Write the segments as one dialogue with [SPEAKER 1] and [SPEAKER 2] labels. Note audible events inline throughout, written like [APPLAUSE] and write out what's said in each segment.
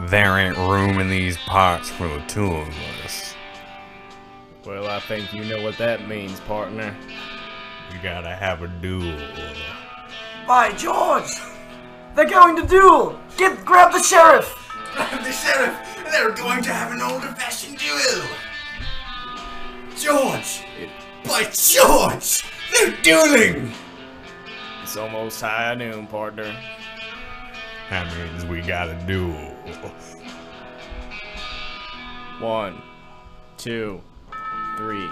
[SPEAKER 1] there ain't room in these parts for the two of us.
[SPEAKER 2] Well, I think you know what that means, partner.
[SPEAKER 1] We gotta have a duel.
[SPEAKER 3] By George! They're going to duel! Get grab the sheriff!
[SPEAKER 4] the sheriff, they're going to have an old-fashioned duel. George, by George, they're dueling.
[SPEAKER 2] It's almost high noon, partner.
[SPEAKER 1] That means we gotta duel.
[SPEAKER 2] One, two, three.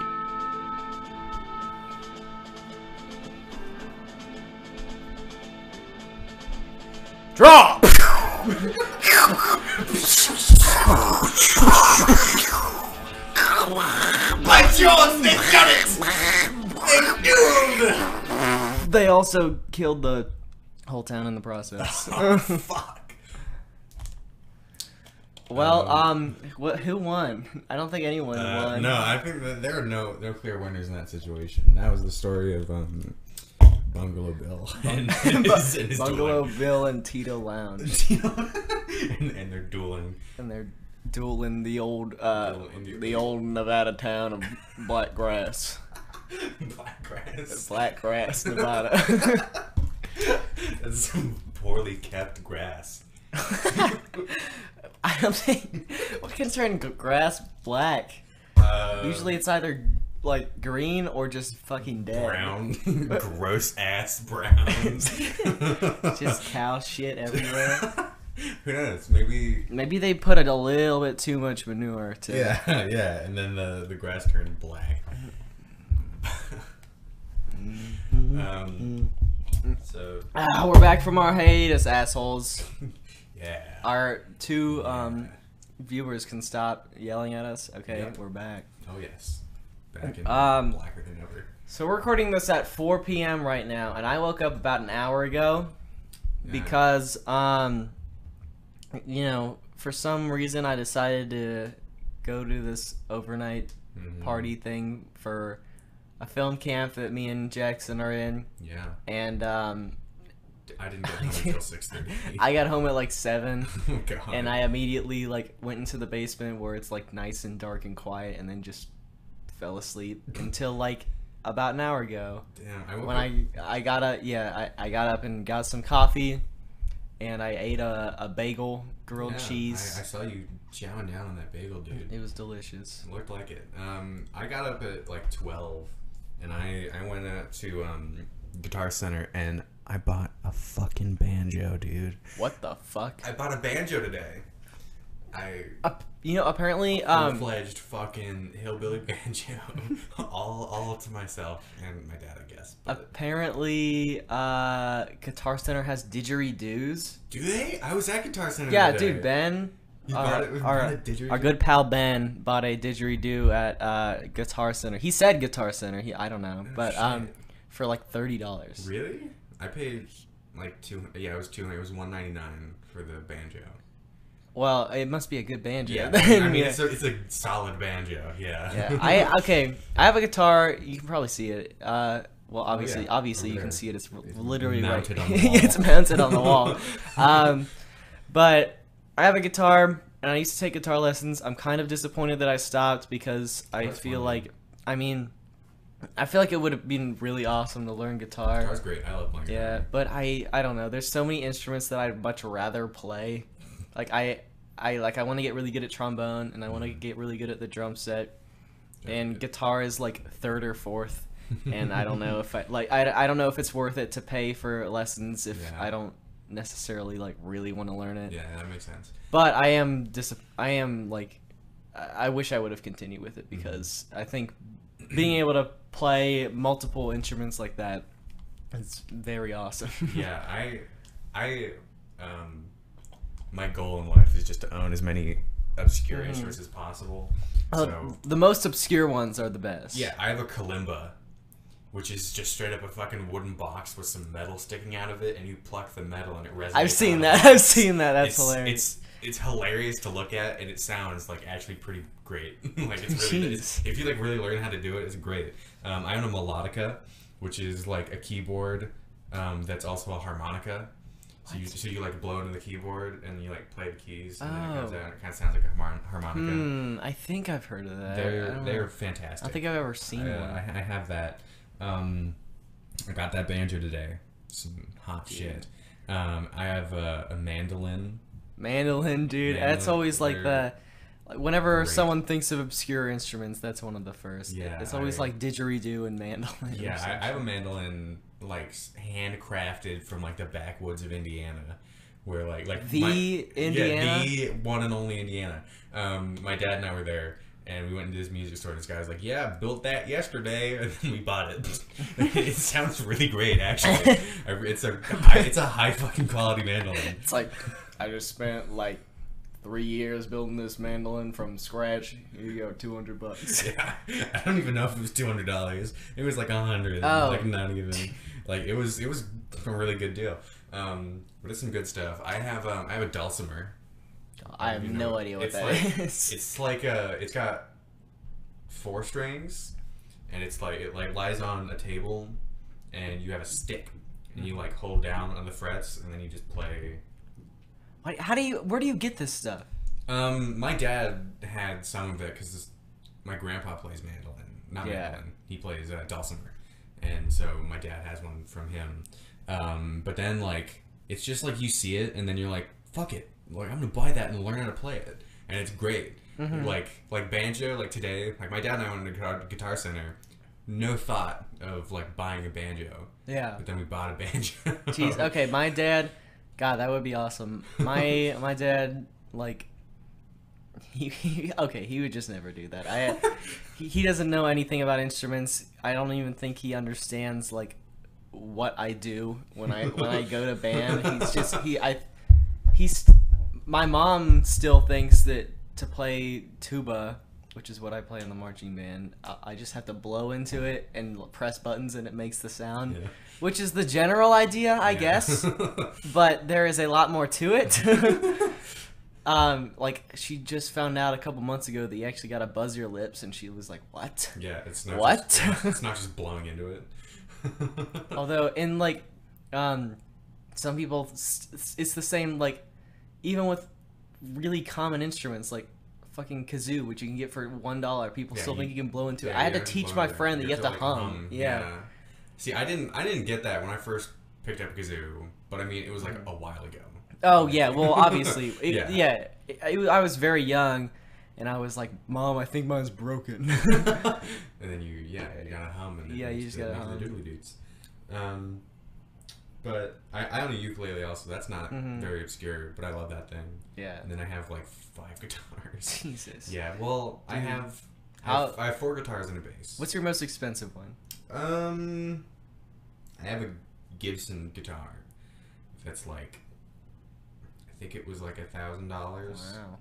[SPEAKER 2] Draw!
[SPEAKER 4] By George, they've done it. They've dueled.
[SPEAKER 5] They also killed the whole town in the
[SPEAKER 6] [LAUGHS]
[SPEAKER 5] process.
[SPEAKER 4] Oh, Fuck.
[SPEAKER 5] well, um, what? Who won? I don't think anyone
[SPEAKER 6] Uh,
[SPEAKER 5] won.
[SPEAKER 6] no, I think that there are no no clear winners in that situation. That was the story of um, Bungalow Bill [LAUGHS] and, his, and his
[SPEAKER 5] Bungalow
[SPEAKER 6] dueling. [LAUGHS]
[SPEAKER 5] Bill and Tito Lounge,
[SPEAKER 6] and, and they're dueling.
[SPEAKER 5] and they're dueling the old, uh,
[SPEAKER 6] Duel in the-
[SPEAKER 5] the old Nevada town of Black Grass,
[SPEAKER 6] [LAUGHS] Black grass.
[SPEAKER 5] Black Grass,
[SPEAKER 6] [LAUGHS]
[SPEAKER 5] Nevada.
[SPEAKER 6] That's some poorly kept grass.
[SPEAKER 5] I don't think what can turn g- grass black.
[SPEAKER 6] Uh,
[SPEAKER 5] Usually, it's either like green or just fucking dead.
[SPEAKER 6] [LAUGHS] brown, gross ass [LAUGHS] browns.
[SPEAKER 5] Just cow shit everywhere.
[SPEAKER 6] Who knows? Maybe.
[SPEAKER 5] Maybe they put a little bit too much manure to
[SPEAKER 6] Yeah, [LAUGHS] yeah. And then the the grass turned black. [LAUGHS] um. So
[SPEAKER 5] Ah, we're back from our hiatus, assholes.
[SPEAKER 6] yeah.
[SPEAKER 5] Our two um, viewers can stop yelling at us. Okay,
[SPEAKER 6] Yep.
[SPEAKER 5] we're back.
[SPEAKER 6] Oh yes, back in
[SPEAKER 5] Um,
[SPEAKER 6] blacker than ever.
[SPEAKER 5] So we're recording this at 4 p.m. right now, and I woke up about an hour ago because, um, you know, for some reason I decided to go to this overnight party thing for a film camp that me and Jackson are in,
[SPEAKER 6] yeah,
[SPEAKER 5] and um,
[SPEAKER 6] I didn't get [LAUGHS] home until six thirty.
[SPEAKER 5] I got home at like seven.
[SPEAKER 6] [LAUGHS] oh god.
[SPEAKER 5] and I immediately like went into the basement where it's like nice and dark and quiet, and then just fell asleep until like about an hour ago
[SPEAKER 6] Damn, I woke
[SPEAKER 5] when
[SPEAKER 6] up-
[SPEAKER 5] I I got up. Yeah, I, I got up and got some coffee, and I ate a, a bagel, grilled
[SPEAKER 6] yeah,
[SPEAKER 5] cheese.
[SPEAKER 6] I, I saw you chowing down on that bagel, dude.
[SPEAKER 5] it was delicious.
[SPEAKER 6] Looked like it. Um, I got up at like twelve, and I I went out to um Guitar Center and I bought a fucking banjo, dude.
[SPEAKER 5] What the fuck?
[SPEAKER 6] I bought a banjo today. I
[SPEAKER 5] Ap- you know, apparently,
[SPEAKER 6] um,
[SPEAKER 5] um,
[SPEAKER 6] fledged fucking hillbilly [LAUGHS] banjo, all all to myself and my dad, I guess.
[SPEAKER 5] Uh,
[SPEAKER 6] But
[SPEAKER 5] apparently, uh, Guitar Center has didgeridoos.
[SPEAKER 6] do they? I was at Guitar Center.
[SPEAKER 5] Yeah,
[SPEAKER 6] today.
[SPEAKER 5] dude, Ben.
[SPEAKER 6] You
[SPEAKER 5] our,
[SPEAKER 6] bought it with
[SPEAKER 5] our-
[SPEAKER 6] Ben at didgeridoo?
[SPEAKER 5] our good pal Ben bought a didgeridoo at uh, Guitar Center. He said Guitar Center. He I don't know, but um,
[SPEAKER 6] Oh, shit.
[SPEAKER 5] for like thirty dollars.
[SPEAKER 6] Really? I paid like two. Yeah, it was two. It was one ninety nine for the banjo.
[SPEAKER 5] Well, it must be a good banjo. [LAUGHS]
[SPEAKER 6] Yeah,
[SPEAKER 5] then.
[SPEAKER 6] I mean
[SPEAKER 5] Yeah.
[SPEAKER 6] It's, a, it's a solid banjo. Yeah. [LAUGHS]
[SPEAKER 5] Yeah, I okay. I have a guitar. You can probably see it. Uh, well, obviously, obviously
[SPEAKER 6] Oh, over
[SPEAKER 5] you can
[SPEAKER 6] there.
[SPEAKER 5] see it. It's r- literally
[SPEAKER 6] mounted
[SPEAKER 5] right.
[SPEAKER 6] on
[SPEAKER 5] [LAUGHS]
[SPEAKER 6] the wall.
[SPEAKER 5] it's mounted on the
[SPEAKER 6] [LAUGHS]
[SPEAKER 5] wall. um, but I have a guitar, and I used to take guitar lessons. I'm kind of disappointed that I stopped because I
[SPEAKER 6] That's
[SPEAKER 5] feel
[SPEAKER 6] fine.
[SPEAKER 5] like, I mean, I feel like it would have been really awesome to learn
[SPEAKER 6] that
[SPEAKER 5] guitar.
[SPEAKER 6] was great. I love playing.
[SPEAKER 5] Yeah,
[SPEAKER 6] guitar.
[SPEAKER 5] but I I don't know. There's so many instruments that I'd much rather play. Like I I like I want to get really good at trombone and I want to
[SPEAKER 6] Mm-hmm.
[SPEAKER 5] get really good at the drum set. And guitar is like third or
[SPEAKER 6] [LAUGHS]
[SPEAKER 5] fourth. and I don't know if I like I, I don't know if it's worth it to pay for lessons if
[SPEAKER 6] Yeah.
[SPEAKER 5] I don't necessarily like really want to learn it.
[SPEAKER 6] Yeah, that makes sense.
[SPEAKER 5] But I am dis I am like I I wish I would have continued with it
[SPEAKER 6] Mm-hmm.
[SPEAKER 5] because I think being able to play multiple instruments like that is very awesome.
[SPEAKER 6] [LAUGHS] yeah, I, I, um, my goal in life is just to own as many obscure
[SPEAKER 5] Mm-hmm.
[SPEAKER 6] instruments as possible.
[SPEAKER 5] Uh,
[SPEAKER 6] so
[SPEAKER 5] the most obscure ones are the best.
[SPEAKER 6] yeah, I have a kalimba, which is just straight up a fucking wooden box with some metal sticking out of it, and you pluck the metal and it resonates.
[SPEAKER 5] I've seen
[SPEAKER 6] out of
[SPEAKER 5] that. [LAUGHS]
[SPEAKER 6] it.
[SPEAKER 5] I've seen that. That's
[SPEAKER 6] it's,
[SPEAKER 5] hilarious.
[SPEAKER 6] It's it's hilarious to look at, and it sounds like actually pretty great. [LAUGHS] like it's really it's, if you like really learn how to do it, it's great. Um, I own a melodica, which is like a keyboard um, that's also a harmonica, So you, so you like blow into the keyboard and you like play the keys and then it goes
[SPEAKER 5] Oh.
[SPEAKER 6] out and it kind of sounds like a harmon- harmonica.
[SPEAKER 5] Hmm, I think I've heard of that. I
[SPEAKER 6] They're
[SPEAKER 5] don't-
[SPEAKER 6] they're
[SPEAKER 5] I
[SPEAKER 6] fantastic.
[SPEAKER 5] don't think I've ever seen
[SPEAKER 6] Uh,
[SPEAKER 5] one.
[SPEAKER 6] I, I have that. Um, I got that banjo today. Some hot shit. Um, I have a, a mandolin.
[SPEAKER 5] Mandolin, dude. That's
[SPEAKER 6] Mandolin,
[SPEAKER 5] always like the.
[SPEAKER 6] they're
[SPEAKER 5] Like whenever
[SPEAKER 6] great.
[SPEAKER 5] someone thinks of obscure instruments, that's one of the first.
[SPEAKER 6] Yeah,
[SPEAKER 5] it's always
[SPEAKER 6] I-
[SPEAKER 5] like didgeridoo and mandolin. or
[SPEAKER 6] Yeah,
[SPEAKER 5] something.
[SPEAKER 6] I, I have a mandolin like s- handcrafted from like the backwoods of Indiana, where like like
[SPEAKER 5] The Indiana?
[SPEAKER 6] yeah, the one and only Indiana. Um, my dad and I were there. And we went into this music store, and this guy's like, "Yeah, built that yesterday, [LAUGHS] and then we bought it. [LAUGHS] it sounds really
[SPEAKER 5] [LAUGHS]
[SPEAKER 6] great, actually. I, it's a high, it's a high fucking quality mandolin.
[SPEAKER 5] [LAUGHS]
[SPEAKER 2] It's like I just spent like three years building this mandolin from scratch. Here you go, two hundred bucks.
[SPEAKER 6] Yeah, [LAUGHS] I don't even know if it was two hundred dollars. It was like a hundred.
[SPEAKER 5] Oh.
[SPEAKER 6] Like not even. Like it was. It was a really good deal. Um, but it's some good stuff. I have. Um, I have a dulcimer.
[SPEAKER 5] I have
[SPEAKER 6] You
[SPEAKER 5] no
[SPEAKER 6] know,
[SPEAKER 5] idea what
[SPEAKER 6] it's
[SPEAKER 5] that [LAUGHS] is.
[SPEAKER 6] like, It's like a. It's got four strings, and it's like it like lies on a table, and you have a stick, and you like hold down on the frets, and then you just play.
[SPEAKER 5] Why- How do you? Where do you get this stuff?
[SPEAKER 6] Um, my dad had some of it because my grandpa plays mandolin, not
[SPEAKER 5] Yeah.
[SPEAKER 6] mandolin. He plays uh, dulcimer, and so my dad has one from him. Um, but then like it's just like you see it, and then you're like, "Fuck it! Like I'm gonna buy that and learn how to play it," and it's great.
[SPEAKER 5] Mm-hmm.
[SPEAKER 6] Like like banjo, like today, like my dad and I went to guitar, guitar center. No thought of like buying a banjo,
[SPEAKER 5] Yeah.
[SPEAKER 6] but then we bought a banjo. [LAUGHS]
[SPEAKER 5] Jeez. Okay, my dad. God, that would be awesome. My my dad like. [LAUGHS] He, he okay. He would just never do that. I he, he doesn't know anything about instruments. I don't even think he understands like what I do when I when I go to band. He's just he I he's my mom still thinks that to play tuba. Which is what I play in the marching band. I I just have to blow into it and l- press buttons, and it makes the sound,
[SPEAKER 6] Yeah.
[SPEAKER 5] which is the general idea, I
[SPEAKER 6] [LAUGHS]
[SPEAKER 5] guess but there is a lot more to it. um, like she just found out a couple months ago that you actually got to buzz your lips, and she was like, "What?"
[SPEAKER 6] Yeah, it's not
[SPEAKER 5] What? [LAUGHS]
[SPEAKER 6] just- it's not just blowing into it.
[SPEAKER 5] Although in like, um, some people, s- s- it's the same. Like, even with really common instruments, like fucking kazoo, which you can get for one dollar, people
[SPEAKER 6] Yeah,
[SPEAKER 5] still
[SPEAKER 6] you-
[SPEAKER 5] think you can blow into it.
[SPEAKER 6] Yeah,
[SPEAKER 5] I had to
[SPEAKER 6] you have
[SPEAKER 5] teach
[SPEAKER 6] blow
[SPEAKER 5] my
[SPEAKER 6] into it.
[SPEAKER 5] friend that you have to,
[SPEAKER 6] like,
[SPEAKER 5] hum. Yeah.
[SPEAKER 6] See, I didn't I didn't get that when I first picked up kazoo, but I mean it was like a
[SPEAKER 5] [LAUGHS]
[SPEAKER 6] while ago.
[SPEAKER 5] Oh yeah.
[SPEAKER 6] [LAUGHS]
[SPEAKER 5] Well, obviously, it,
[SPEAKER 6] Yeah.
[SPEAKER 5] yeah. It- it- I was very young, and I was like, "Mom, I think mine's broken." [LAUGHS]
[SPEAKER 6] and then you yeah, you gotta hum and then
[SPEAKER 5] Yeah, you
[SPEAKER 6] it's
[SPEAKER 5] just
[SPEAKER 6] the-
[SPEAKER 5] gotta
[SPEAKER 6] make the
[SPEAKER 5] hum.
[SPEAKER 6] doodly dudes. Um but I, I own a ukulele also, that's not
[SPEAKER 5] Mhm.
[SPEAKER 6] very obscure, but I love that thing.
[SPEAKER 5] yeah.
[SPEAKER 6] And then I have like five [LAUGHS] guitars.
[SPEAKER 5] [LAUGHS] Jesus.
[SPEAKER 6] yeah, well I
[SPEAKER 5] Dude.
[SPEAKER 6] have I
[SPEAKER 5] How-
[SPEAKER 6] have, I have four guitars and a bass.
[SPEAKER 5] What's your most expensive one?
[SPEAKER 6] Um, I have a Gibson guitar. That's like, I think it was like a thousand dollars.
[SPEAKER 5] Wow.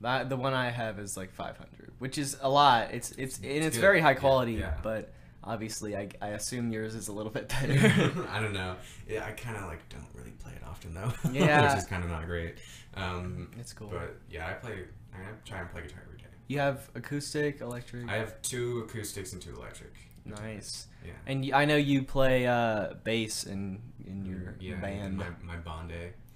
[SPEAKER 5] That, the one I have is like 500, which is a lot. It's it's and it's
[SPEAKER 6] good.
[SPEAKER 5] very high
[SPEAKER 6] Yeah,
[SPEAKER 5] quality,
[SPEAKER 6] yeah.
[SPEAKER 5] but obviously I, I assume yours is a little bit [LAUGHS] better.
[SPEAKER 6] [LAUGHS] I don't know. Yeah, I kind of like don't really play it often though. [LAUGHS]
[SPEAKER 5] Yeah.
[SPEAKER 6] which is kind of not great. Um,
[SPEAKER 5] it's cool.
[SPEAKER 6] but yeah, I play. I try and play guitar every day.
[SPEAKER 5] You have acoustic, electric.
[SPEAKER 6] I have two acoustics and two electric.
[SPEAKER 5] nice.
[SPEAKER 6] Yeah.
[SPEAKER 5] And y- I know you play uh, bass in in your
[SPEAKER 6] Mm, yeah, and
[SPEAKER 5] band.
[SPEAKER 6] My my Bonde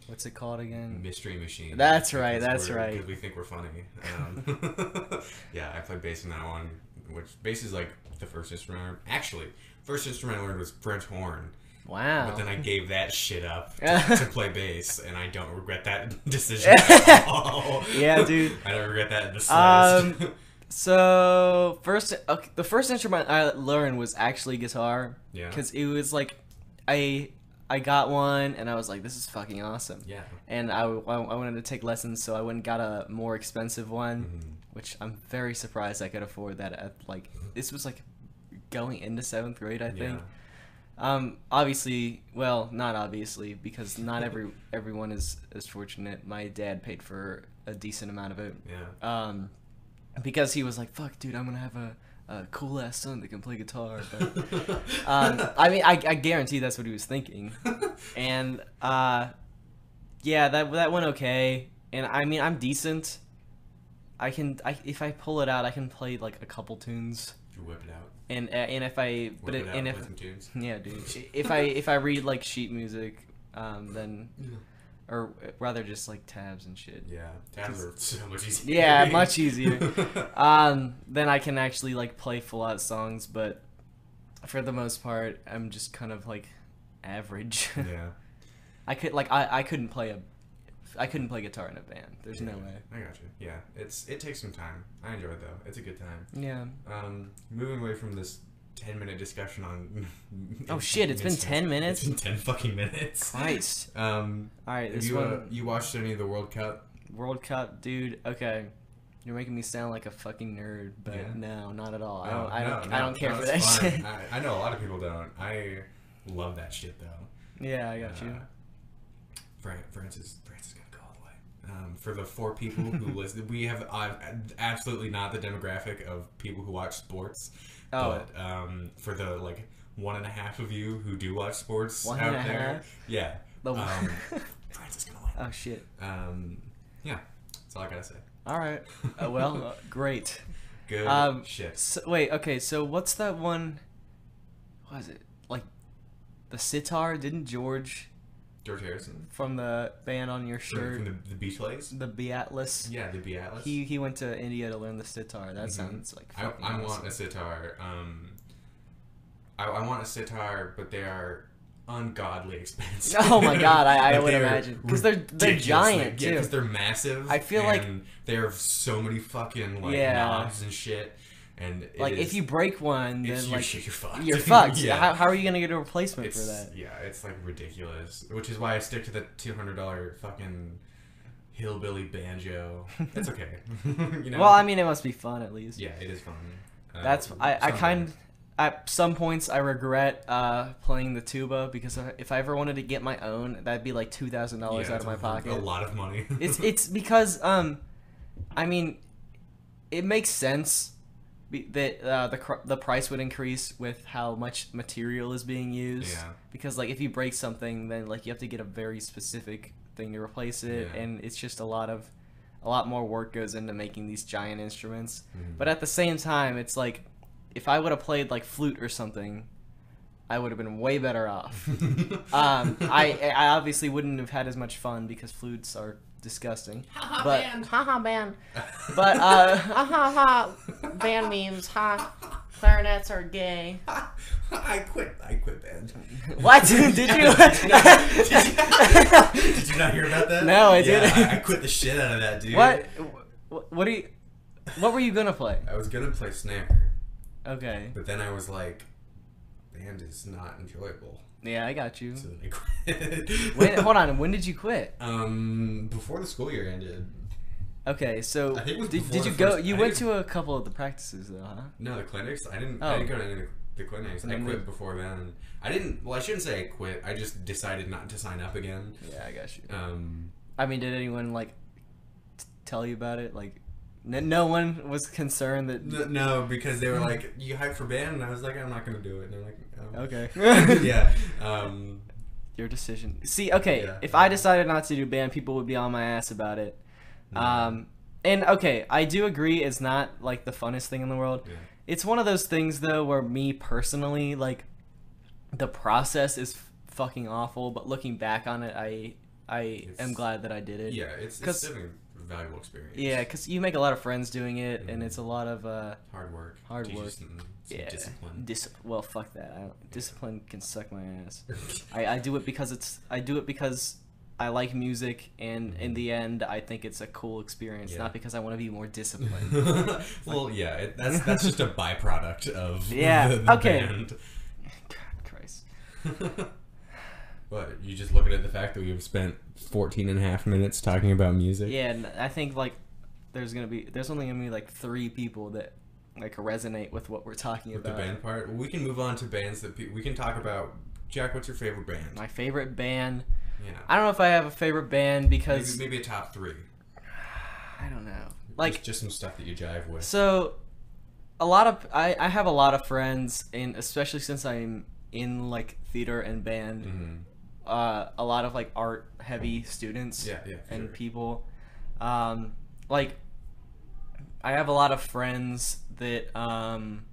[SPEAKER 5] What's it called again?
[SPEAKER 6] mystery machine.
[SPEAKER 5] That's right, that's
[SPEAKER 6] we're-
[SPEAKER 5] right.
[SPEAKER 6] we think we're funny. Um, [LAUGHS] yeah, I play bass in that one, which bass is like the first instrument. I learned. Actually, first instrument I learned was French horn,
[SPEAKER 5] Wow.
[SPEAKER 6] but then I
[SPEAKER 5] Oh.
[SPEAKER 6] gave that
[SPEAKER 5] [LAUGHS]
[SPEAKER 6] shit up to, to play bass, and I don't regret that [LAUGHS] decision
[SPEAKER 5] [LAUGHS]
[SPEAKER 6] at all.
[SPEAKER 5] Yeah, dude.
[SPEAKER 6] [LAUGHS]
[SPEAKER 5] Um,
[SPEAKER 6] I don't regret that in the slightest.
[SPEAKER 5] So first, okay, the first instrument I learned was actually guitar.
[SPEAKER 6] [LAUGHS] Yeah.
[SPEAKER 5] Because it was like, I I got one and I was like, this is fucking awesome.
[SPEAKER 6] yeah.
[SPEAKER 5] And I, w- I- I wanted to take lessons, so I went and got a more expensive one,
[SPEAKER 6] Mm-hmm.
[SPEAKER 5] which I'm very surprised I could afford that. At like this was like going into seventh grade, I
[SPEAKER 6] Yeah.
[SPEAKER 5] think. Um, obviously, well, not obviously, because
[SPEAKER 6] [LAUGHS]
[SPEAKER 5] not every everyone is is fortunate. My dad paid for a decent amount of it
[SPEAKER 6] Yeah.
[SPEAKER 5] um, because he was like, "Fuck, dude, I'm gonna have a, a cool ass son that can play guitar." But, [LAUGHS] um,
[SPEAKER 6] [LAUGHS]
[SPEAKER 5] I mean, I, I guarantee that's what he was thinking. And uh, yeah, that that went okay. And I mean, I'm decent. I can, I, if I pull it out, I can play like a couple tunes.
[SPEAKER 6] You whip it out.
[SPEAKER 5] And uh, and if I,
[SPEAKER 6] Whip
[SPEAKER 5] but
[SPEAKER 6] it,
[SPEAKER 5] it,
[SPEAKER 6] out.
[SPEAKER 5] and
[SPEAKER 6] play
[SPEAKER 5] if
[SPEAKER 6] some tunes.
[SPEAKER 5] yeah, dude, if I if I read like sheet music um, than, or rather just like tabs and shit.
[SPEAKER 6] Yeah, tabs are so much easier.
[SPEAKER 5] Yeah,
[SPEAKER 6] [LAUGHS]
[SPEAKER 5] much easier. um, then I can actually like play full out songs, but for the most part, I'm just kind of like average. [LAUGHS]
[SPEAKER 6] yeah,
[SPEAKER 5] I could like I, I couldn't play a I couldn't play guitar in a band. There's no way.
[SPEAKER 6] I got you. Yeah, it's it takes some time. I enjoy it though. It's a good time.
[SPEAKER 5] Yeah.
[SPEAKER 6] Um, moving away from this ten minute discussion on.
[SPEAKER 5] [LAUGHS]
[SPEAKER 6] [LAUGHS]
[SPEAKER 5] Oh, shit, it's been 10 minutes?
[SPEAKER 6] It's been ten fucking
[SPEAKER 5] [LAUGHS]
[SPEAKER 6] minutes.
[SPEAKER 5] Nice.
[SPEAKER 6] Um,
[SPEAKER 5] All right,
[SPEAKER 6] have
[SPEAKER 5] this
[SPEAKER 6] you
[SPEAKER 5] one
[SPEAKER 6] uh, you watched any of the World Cup?
[SPEAKER 5] World Cup, dude. Okay. You're making me sound like a fucking nerd, but
[SPEAKER 6] Yeah.
[SPEAKER 5] no, not at all. I
[SPEAKER 6] No,
[SPEAKER 5] don't, I
[SPEAKER 6] no,
[SPEAKER 5] don't,
[SPEAKER 6] no,
[SPEAKER 5] I don't care
[SPEAKER 6] no,
[SPEAKER 5] for that
[SPEAKER 6] it's fine.
[SPEAKER 5] shit. [LAUGHS]
[SPEAKER 6] I, I know a lot of people don't. I love that shit though.
[SPEAKER 5] yeah, I got you.
[SPEAKER 6] Uh, Fran- France is France is gonna go all the way. Um, for the four
[SPEAKER 5] [LAUGHS]
[SPEAKER 6] people who listen, we have uh, absolutely not the demographic of people who watch sports.
[SPEAKER 5] Oh.
[SPEAKER 6] But um, for the like one and a half of you who do watch sports
[SPEAKER 5] One
[SPEAKER 6] out
[SPEAKER 5] and a
[SPEAKER 6] there,
[SPEAKER 5] half?
[SPEAKER 6] yeah,
[SPEAKER 5] The-
[SPEAKER 6] um, France is gonna win.
[SPEAKER 5] [LAUGHS] Oh shit.
[SPEAKER 6] Um, yeah, that's all I gotta say.
[SPEAKER 5] All right. Uh, well, uh, great.
[SPEAKER 6] Good
[SPEAKER 5] Um,
[SPEAKER 6] shit.
[SPEAKER 5] So, wait. Okay. So what's that one? What is it like? The sitar? Didn't George
[SPEAKER 6] George Harrison
[SPEAKER 5] from the band on your shirt,
[SPEAKER 6] from the, the Beach Lays.
[SPEAKER 5] the Beatles?
[SPEAKER 6] Yeah, the Beat Atlas.
[SPEAKER 5] He he went to India to learn the sitar. That sounds like
[SPEAKER 6] Mhm. I,
[SPEAKER 5] fucking
[SPEAKER 6] I
[SPEAKER 5] awesome.
[SPEAKER 6] [LAUGHS]
[SPEAKER 5] [LAUGHS]
[SPEAKER 6] want a sitar. Um, I, I want a sitar, but they are
[SPEAKER 5] [LAUGHS]
[SPEAKER 6] ungodly expensive.
[SPEAKER 5] Oh my God, I- I
[SPEAKER 6] Like,
[SPEAKER 5] would
[SPEAKER 6] they are
[SPEAKER 5] imagine. 'Cause they're- they're
[SPEAKER 6] ridiculously-
[SPEAKER 5] giant,
[SPEAKER 6] yeah,
[SPEAKER 5] too.
[SPEAKER 6] 'cause they're massive.
[SPEAKER 5] I feel like-
[SPEAKER 6] and they have so many fucking like
[SPEAKER 5] Yeah.
[SPEAKER 6] knobs and shit. And it
[SPEAKER 5] Like
[SPEAKER 6] is-
[SPEAKER 5] if you break one,
[SPEAKER 6] it's
[SPEAKER 5] then
[SPEAKER 6] your
[SPEAKER 5] like
[SPEAKER 6] shit, you're fucked. [LAUGHS]
[SPEAKER 5] You're fucked.
[SPEAKER 6] yeah.
[SPEAKER 5] How, how are you gonna get a replacement
[SPEAKER 6] it's,
[SPEAKER 5] for that?
[SPEAKER 6] Yeah, it's like ridiculous. Which is why I stick to the two hundred dollar fucking hillbilly banjo. It's okay. [LAUGHS] you know.
[SPEAKER 5] Well, I mean, it must be fun at least.
[SPEAKER 6] yeah, it is fun. Uh,
[SPEAKER 5] That's I, I
[SPEAKER 6] sometimes.
[SPEAKER 5] kind at some points I regret uh, playing the tuba because I- if I ever wanted to get my own, that'd be like two thousand dollars
[SPEAKER 6] Yeah,
[SPEAKER 5] out of my
[SPEAKER 6] it's a- A
[SPEAKER 5] pocket.
[SPEAKER 6] lot of money. [LAUGHS]
[SPEAKER 5] it's it's because um, I mean, it makes sense be- that uh, the cr- the price would increase with how much material is being used.
[SPEAKER 6] Yeah.
[SPEAKER 5] Because like if you break something, then like you have to get a very specific thing to replace it,
[SPEAKER 6] Yeah.
[SPEAKER 5] and it's just a lot of a lot more work goes into making these giant instruments.
[SPEAKER 6] Mm-hmm.
[SPEAKER 5] But at the same time, it's like if I would have played like flute or something, I would have been way better off. Um, I I obviously wouldn't have had as much fun because flutes are disgusting. but
[SPEAKER 7] Haha band.
[SPEAKER 5] but uh, [LAUGHS]
[SPEAKER 7] Ha ha ha. Band memes. Ha. Clarinets are gay.
[SPEAKER 6] [LAUGHS] I quit. I
[SPEAKER 5] [LAUGHS]
[SPEAKER 6] quit banjo.
[SPEAKER 5] what did you?
[SPEAKER 6] Did you not hear about that?
[SPEAKER 5] No, I
[SPEAKER 6] Yeah,
[SPEAKER 5] didn't.
[SPEAKER 6] I, I quit the shit out of that dude.
[SPEAKER 5] [LAUGHS] what wh- what are you? What were you gonna play?
[SPEAKER 6] I was gonna play snare,
[SPEAKER 5] Okay,
[SPEAKER 6] but then I was like, band is not enjoyable,
[SPEAKER 5] yeah, I got you.
[SPEAKER 6] so then I quit. [LAUGHS]
[SPEAKER 5] When, hold on, when did you quit?
[SPEAKER 6] Um, before the school year ended.
[SPEAKER 5] Okay, so
[SPEAKER 6] I think it was
[SPEAKER 5] did,
[SPEAKER 6] before
[SPEAKER 5] did
[SPEAKER 6] the
[SPEAKER 5] you go?
[SPEAKER 6] first-
[SPEAKER 5] You
[SPEAKER 6] I
[SPEAKER 5] went
[SPEAKER 6] didn't-
[SPEAKER 5] to a couple of the practices though, huh?
[SPEAKER 6] No, the clinics. I didn't.
[SPEAKER 5] Oh.
[SPEAKER 6] I didn't go to any of the, the clinics. I
[SPEAKER 5] then
[SPEAKER 6] quit
[SPEAKER 5] they-
[SPEAKER 6] before then. I didn't. Well, I shouldn't say I quit. I just decided not to sign up again.
[SPEAKER 5] Yeah, I got you.
[SPEAKER 6] Um,
[SPEAKER 5] I mean, did anyone like t- tell you about it? Like, n- no one was concerned that.
[SPEAKER 6] N- No, because they were
[SPEAKER 5] Hmm.
[SPEAKER 6] like, "You hype for band," and I was like, "I'm not gonna do it." And they're like, um,
[SPEAKER 5] Okay. [LAUGHS]
[SPEAKER 6] [LAUGHS] yeah." Um,
[SPEAKER 5] Your decision. See, okay,
[SPEAKER 6] Yeah.
[SPEAKER 5] if I decided not to do band, people would be on my ass about it. Um, and okay, I do agree it's not like the funnest thing in the world.
[SPEAKER 6] Yeah.
[SPEAKER 5] It's one of those things though where me personally, like, the process is f- fucking awful. But looking back on it, I I am
[SPEAKER 6] It's-
[SPEAKER 5] glad that I did it.
[SPEAKER 6] yeah, it's it's
[SPEAKER 5] 'Cause-
[SPEAKER 6] definitely a valuable experience.
[SPEAKER 5] Yeah, because you make a lot of friends doing it,
[SPEAKER 6] Mm-hmm.
[SPEAKER 5] and it's a lot of uh,
[SPEAKER 6] hard work,
[SPEAKER 5] Hard
[SPEAKER 6] teaches
[SPEAKER 5] work.
[SPEAKER 6] Some, some
[SPEAKER 5] yeah,
[SPEAKER 6] discipline.
[SPEAKER 5] Dis- well, fuck that. I don't, discipline can suck my ass.
[SPEAKER 6] [LAUGHS]
[SPEAKER 5] I, I do it because it's I do it because I like music, and in the end, I think it's a cool experience,
[SPEAKER 6] Mm-hmm. Yeah.
[SPEAKER 5] not because I want to be more
[SPEAKER 6] [LAUGHS]
[SPEAKER 5] disciplined.
[SPEAKER 6] well, yeah, it, that's that's just a byproduct of [LAUGHS]
[SPEAKER 5] Yeah,
[SPEAKER 6] the- the
[SPEAKER 5] okay.
[SPEAKER 6] band.
[SPEAKER 5] God, Christ.
[SPEAKER 6] But you just looking at the fact that we've spent 14 and a half minutes talking about music.
[SPEAKER 5] Yeah, and I think like there's gonna be there's only gonna be like three people that like resonate with what we're talking
[SPEAKER 6] With the
[SPEAKER 5] about.
[SPEAKER 6] band part, we can move on to bands that pe- we can talk about. Jack, what's your favorite band?
[SPEAKER 5] My favorite band.
[SPEAKER 6] yeah,
[SPEAKER 5] I don't know if I have a favorite band
[SPEAKER 6] maybe,
[SPEAKER 5] because
[SPEAKER 6] maybe a top three.
[SPEAKER 5] I don't know. Like
[SPEAKER 6] Like just, just some stuff that you jive with.
[SPEAKER 5] So, a lot of I, I have a lot of friends, and especially since I'm in like theater and band,
[SPEAKER 6] Mm,
[SPEAKER 5] uh, a lot of like art heavy students
[SPEAKER 6] Yeah, yeah, for
[SPEAKER 5] and
[SPEAKER 6] sure.
[SPEAKER 5] people. Um, like, I have a lot of friends that um,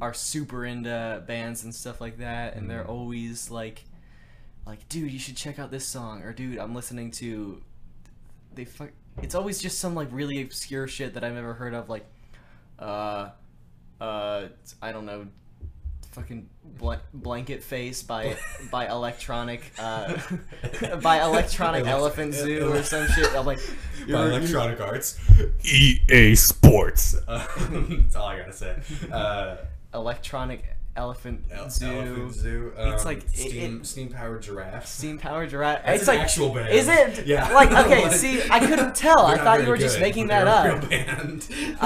[SPEAKER 5] are super into bands and stuff like that, and they're always like like, dude, you should check out this song, or dude, I'm listening to. They fuck. It's always just some like really obscure shit that I've never heard of, like, uh, uh, I don't know, fucking bl- blanket face by by electronic uh, [LAUGHS]
[SPEAKER 6] [LAUGHS]
[SPEAKER 5] by electronic elephant zoo or some shit. I'm like,
[SPEAKER 6] by Electronic Arts.
[SPEAKER 1] E
[SPEAKER 6] EA Sports. Uh, [LAUGHS] that's all I gotta say. Uh,
[SPEAKER 5] electronic elephant
[SPEAKER 6] El-
[SPEAKER 5] zoo.
[SPEAKER 6] Elephant Zoo. Um,
[SPEAKER 5] It's like- it-
[SPEAKER 6] steam,
[SPEAKER 5] it-
[SPEAKER 6] steam powered giraffes.
[SPEAKER 5] Steam powered giraffe.
[SPEAKER 6] That's
[SPEAKER 5] it's
[SPEAKER 6] an
[SPEAKER 5] like
[SPEAKER 6] actual band.
[SPEAKER 5] Is it?
[SPEAKER 6] [LAUGHS] Yeah.
[SPEAKER 5] [LAUGHS] Like okay, see, I couldn't tell. I
[SPEAKER 6] They're not
[SPEAKER 5] thought you
[SPEAKER 6] very
[SPEAKER 5] were just
[SPEAKER 6] good,
[SPEAKER 5] making
[SPEAKER 6] but
[SPEAKER 5] that
[SPEAKER 6] they're a
[SPEAKER 5] up.
[SPEAKER 6] real band.
[SPEAKER 5] [LAUGHS]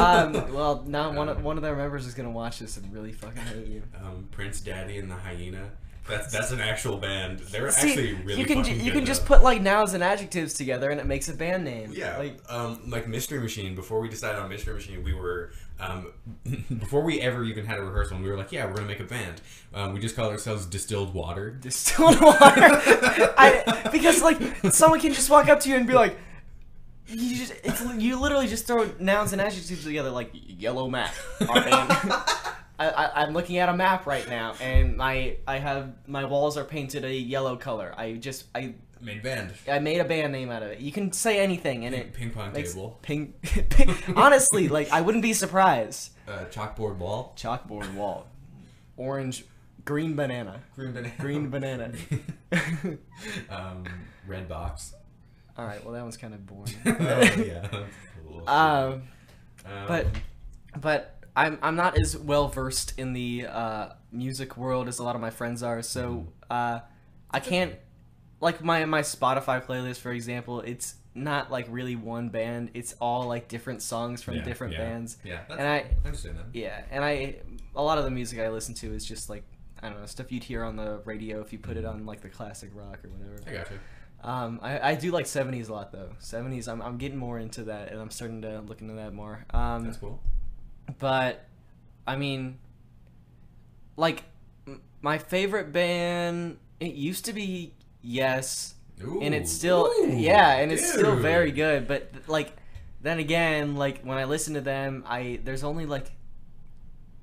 [SPEAKER 5] Um,
[SPEAKER 6] [LAUGHS]
[SPEAKER 5] well, now one of, one of their members is gonna watch this and really fucking hate you.
[SPEAKER 6] Um, Prince Daddy and the Hyena. That's that's an actual band. They're
[SPEAKER 5] See,
[SPEAKER 6] actually really.
[SPEAKER 5] you can ju-
[SPEAKER 6] fucking
[SPEAKER 5] you
[SPEAKER 6] good,
[SPEAKER 5] can just
[SPEAKER 6] though.
[SPEAKER 5] put like nouns and adjectives together and it makes a band name.
[SPEAKER 6] Yeah,
[SPEAKER 5] Like,
[SPEAKER 6] um, like Mystery Machine. Before we decided on Mystery Machine, we were um, [LAUGHS] before we ever even had a rehearsal. We were like, yeah, we're gonna make a band. Um, we just called ourselves Distilled Water.
[SPEAKER 5] distilled water. [LAUGHS] I, because like someone can just walk up to you and be like, you just it's, you literally just throw nouns and adjectives together like yellow map. Our band.
[SPEAKER 6] [LAUGHS]
[SPEAKER 5] I, I, I'm looking at a map right now, and my I have my walls are painted a yellow color. I just I
[SPEAKER 6] Made band.
[SPEAKER 5] I made a band name out of it. You can say anything, and it
[SPEAKER 6] Ping pong
[SPEAKER 5] makes
[SPEAKER 6] table.
[SPEAKER 5] ping. [LAUGHS] ping honestly, like I wouldn't be surprised.
[SPEAKER 6] Uh, chalkboard wall.
[SPEAKER 5] Chalkboard wall, orange, green banana,
[SPEAKER 6] Green [LAUGHS] banana.
[SPEAKER 5] green [LAUGHS] banana.
[SPEAKER 6] um,
[SPEAKER 5] [LAUGHS]
[SPEAKER 6] red box. [LAUGHS]
[SPEAKER 5] All right, well that one's kind of boring.
[SPEAKER 6] oh, yeah. Cool.
[SPEAKER 5] Um,
[SPEAKER 6] Um,
[SPEAKER 5] but but I'm I'm not as well versed in the uh, music world as a lot of my friends are,
[SPEAKER 6] Mm-hmm.
[SPEAKER 5] so uh, I can't like my my Spotify playlist for example. It's not like really one band. It's all like different songs from
[SPEAKER 6] yeah,
[SPEAKER 5] different
[SPEAKER 6] yeah,
[SPEAKER 5] bands.
[SPEAKER 6] Yeah, that's,
[SPEAKER 5] and I
[SPEAKER 6] I understand that.
[SPEAKER 5] yeah, and I a lot of the music I listen to is just like I don't know stuff you'd hear on the radio if you put
[SPEAKER 6] Mm-hmm.
[SPEAKER 5] it on like the classic rock or whatever.
[SPEAKER 6] I gotcha.
[SPEAKER 5] Um, I, I do like '70s a lot though. '70s, I'm, I'm getting more into that, and I'm starting to look into that more. Um,
[SPEAKER 6] That's cool.
[SPEAKER 5] but I mean, like m- my favorite band, it used to be Yes,
[SPEAKER 6] Ooh,
[SPEAKER 5] and it's still
[SPEAKER 6] ooh,
[SPEAKER 5] yeah, and it's still
[SPEAKER 6] dude.
[SPEAKER 5] very good. But like, then again, like when I listen to them, I there's only like,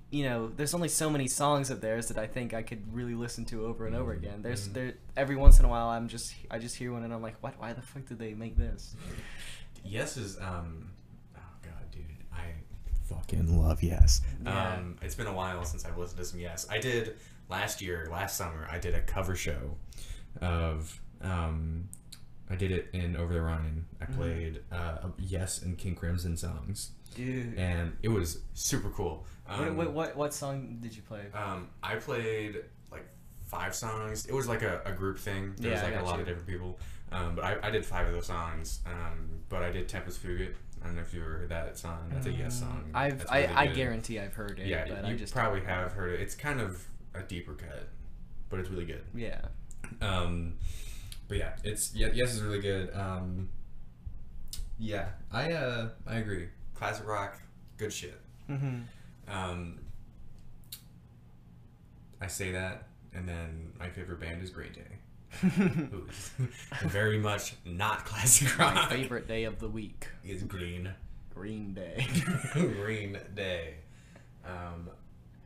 [SPEAKER 5] you know, there's only so many songs of theirs that I think I could really listen to over and
[SPEAKER 6] Mm-hmm.
[SPEAKER 5] over again. There's there every once in a while, I'm just I just hear one and I'm like, what? Why the fuck did they make this?
[SPEAKER 6] Yes is um oh god dude, I fucking love Yes.
[SPEAKER 5] Yeah.
[SPEAKER 6] Um it's been a while since I've listened to some Yes. I did last year, last summer, I did a cover show of um I did it in Over the Rhine. I
[SPEAKER 5] Mm-hmm.
[SPEAKER 6] played uh, Yes and King Crimson songs,
[SPEAKER 5] Dude,
[SPEAKER 6] and it was super cool.
[SPEAKER 5] Wait,
[SPEAKER 6] Um,
[SPEAKER 5] wait, what what song did you play?
[SPEAKER 6] Um, I played like five songs. It was like a, a group thing. There was
[SPEAKER 5] Yeah, I
[SPEAKER 6] like a
[SPEAKER 5] got
[SPEAKER 6] lot
[SPEAKER 5] you.
[SPEAKER 6] of different people. Um, but I, I did five of those songs. Um, but I did Tempest Fugit. I don't know if you ever heard that song. That's a yes song.
[SPEAKER 5] Mm, I've
[SPEAKER 6] That's
[SPEAKER 5] I,
[SPEAKER 6] really
[SPEAKER 5] I
[SPEAKER 6] good.
[SPEAKER 5] guarantee I've heard it,
[SPEAKER 6] Yeah,
[SPEAKER 5] but
[SPEAKER 6] you
[SPEAKER 5] I just
[SPEAKER 6] probably have heard it. It's kind of a deeper cut, but it's really good.
[SPEAKER 5] yeah.
[SPEAKER 6] Um, but yeah, it's yeah, yes is really good. Um, yeah, I uh, I agree. Classic rock, good shit. Um, I say that, and then my favorite band is Green Day, [LAUGHS] who is
[SPEAKER 5] [LAUGHS]
[SPEAKER 6] very much not classic rock.
[SPEAKER 5] My favorite day of the week,
[SPEAKER 6] is Green [LAUGHS]
[SPEAKER 5] Green Day.
[SPEAKER 6] Green Day. Um,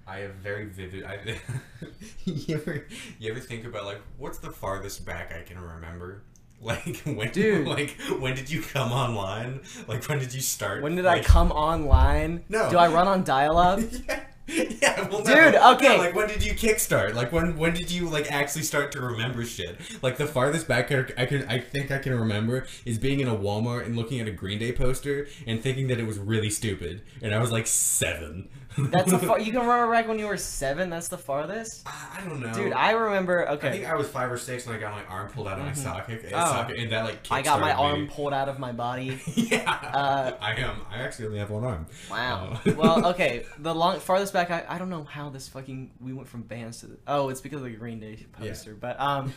[SPEAKER 6] I have very vivid. I, [LAUGHS] you ever you ever think about like what's the farthest back I can remember? Like [LAUGHS] when
[SPEAKER 5] Dude.
[SPEAKER 6] like when did you come online? Like when did you start?
[SPEAKER 5] When did I
[SPEAKER 6] like-
[SPEAKER 5] come online?
[SPEAKER 6] No.
[SPEAKER 5] Do I run on dial-up?
[SPEAKER 6] Yeah, [LAUGHS] yeah, well, no.
[SPEAKER 5] Dude, okay.
[SPEAKER 6] No, like when did you kickstart? Like when when did you like actually start to remember shit? Like the farthest back I, I can I think I can remember is being in a Walmart and looking at a Green Day poster and thinking that it was really stupid, and I was like seven.
[SPEAKER 5] That's
[SPEAKER 6] [LAUGHS]
[SPEAKER 5] a far. You can run a rack when you were seven. That's the farthest.
[SPEAKER 6] I don't know,
[SPEAKER 5] Dude, I remember.
[SPEAKER 6] I think
[SPEAKER 5] Okay,
[SPEAKER 6] I was five or six when I got my arm pulled out of my socket, and,
[SPEAKER 5] Oh.
[SPEAKER 6] socket, and that like
[SPEAKER 5] I, got my
[SPEAKER 6] kickstarted
[SPEAKER 5] arm
[SPEAKER 6] [LAUGHS] me.
[SPEAKER 5] pulled out of my
[SPEAKER 6] [LAUGHS]
[SPEAKER 5] body.
[SPEAKER 6] yeah,
[SPEAKER 5] Uh,
[SPEAKER 6] I am. I actually only have one arm. [LAUGHS]
[SPEAKER 5] Wow.
[SPEAKER 6] Oh. [LAUGHS]
[SPEAKER 5] well, okay. The long farthest back, I, I don't know how this fucking we went from bands to. The, oh, it's because of the Green Day poster. But
[SPEAKER 6] [LAUGHS]
[SPEAKER 5] um,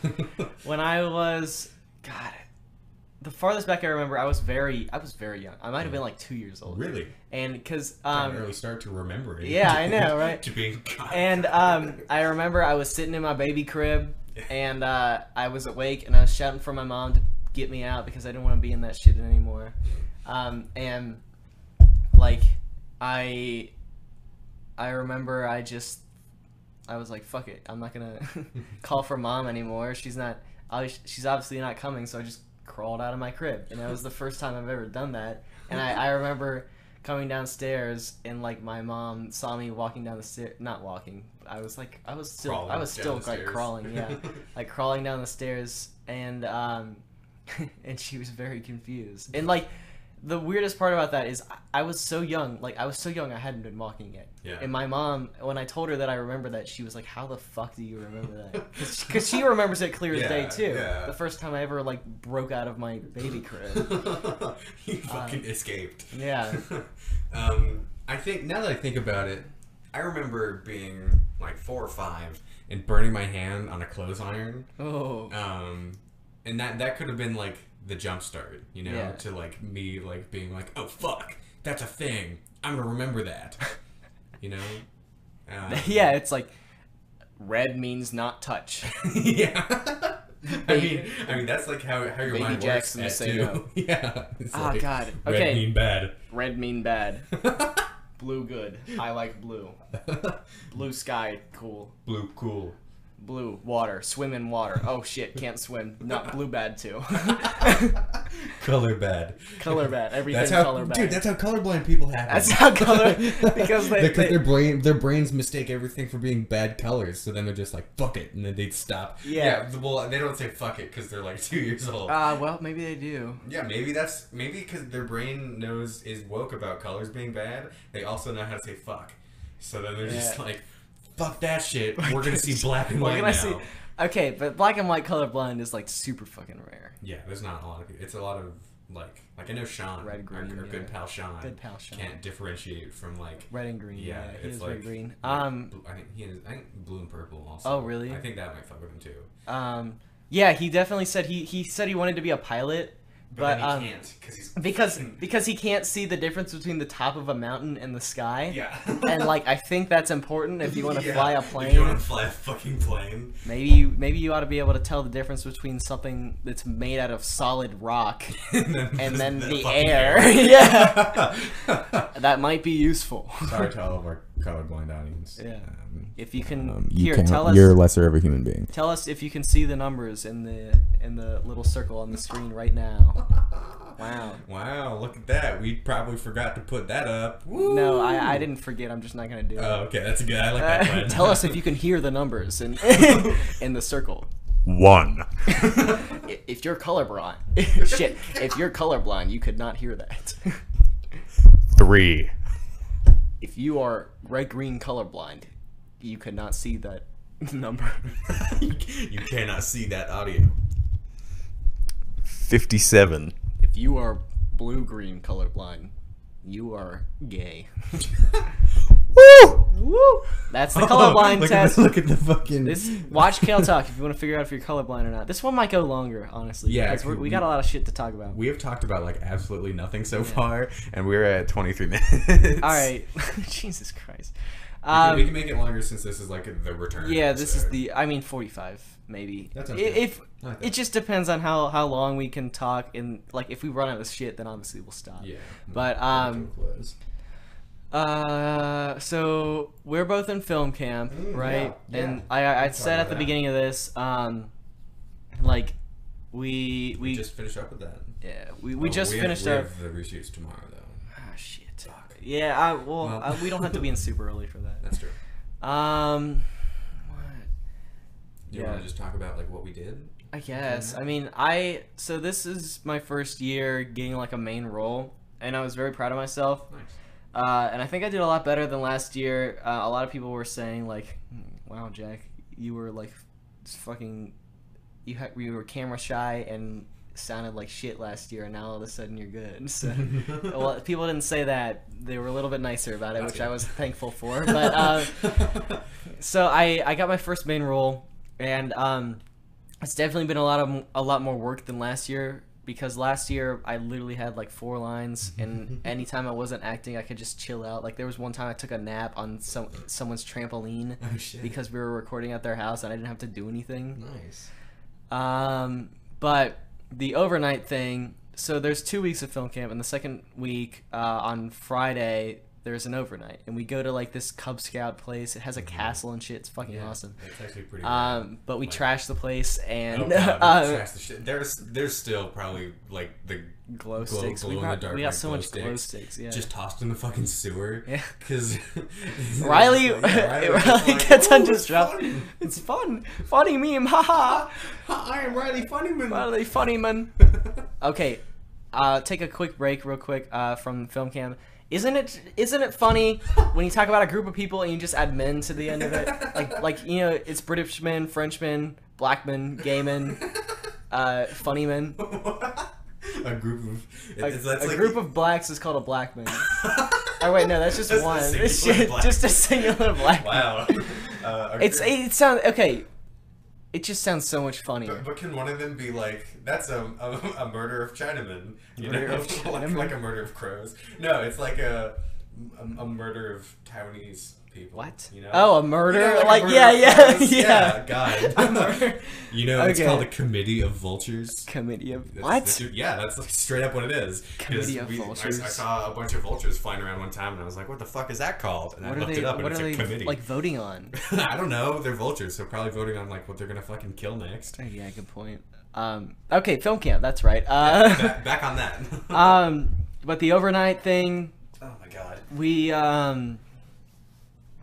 [SPEAKER 5] when I was God, the farthest back I remember, I was very I was very young. I might have been like two years old.
[SPEAKER 6] really,
[SPEAKER 5] And because
[SPEAKER 6] I
[SPEAKER 5] um,
[SPEAKER 6] really start to remember it.
[SPEAKER 5] Yeah, I know,
[SPEAKER 6] [LAUGHS]
[SPEAKER 5] right?
[SPEAKER 6] to being God.
[SPEAKER 5] and um, I remember I was sitting in my baby crib, and uh, I was awake, and I was shouting for my mom to get me out because I didn't want to be in that shit anymore. Um, and like, I, I remember [LAUGHS]
[SPEAKER 6] [LAUGHS]
[SPEAKER 5] I just, I was like, fuck it, I'm not gonna call for mom anymore. She's not. I was, she's obviously not coming, so I just crawled out of my crib, and that was the first time I've ever done that. And I, I remember coming downstairs, and like my mom saw me walking down the stair, not walking. but I was like, I was still, I
[SPEAKER 6] Crawling
[SPEAKER 5] was
[SPEAKER 6] down
[SPEAKER 5] still
[SPEAKER 6] the
[SPEAKER 5] like
[SPEAKER 6] stairs.
[SPEAKER 5] crawling,
[SPEAKER 6] [LAUGHS]
[SPEAKER 5] yeah, like crawling down the stairs, and um, [LAUGHS] and she was very confused, and like. The weirdest part about that is I- I was so young, like I was so young I hadn't been walking yet.
[SPEAKER 6] Yeah.
[SPEAKER 5] And my mom, when I told her that I remember that, she was like, "How the fuck do you remember
[SPEAKER 6] [LAUGHS]
[SPEAKER 5] that?" Because she remembers it clear as
[SPEAKER 6] Yeah,
[SPEAKER 5] day too.
[SPEAKER 6] yeah.
[SPEAKER 5] The first time I ever like broke out of my
[SPEAKER 6] [LAUGHS]
[SPEAKER 5] baby crib.
[SPEAKER 6] you fucking escaped.
[SPEAKER 5] Um, yeah.
[SPEAKER 6] [LAUGHS] um, I think now that I think about it, I remember being like four or five and burning my hand on a clothes iron.
[SPEAKER 5] Oh.
[SPEAKER 6] Um, and that that could have been like the jump start, you know,
[SPEAKER 5] Yeah.
[SPEAKER 6] to like me like being like, oh fuck, that's a thing. I'm gonna remember that.
[SPEAKER 5] [LAUGHS]
[SPEAKER 6] you know. Um,
[SPEAKER 5] [LAUGHS] yeah, it's like red means not
[SPEAKER 6] [LAUGHS]
[SPEAKER 5] touch.
[SPEAKER 6] yeah. I mean, I mean that's like how, how your
[SPEAKER 2] Baby
[SPEAKER 6] mind
[SPEAKER 2] Jackson
[SPEAKER 6] works.
[SPEAKER 2] say
[SPEAKER 6] At too.
[SPEAKER 2] no.
[SPEAKER 6] [LAUGHS] yeah. It's
[SPEAKER 5] Ah,
[SPEAKER 6] like,
[SPEAKER 5] God.
[SPEAKER 6] Red
[SPEAKER 5] Okay. [LAUGHS]
[SPEAKER 6] mean bad.
[SPEAKER 2] Red mean bad. Blue good. I like blue. Blue sky cool.
[SPEAKER 6] Blue cool.
[SPEAKER 2] Blue water. Swim in water. Oh shit, can't swim. Not blue bad too.
[SPEAKER 6] Color bad.
[SPEAKER 5] [LAUGHS] color bad. Everything
[SPEAKER 6] That's how,
[SPEAKER 5] color bad.
[SPEAKER 6] dude. That's how colorblind people happen.
[SPEAKER 5] That's
[SPEAKER 6] [LAUGHS]
[SPEAKER 5] how color because they,
[SPEAKER 6] Because
[SPEAKER 5] they [LAUGHS]
[SPEAKER 6] their brain, their brains mistake everything for being bad colors, so then they're just like "fuck it," and then they stop.
[SPEAKER 5] Yeah.
[SPEAKER 6] yeah. Well, they don't say "fuck it" because they're like two years old.
[SPEAKER 5] uh, well, maybe they do.
[SPEAKER 6] yeah, maybe that's maybe because their brain knows is woke about colors being bad. They also know how to say "fuck," so then they're just
[SPEAKER 5] Yeah.
[SPEAKER 6] like, "Fuck
[SPEAKER 5] [LAUGHS]
[SPEAKER 6] that shit." We're gonna see black and
[SPEAKER 5] What
[SPEAKER 6] white
[SPEAKER 5] can
[SPEAKER 6] now.
[SPEAKER 5] I see? Okay, but black and white colorblind is like super fucking rare.
[SPEAKER 6] Yeah, there's not a lot of people. It's a lot of like, like I know Sean,
[SPEAKER 5] Red,
[SPEAKER 6] our,
[SPEAKER 5] green,
[SPEAKER 6] our
[SPEAKER 5] yeah.
[SPEAKER 6] good pal Sean,
[SPEAKER 5] Good pal Sean.
[SPEAKER 6] can't differentiate from like
[SPEAKER 5] Red and green. Yeah,
[SPEAKER 6] Yeah,
[SPEAKER 5] he
[SPEAKER 6] it's
[SPEAKER 5] is
[SPEAKER 6] like
[SPEAKER 5] red green.
[SPEAKER 6] like,
[SPEAKER 5] Um,
[SPEAKER 6] bl- I think he is. I think blue and purple also.
[SPEAKER 5] Oh, really?
[SPEAKER 6] I think that might fuck with him too.
[SPEAKER 5] um, yeah, he definitely said he he said he wanted to be a pilot,
[SPEAKER 6] But,
[SPEAKER 5] but,
[SPEAKER 6] then
[SPEAKER 5] um,
[SPEAKER 6] he can't Hmm. because he's
[SPEAKER 5] because because he can't see the difference between the top of a mountain and the sky.
[SPEAKER 6] [LAUGHS] yeah.
[SPEAKER 5] [LAUGHS] And like I think that's important if you want to
[SPEAKER 6] [LAUGHS] Yeah,
[SPEAKER 5] fly a
[SPEAKER 6] If you
[SPEAKER 5] plane.
[SPEAKER 6] want to fly a fucking plane.
[SPEAKER 5] Maybe you, maybe you ought to be able to tell the difference between something that's made out of solid rock [LAUGHS]
[SPEAKER 6] and then,
[SPEAKER 5] and then the
[SPEAKER 6] fucking
[SPEAKER 5] air. [LAUGHS] yeah, that might be useful.
[SPEAKER 6] [LAUGHS] Sorry to all of our colorblind audience.
[SPEAKER 5] Yeah.
[SPEAKER 6] Um,
[SPEAKER 5] [LAUGHS] If you can
[SPEAKER 6] um,
[SPEAKER 5] here tell us
[SPEAKER 6] lesser of a human being.
[SPEAKER 5] tell us if you can see the numbers in the in the little circle on the screen right now. Wow.
[SPEAKER 6] Wow, look at that. We probably forgot to put that up. Woo!
[SPEAKER 5] No, I, I didn't forget. I'm just not gonna do it.
[SPEAKER 6] [LAUGHS] Oh, okay, that's a good. I like
[SPEAKER 5] [LAUGHS]
[SPEAKER 6] that.
[SPEAKER 5] Uh,
[SPEAKER 6] plan.
[SPEAKER 5] tell us if you can hear the numbers in in the circle.
[SPEAKER 1] One.
[SPEAKER 5] I- If you're colorblind,
[SPEAKER 6] [LAUGHS]
[SPEAKER 5] shit. If you're colorblind, you could not hear that. [LAUGHS]
[SPEAKER 1] Three.
[SPEAKER 5] If you are red green colorblind, you could not see that [LAUGHS] number.
[SPEAKER 6] [LAUGHS] you cannot see that audio.
[SPEAKER 1] 57.
[SPEAKER 5] If you are blue green colorblind, you are
[SPEAKER 6] [LAUGHS]
[SPEAKER 5] gay.
[SPEAKER 1] Woo!
[SPEAKER 5] [LAUGHS] Woo! That's the colorblind
[SPEAKER 6] Oh, look At
[SPEAKER 5] test.
[SPEAKER 6] the, look at the fucking.
[SPEAKER 5] This watch Kale Talk if you want to figure out if you're colorblind or not. This one might go longer, honestly.
[SPEAKER 6] Yeah,
[SPEAKER 5] because we're,
[SPEAKER 6] could
[SPEAKER 5] we
[SPEAKER 6] we-
[SPEAKER 5] got a lot of shit to talk about.
[SPEAKER 6] [LAUGHS] we have talked about like absolutely nothing so far, and we're at 23 minutes.
[SPEAKER 5] All
[SPEAKER 6] [LAUGHS]
[SPEAKER 5] right, [LAUGHS] Jesus Christ.
[SPEAKER 6] Yeah, we
[SPEAKER 5] Um,
[SPEAKER 6] can make it longer since this is like the return.
[SPEAKER 5] yeah, this is
[SPEAKER 6] episode.
[SPEAKER 5] the. I mean, 45 maybe.
[SPEAKER 6] That
[SPEAKER 5] I-
[SPEAKER 6] sounds good.
[SPEAKER 5] if
[SPEAKER 6] I like
[SPEAKER 5] it
[SPEAKER 6] that.
[SPEAKER 5] just depends on how how long we can talk and like if we run out of shit, then obviously we'll stop.
[SPEAKER 6] Yeah.
[SPEAKER 5] But um, uh, so we're both in film camp, right?
[SPEAKER 6] Mm, yeah,
[SPEAKER 5] and
[SPEAKER 6] yeah.
[SPEAKER 5] I I, I said
[SPEAKER 6] about
[SPEAKER 5] at the
[SPEAKER 6] that.
[SPEAKER 5] beginning of this, um, like we we
[SPEAKER 6] we just finish up with that.
[SPEAKER 5] yeah, we, we
[SPEAKER 6] Oh,
[SPEAKER 5] just
[SPEAKER 6] have-
[SPEAKER 5] finished
[SPEAKER 6] we
[SPEAKER 5] our.
[SPEAKER 6] have the reshoots tomorrow though.
[SPEAKER 5] Ah, shit. Yeah, I, well,
[SPEAKER 6] Well.
[SPEAKER 5] I, we don't have to be in super early for that.
[SPEAKER 6] That's true.
[SPEAKER 5] Um, what?
[SPEAKER 6] Do you
[SPEAKER 5] Yeah.
[SPEAKER 6] want to just talk about like what we did?
[SPEAKER 5] I guess. I mean, I so this is my first year getting like a main role, and I was very proud of myself.
[SPEAKER 6] [LAUGHS] Nice.
[SPEAKER 5] Uh, and I think I did a lot better than last year. Uh, a lot of people were saying like, "Wow, Jack, you were like, fucking, you ha- you were camera shy and sounded like shit last year, and now all of a sudden you're good." [LAUGHS]
[SPEAKER 6] [LAUGHS]
[SPEAKER 5] So, well, people didn't say that. They were a little bit nicer about it, which I was thankful for. But uh,
[SPEAKER 6] [LAUGHS]
[SPEAKER 5] so I I got my first main role, and um, it's definitely been a lot of a lot more work than last year because last year I literally had like four lines,
[SPEAKER 6] [LAUGHS]
[SPEAKER 5] and anytime I wasn't acting, I could just chill out. Like there was one time I took a nap on some someone's trampoline
[SPEAKER 6] oh shit.
[SPEAKER 5] because we were recording at their house, and I didn't have to do anything.
[SPEAKER 6] nice.
[SPEAKER 5] Um, but the overnight thing. So there's two weeks of film camp, and the second week uh, on Friday there's an overnight, and we go to like this Cub Scout place. It has a castle and shit. It's fucking awesome.
[SPEAKER 6] It's actually pretty.
[SPEAKER 5] Um, but we
[SPEAKER 6] Mm-hmm. Like-
[SPEAKER 5] trash the place [LAUGHS]
[SPEAKER 6] rad.
[SPEAKER 5] and
[SPEAKER 6] oh, God,
[SPEAKER 5] uh,
[SPEAKER 6] trash the shit. There's there's still probably like the
[SPEAKER 5] glow
[SPEAKER 6] glow-
[SPEAKER 5] sticks.
[SPEAKER 6] glow
[SPEAKER 5] we,
[SPEAKER 6] in the
[SPEAKER 5] got,
[SPEAKER 6] dark,
[SPEAKER 5] we got
[SPEAKER 6] like,
[SPEAKER 5] so
[SPEAKER 6] glow
[SPEAKER 5] much glow
[SPEAKER 6] sticks.
[SPEAKER 5] sticks. Yeah.
[SPEAKER 6] just tossed in the fucking sewer.
[SPEAKER 5] Yeah.
[SPEAKER 6] [LAUGHS] Because
[SPEAKER 5] [LAUGHS]
[SPEAKER 6] [LAUGHS]
[SPEAKER 5] Riley, [LAUGHS] Riley, gets
[SPEAKER 6] on
[SPEAKER 5] undressed. It's fun, funny meme, [LAUGHS]
[SPEAKER 6] [LAUGHS]
[SPEAKER 5] haha.
[SPEAKER 6] I am Riley Funnyman.
[SPEAKER 5] Riley funny man. Okay, uh, take a quick break, real quick, uh, from film cam. Isn't it isn't it funny when you talk about a group of people and you just add men to the end of it?
[SPEAKER 6] [LAUGHS]
[SPEAKER 5] Like like you know, it's British men, French men, black men, gay men,
[SPEAKER 6] [LAUGHS]
[SPEAKER 5] uh, funny men.
[SPEAKER 6] a group of
[SPEAKER 5] A,
[SPEAKER 6] it's, that's
[SPEAKER 5] a
[SPEAKER 6] like,
[SPEAKER 5] group of blacks is called a black
[SPEAKER 6] [LAUGHS]
[SPEAKER 5] man. Oh wait, no, that's just
[SPEAKER 6] That's a
[SPEAKER 5] one.
[SPEAKER 6] singular
[SPEAKER 5] It's just,
[SPEAKER 6] black.
[SPEAKER 5] just a singular black. man. [LAUGHS]
[SPEAKER 6] [LAUGHS] wow. Uh, a
[SPEAKER 5] It's
[SPEAKER 6] group-
[SPEAKER 5] it sounds okay. It just sounds so much funnier.
[SPEAKER 6] But, but can one of them be like that's a a, a murder of Chinamen? You
[SPEAKER 5] Murder
[SPEAKER 6] know,
[SPEAKER 5] of Chinamen.
[SPEAKER 6] [LAUGHS] like, like a murder of crows. No, it's like a a, a murder of Taiwanese people.
[SPEAKER 5] What?
[SPEAKER 6] You know?
[SPEAKER 5] Oh, a murder?
[SPEAKER 6] You know,
[SPEAKER 5] like,
[SPEAKER 6] a murder
[SPEAKER 5] yeah,
[SPEAKER 6] of
[SPEAKER 5] yeah, [LAUGHS]
[SPEAKER 6] crows?
[SPEAKER 5] yeah. [LAUGHS] A
[SPEAKER 6] God.
[SPEAKER 5] murder.
[SPEAKER 6] you know, it's
[SPEAKER 5] Okay.
[SPEAKER 6] called a committee of vultures.
[SPEAKER 5] Committee of
[SPEAKER 6] That's-
[SPEAKER 5] what?
[SPEAKER 6] that's- yeah, that's like straight up what it is. 'Cause
[SPEAKER 5] Committee of
[SPEAKER 6] we- I- I,
[SPEAKER 5] vultures.
[SPEAKER 6] saw a bunch of vultures flying around one time, and I was like, "What the fuck is that called?" And
[SPEAKER 5] what
[SPEAKER 6] I
[SPEAKER 5] are
[SPEAKER 6] looked
[SPEAKER 5] they?
[SPEAKER 6] it up, and
[SPEAKER 5] What are
[SPEAKER 6] it's a
[SPEAKER 5] they
[SPEAKER 6] committee.
[SPEAKER 5] like voting on?
[SPEAKER 6] [LAUGHS] I don't know. They're vultures, so probably voting on like what they're gonna fucking kill next.
[SPEAKER 5] [LAUGHS] Oh, [LAUGHS] yeah, good point. Um, okay, film camp. That's right. Uh, [LAUGHS]
[SPEAKER 6] back, back on that.
[SPEAKER 5] um, but the overnight thing,
[SPEAKER 6] oh my god.
[SPEAKER 5] we um,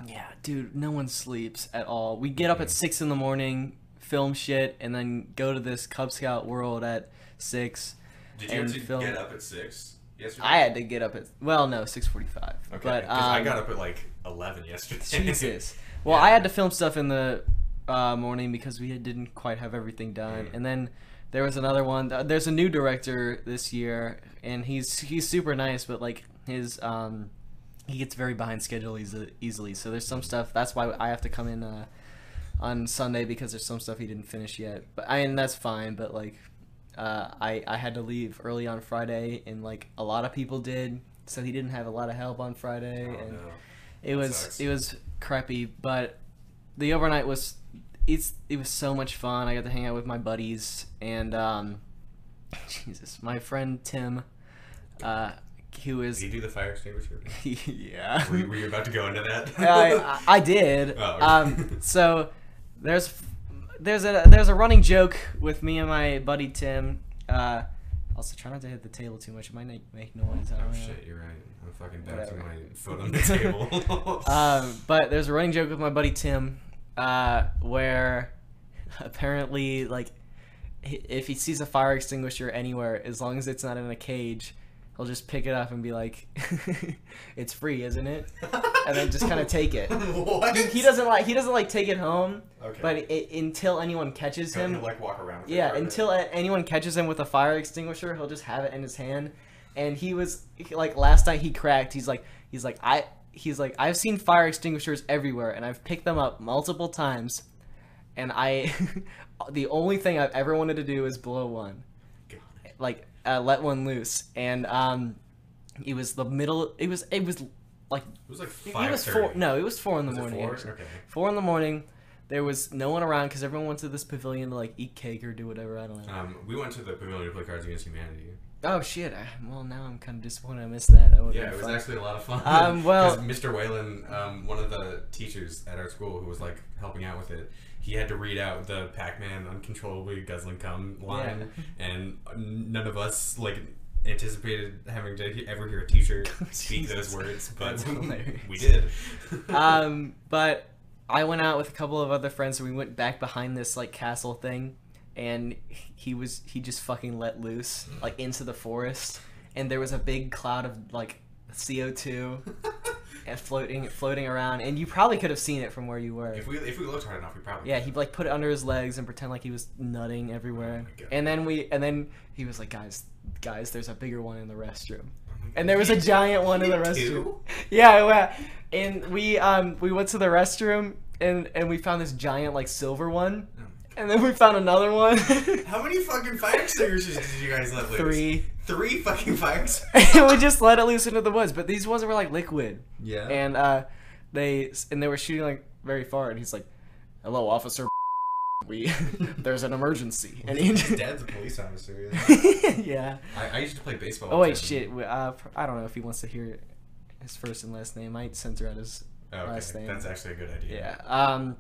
[SPEAKER 5] yeah, dude, no one sleeps at all. We get up at six in the morning, film shit, and then go to this Cub Scout World at six.
[SPEAKER 6] Did
[SPEAKER 5] you and actually film- get
[SPEAKER 6] up at six yesterday?
[SPEAKER 5] I had to get up at well, no, six forty-five.
[SPEAKER 6] Okay,
[SPEAKER 5] but
[SPEAKER 6] 'cause I
[SPEAKER 5] um,
[SPEAKER 6] got up at like eleven yesterday. [LAUGHS]
[SPEAKER 5] Jesus. [LAUGHS] Well, I had to film stuff in the uh, morning because we didn't quite have everything done, and then there was another one. th- There's a new director this year, and he's he's super nice, but like his um, he gets very behind schedule easy, easily. So there's some stuff. That's why I have to come in uh, on Sunday because there's some stuff he didn't finish yet. But I mean that's fine. But like. Uh, I, I had to leave early on Friday, and like a lot of people did, so he didn't have a lot of help on Friday.
[SPEAKER 6] Oh,
[SPEAKER 5] and
[SPEAKER 6] no.
[SPEAKER 5] it was
[SPEAKER 6] sucks.
[SPEAKER 5] it was crappy, but the overnight was it's it was so much fun. I got to hang out with my buddies and um, Jesus, my friend Tim, uh, who
[SPEAKER 6] Did
[SPEAKER 5] is
[SPEAKER 6] you do the
[SPEAKER 5] [LAUGHS]
[SPEAKER 6] fire extinguisher?
[SPEAKER 5] yeah.
[SPEAKER 6] were, you, were you about to go into that?
[SPEAKER 5] [LAUGHS] I, I I did.
[SPEAKER 6] Oh, okay.
[SPEAKER 5] Um, so there's there's a there's a running joke with me and my buddy Tim. Uh, also, try not to hit the table too much. It might make- make noise. I don't
[SPEAKER 6] [LAUGHS] Oh
[SPEAKER 5] know.
[SPEAKER 6] shit, you're right. I'm fucking bouncing my
[SPEAKER 5] Whatever.
[SPEAKER 6] foot on the table.
[SPEAKER 5] [LAUGHS] Um, but there's a running joke with my buddy Tim, uh, where apparently, like, h- if he sees a fire extinguisher anywhere, as long as it's not in a cage, he'll just pick it up and be like, [LAUGHS] "It's free, isn't it?" And then just kind
[SPEAKER 6] [LAUGHS]
[SPEAKER 5] of take it.
[SPEAKER 6] what?
[SPEAKER 5] He doesn't like he doesn't like take it home,
[SPEAKER 6] Okay.
[SPEAKER 5] but it, until anyone catches
[SPEAKER 6] He'll-
[SPEAKER 5] him,
[SPEAKER 6] he'll, like walk around. with it
[SPEAKER 5] yeah,
[SPEAKER 6] for a bit.
[SPEAKER 5] until a- anyone catches him with a fire extinguisher, he'll just have it in his hand. And he was he- like last night he cracked. He's like he's like I he's like I've seen fire extinguishers everywhere and I've picked them up multiple times. And I [LAUGHS] the only thing I've ever wanted to do is blow one.
[SPEAKER 6] God.
[SPEAKER 5] Like uh, let one loose. And um it was the middle it was it was like
[SPEAKER 6] It was like
[SPEAKER 5] it
[SPEAKER 6] five.
[SPEAKER 5] was four no, it was 4 in the
[SPEAKER 6] Was it
[SPEAKER 5] morning.
[SPEAKER 6] four?
[SPEAKER 5] actually.
[SPEAKER 6] Okay.
[SPEAKER 5] Four in the morning. There was no one around because everyone went to this pavilion to like eat cake or do whatever. I don't know.
[SPEAKER 6] Um, we went to the pavilion to play Cards Against Humanity.
[SPEAKER 5] Oh shit! I, well, now I'm kind of disappointed I missed that. that would've been
[SPEAKER 6] Yeah, it was
[SPEAKER 5] fun.
[SPEAKER 6] actually a lot of fun.
[SPEAKER 5] Um, well-
[SPEAKER 6] [LAUGHS] 'Cause Mr. Whalen, um, one of the teachers at our school who was like helping out with it, he had to read out the Pac-Man uncontrollably guzzling cum line,
[SPEAKER 5] [LAUGHS]
[SPEAKER 6] and none of us like anticipated having to he- ever hear
[SPEAKER 5] [LAUGHS]
[SPEAKER 6] a teacher speak
[SPEAKER 5] Jesus.
[SPEAKER 6] those words, but
[SPEAKER 5] That's hilarious.
[SPEAKER 6] [LAUGHS] we did.
[SPEAKER 5] um, but I went out with a couple of other friends, and we went back behind this like castle thing, and he was he just fucking let loose like into the forest, and there was a big cloud of like CO two and floating floating around, and you probably could have seen it from where you were.
[SPEAKER 6] if we if we looked hard enough, we probably
[SPEAKER 5] Yeah, he like put it under his legs and pretend like he was nutting everywhere.
[SPEAKER 6] Oh my God.
[SPEAKER 5] and then we and then he was like, "Guys, guys, there's a bigger one in the restroom."
[SPEAKER 6] Oh
[SPEAKER 5] And there was a giant one in the restroom. [LAUGHS]
[SPEAKER 6] too?
[SPEAKER 5] Yeah, yeah. And we um we went to the restroom and and we found this giant like silver one.
[SPEAKER 6] Oh
[SPEAKER 5] And then we found another
[SPEAKER 6] [LAUGHS]
[SPEAKER 5] one. [LAUGHS]
[SPEAKER 6] How many fucking fire extinguishers did you guys let loose?
[SPEAKER 5] Three.
[SPEAKER 6] Three fucking fire
[SPEAKER 5] [LAUGHS]
[SPEAKER 6] extinguishers.
[SPEAKER 5] and we just let it loose into the woods, but these ones were like liquid.
[SPEAKER 6] Yeah.
[SPEAKER 5] And uh they and they were shooting like very far and he's like, "Hello, officer. [LAUGHS] We [LAUGHS] there's an emergency." And he
[SPEAKER 6] his dad's a police officer.
[SPEAKER 5] [LAUGHS] yeah.
[SPEAKER 6] I, I used to play baseball.
[SPEAKER 5] Oh
[SPEAKER 6] with
[SPEAKER 5] wait,
[SPEAKER 6] him.
[SPEAKER 5] shit. we- Uh, pr- I don't know if he wants to hear his first and last name. I ain't censor out his
[SPEAKER 6] Oh, okay.
[SPEAKER 5] last name.
[SPEAKER 6] That's actually a good idea.
[SPEAKER 5] yeah. Um,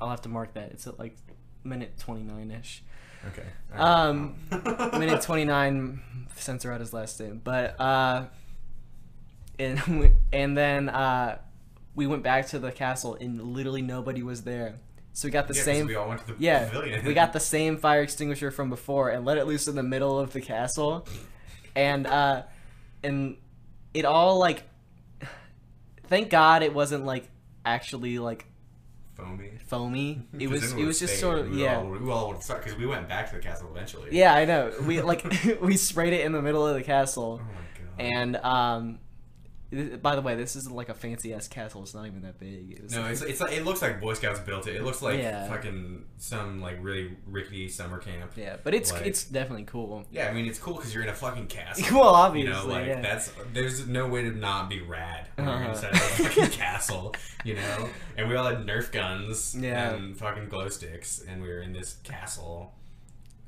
[SPEAKER 5] I'll have to mark that. It's at like minute twenty nine ish.
[SPEAKER 6] Okay.
[SPEAKER 5] Um, minute
[SPEAKER 6] [LAUGHS]
[SPEAKER 5] 29 censor out his last name but uh and [LAUGHS] we- and then uh we went back to the castle and literally nobody was there so we got the
[SPEAKER 6] Yeah, 'cause
[SPEAKER 5] same
[SPEAKER 6] We all went to the
[SPEAKER 5] yeah
[SPEAKER 6] pavilion.
[SPEAKER 5] we got the same fire extinguisher from before and let it loose in the middle of the castle and uh and it all like thank god it wasn't like actually like
[SPEAKER 6] [LAUGHS] foamy.
[SPEAKER 5] foamy it
[SPEAKER 6] 'Cause
[SPEAKER 5] was it
[SPEAKER 6] then we would've
[SPEAKER 5] was just
[SPEAKER 6] stayed.
[SPEAKER 5] sort of
[SPEAKER 6] we
[SPEAKER 5] yeah
[SPEAKER 6] All, we all would suck because we went back to the castle eventually.
[SPEAKER 5] yeah, I know. We like [LAUGHS] we sprayed it in the middle of the castle,
[SPEAKER 6] Oh my god.
[SPEAKER 5] and um, th- by the way, this is like a fancy ass castle. It's not even that big. It was,
[SPEAKER 6] no, it's, it's like it looks like Boy Scouts built it. It looks like
[SPEAKER 5] Yeah.
[SPEAKER 6] fucking some like really rickety summer camp.
[SPEAKER 5] yeah, but it's
[SPEAKER 6] like-
[SPEAKER 5] it's definitely cool. [LAUGHS]
[SPEAKER 6] Yeah, I mean it's cool because you're in a fucking castle.
[SPEAKER 5] Well,
[SPEAKER 6] You
[SPEAKER 5] obviously,
[SPEAKER 6] know, like
[SPEAKER 5] yeah.
[SPEAKER 6] that's there's no way to not be rad when you're
[SPEAKER 5] Uh-huh.
[SPEAKER 6] inside
[SPEAKER 5] [LAUGHS]
[SPEAKER 6] of a fucking castle, you know. And we all had Nerf guns
[SPEAKER 5] Yeah.
[SPEAKER 6] and fucking glow sticks, and we were in this castle.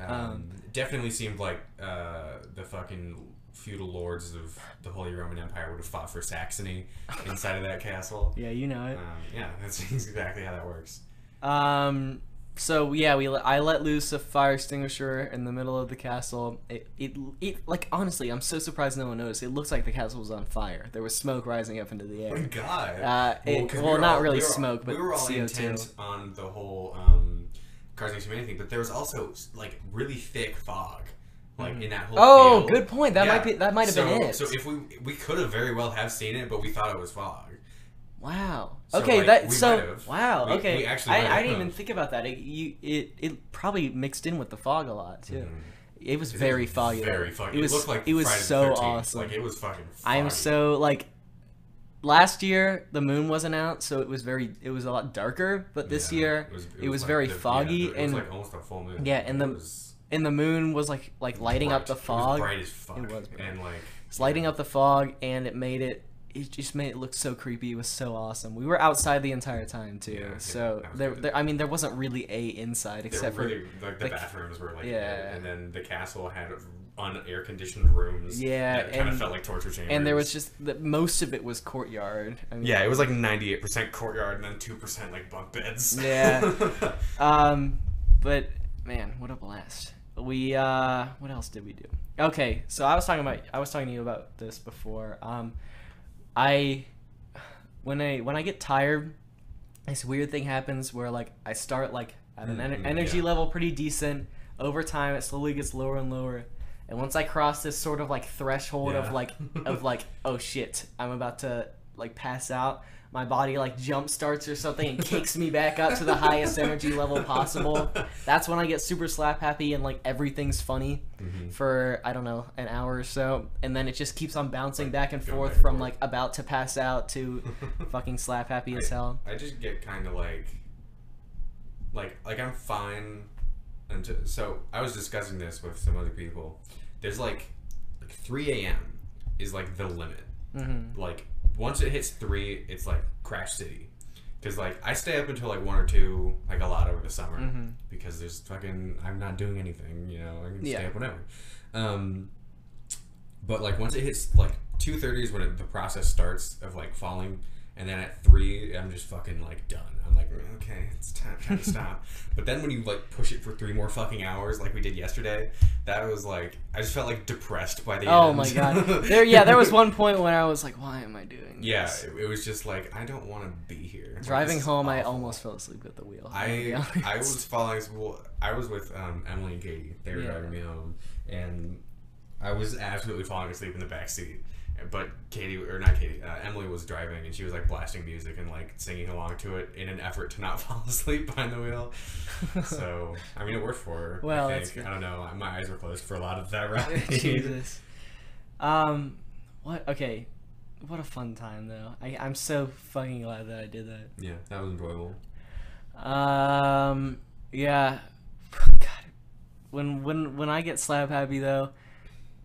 [SPEAKER 6] Um,
[SPEAKER 5] Um,
[SPEAKER 6] definitely seemed like uh, the fucking feudal lords of the Holy Roman Empire would have fought for Saxony inside of that
[SPEAKER 5] [LAUGHS]
[SPEAKER 6] castle.
[SPEAKER 5] yeah, you know
[SPEAKER 6] Um, yeah, that's [LAUGHS] exactly how that works.
[SPEAKER 5] it. Um, so yeah, we le- I let loose a fire extinguisher in the middle of the castle. It, it it like honestly, I'm so surprised no one noticed. It looks like the castle was on fire. There was smoke rising up into the air.
[SPEAKER 6] Thank God.
[SPEAKER 5] Uh, it-
[SPEAKER 6] 'cause
[SPEAKER 5] well,
[SPEAKER 6] were
[SPEAKER 5] not
[SPEAKER 6] all-
[SPEAKER 5] really
[SPEAKER 6] we were all-
[SPEAKER 5] smoke, but
[SPEAKER 6] we were all
[SPEAKER 5] CO2.
[SPEAKER 6] intent on the whole um, cars against humanity thing. But there was also like really thick fog, like in that whole.
[SPEAKER 5] Oh,
[SPEAKER 6] field.
[SPEAKER 5] good point. That
[SPEAKER 6] Yeah.
[SPEAKER 5] might be that might have
[SPEAKER 6] so,
[SPEAKER 5] been it.
[SPEAKER 6] So if we we could have very well have seen it, but we thought it was fog.
[SPEAKER 5] Wow.
[SPEAKER 6] So,
[SPEAKER 5] okay,
[SPEAKER 6] like,
[SPEAKER 5] that
[SPEAKER 6] we
[SPEAKER 5] so
[SPEAKER 6] might've-
[SPEAKER 5] wow.
[SPEAKER 6] we-
[SPEAKER 5] okay,
[SPEAKER 6] we actually might've
[SPEAKER 5] I, I didn't even
[SPEAKER 6] moved.
[SPEAKER 5] think about that. It, you, it it probably mixed in with the fog a lot too. It was very foggy. though.
[SPEAKER 6] Mm-hmm. Very foggy.
[SPEAKER 5] It was
[SPEAKER 6] looked like
[SPEAKER 5] it was
[SPEAKER 6] Friday the
[SPEAKER 5] so
[SPEAKER 6] 13th.
[SPEAKER 5] awesome.
[SPEAKER 6] Like it was fucking.
[SPEAKER 5] I am
[SPEAKER 6] foggy.
[SPEAKER 5] so like. Last year the moon wasn't out, so it was very it was a lot darker. But this
[SPEAKER 6] Yeah,
[SPEAKER 5] year
[SPEAKER 6] like
[SPEAKER 5] very
[SPEAKER 6] the- yeah,
[SPEAKER 5] foggy
[SPEAKER 6] it was
[SPEAKER 5] and
[SPEAKER 6] like almost a full moon.
[SPEAKER 5] Yeah, and
[SPEAKER 6] It
[SPEAKER 5] the-
[SPEAKER 6] was
[SPEAKER 5] and the moon was like like lighting up
[SPEAKER 6] bright.
[SPEAKER 5] the
[SPEAKER 6] It was
[SPEAKER 5] fog.
[SPEAKER 6] bright as fuck.
[SPEAKER 5] It was bright.
[SPEAKER 6] and like
[SPEAKER 5] It's lighting up the fog, and it made it. It just made it look so creepy. It was so awesome. We were outside the entire time too,
[SPEAKER 6] Yeah, yeah,
[SPEAKER 5] so
[SPEAKER 6] that was
[SPEAKER 5] there,
[SPEAKER 6] good.
[SPEAKER 5] there. I mean, there wasn't really a inside
[SPEAKER 6] They were
[SPEAKER 5] except for
[SPEAKER 6] really, like the,
[SPEAKER 5] the-
[SPEAKER 6] bathrooms were like
[SPEAKER 5] Yeah.
[SPEAKER 6] and then the castle had un air conditioned rooms.
[SPEAKER 5] Yeah,
[SPEAKER 6] that kind of
[SPEAKER 5] and-
[SPEAKER 6] felt like torture chambers.
[SPEAKER 5] and there was just the, most of it was courtyard. I mean,
[SPEAKER 6] yeah, it was like ninety eight percent courtyard and then two percent like bunk beds.
[SPEAKER 5] Yeah. Um, but man, what a blast. We uh, what else did we do? Okay, so I was talking about I was talking to you about this before. Um, I when I when I get tired, this weird thing happens where like I start like at an ener-
[SPEAKER 6] Mhm,
[SPEAKER 5] energy
[SPEAKER 6] yeah.
[SPEAKER 5] level pretty decent. Over time, it slowly gets lower and lower. And once I cross this sort of like threshold
[SPEAKER 6] Yeah.
[SPEAKER 5] of like of like oh shit, I'm about to like pass out. My body like jump starts or something and kicks me back up to the highest energy level possible. That's when I get super slap happy and like everything's funny
[SPEAKER 6] Mm-hmm.
[SPEAKER 5] for I don't know an hour or so, and then it just keeps on bouncing back and
[SPEAKER 6] going
[SPEAKER 5] forth
[SPEAKER 6] back and
[SPEAKER 5] from
[SPEAKER 6] forth.
[SPEAKER 5] like about to pass out
[SPEAKER 6] [LAUGHS]
[SPEAKER 5] to fucking slap happy as hell.
[SPEAKER 6] [LAUGHS] I just get kind of like, like, like I'm fine. Until, so I was discussing this with some other people. There's like, like 3 a.m. is like the limit.
[SPEAKER 5] Mm-hmm.
[SPEAKER 6] Like once it hits three, it's like crash city. Cause like I stay up until like one or two, like a lot over the summer,
[SPEAKER 5] Mm-hmm.
[SPEAKER 6] because there's fucking I'm not doing anything, you know. I can stay
[SPEAKER 5] Yeah.
[SPEAKER 6] up whenever. Um, but like once it hits like two thirty is when it, the process starts of like falling, and then at three I'm just fucking like done. I'm like okay, it's time,
[SPEAKER 5] [LAUGHS]
[SPEAKER 6] time to stop. But then when you like push it for three more fucking hours, like we did yesterday, that was like I just felt like depressed by the
[SPEAKER 5] Oh
[SPEAKER 6] end.
[SPEAKER 5] my
[SPEAKER 6] [LAUGHS]
[SPEAKER 5] god! There, yeah, there was one point when I was like, "Why am I doing?"
[SPEAKER 6] Yeah,
[SPEAKER 5] this?
[SPEAKER 6] it, it was just like I don't want to be here. Like,
[SPEAKER 5] Driving
[SPEAKER 6] this is
[SPEAKER 5] home, I
[SPEAKER 6] awful.
[SPEAKER 5] almost fell asleep at the wheel.
[SPEAKER 6] I
[SPEAKER 5] Yeah.
[SPEAKER 6] I was following. Well, I was with um, Emily and Katie. They were
[SPEAKER 5] Yeah.
[SPEAKER 6] driving me home, and I was absolutely falling asleep in the back seat. But Katie, or not Katie, uh, Emily was driving, and she was like blasting music and like singing along to it in an effort to not [LAUGHS] fall asleep behind the
[SPEAKER 5] [LAUGHS]
[SPEAKER 6] wheel. So I mean, it worked for her.
[SPEAKER 5] Well,
[SPEAKER 6] I
[SPEAKER 5] that's
[SPEAKER 6] think.
[SPEAKER 5] good.
[SPEAKER 6] I don't know. My eyes were closed for a lot of that [LAUGHS] ride.
[SPEAKER 5] [LAUGHS] Jesus. Um, what? Okay, what a fun time though. I, I'm so fucking glad that I did that.
[SPEAKER 6] Yeah, that was enjoyable.
[SPEAKER 5] Um, yeah. [LAUGHS] God, when when when I get slap happy though,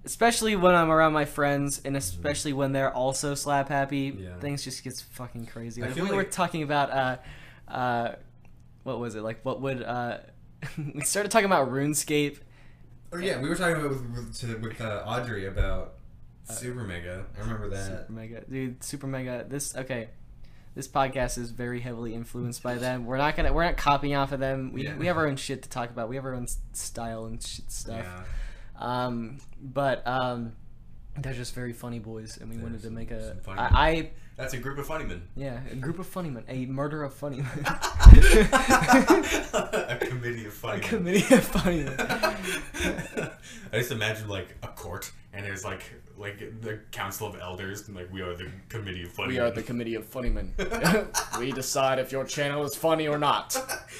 [SPEAKER 5] especially when I'm around my friends, and especially when they're also slap happy,
[SPEAKER 6] Yeah.
[SPEAKER 5] things just gets fucking crazy.
[SPEAKER 6] I
[SPEAKER 5] Like, we
[SPEAKER 6] feel
[SPEAKER 5] were
[SPEAKER 6] like-
[SPEAKER 5] talking about uh, uh, what was it? Like, what would uh, [LAUGHS] we started talking about RuneScape.
[SPEAKER 6] Oh, Or yeah, we were talking about with with, to, with uh, Audrey about Super Mega. I remember that.
[SPEAKER 5] Super Mega, dude. Super Mega. This okay. This podcast is very heavily influenced by them. We're not gonna. We're not copying off of them. We,
[SPEAKER 6] Yeah.
[SPEAKER 5] we have our own shit to talk about. We have our own s- style and shit stuff.
[SPEAKER 6] Yeah.
[SPEAKER 5] Um, but um, they're just very funny boys, and we wanted to
[SPEAKER 6] some-
[SPEAKER 5] make a.
[SPEAKER 6] some funny
[SPEAKER 5] I,
[SPEAKER 6] men.
[SPEAKER 5] I
[SPEAKER 6] That's a group of funny men.
[SPEAKER 5] yeah, a group of funny men, a murder of funny men,
[SPEAKER 6] [LAUGHS] a committee of funny
[SPEAKER 5] a
[SPEAKER 6] men.
[SPEAKER 5] committee of funny men.
[SPEAKER 6] [LAUGHS] I just imagine like a court, and there's like like the council of elders, and like we are the committee of funny.
[SPEAKER 2] We are the
[SPEAKER 6] men.
[SPEAKER 2] committee of funnymen. we decide if your channel is funny or not.
[SPEAKER 6] [LAUGHS]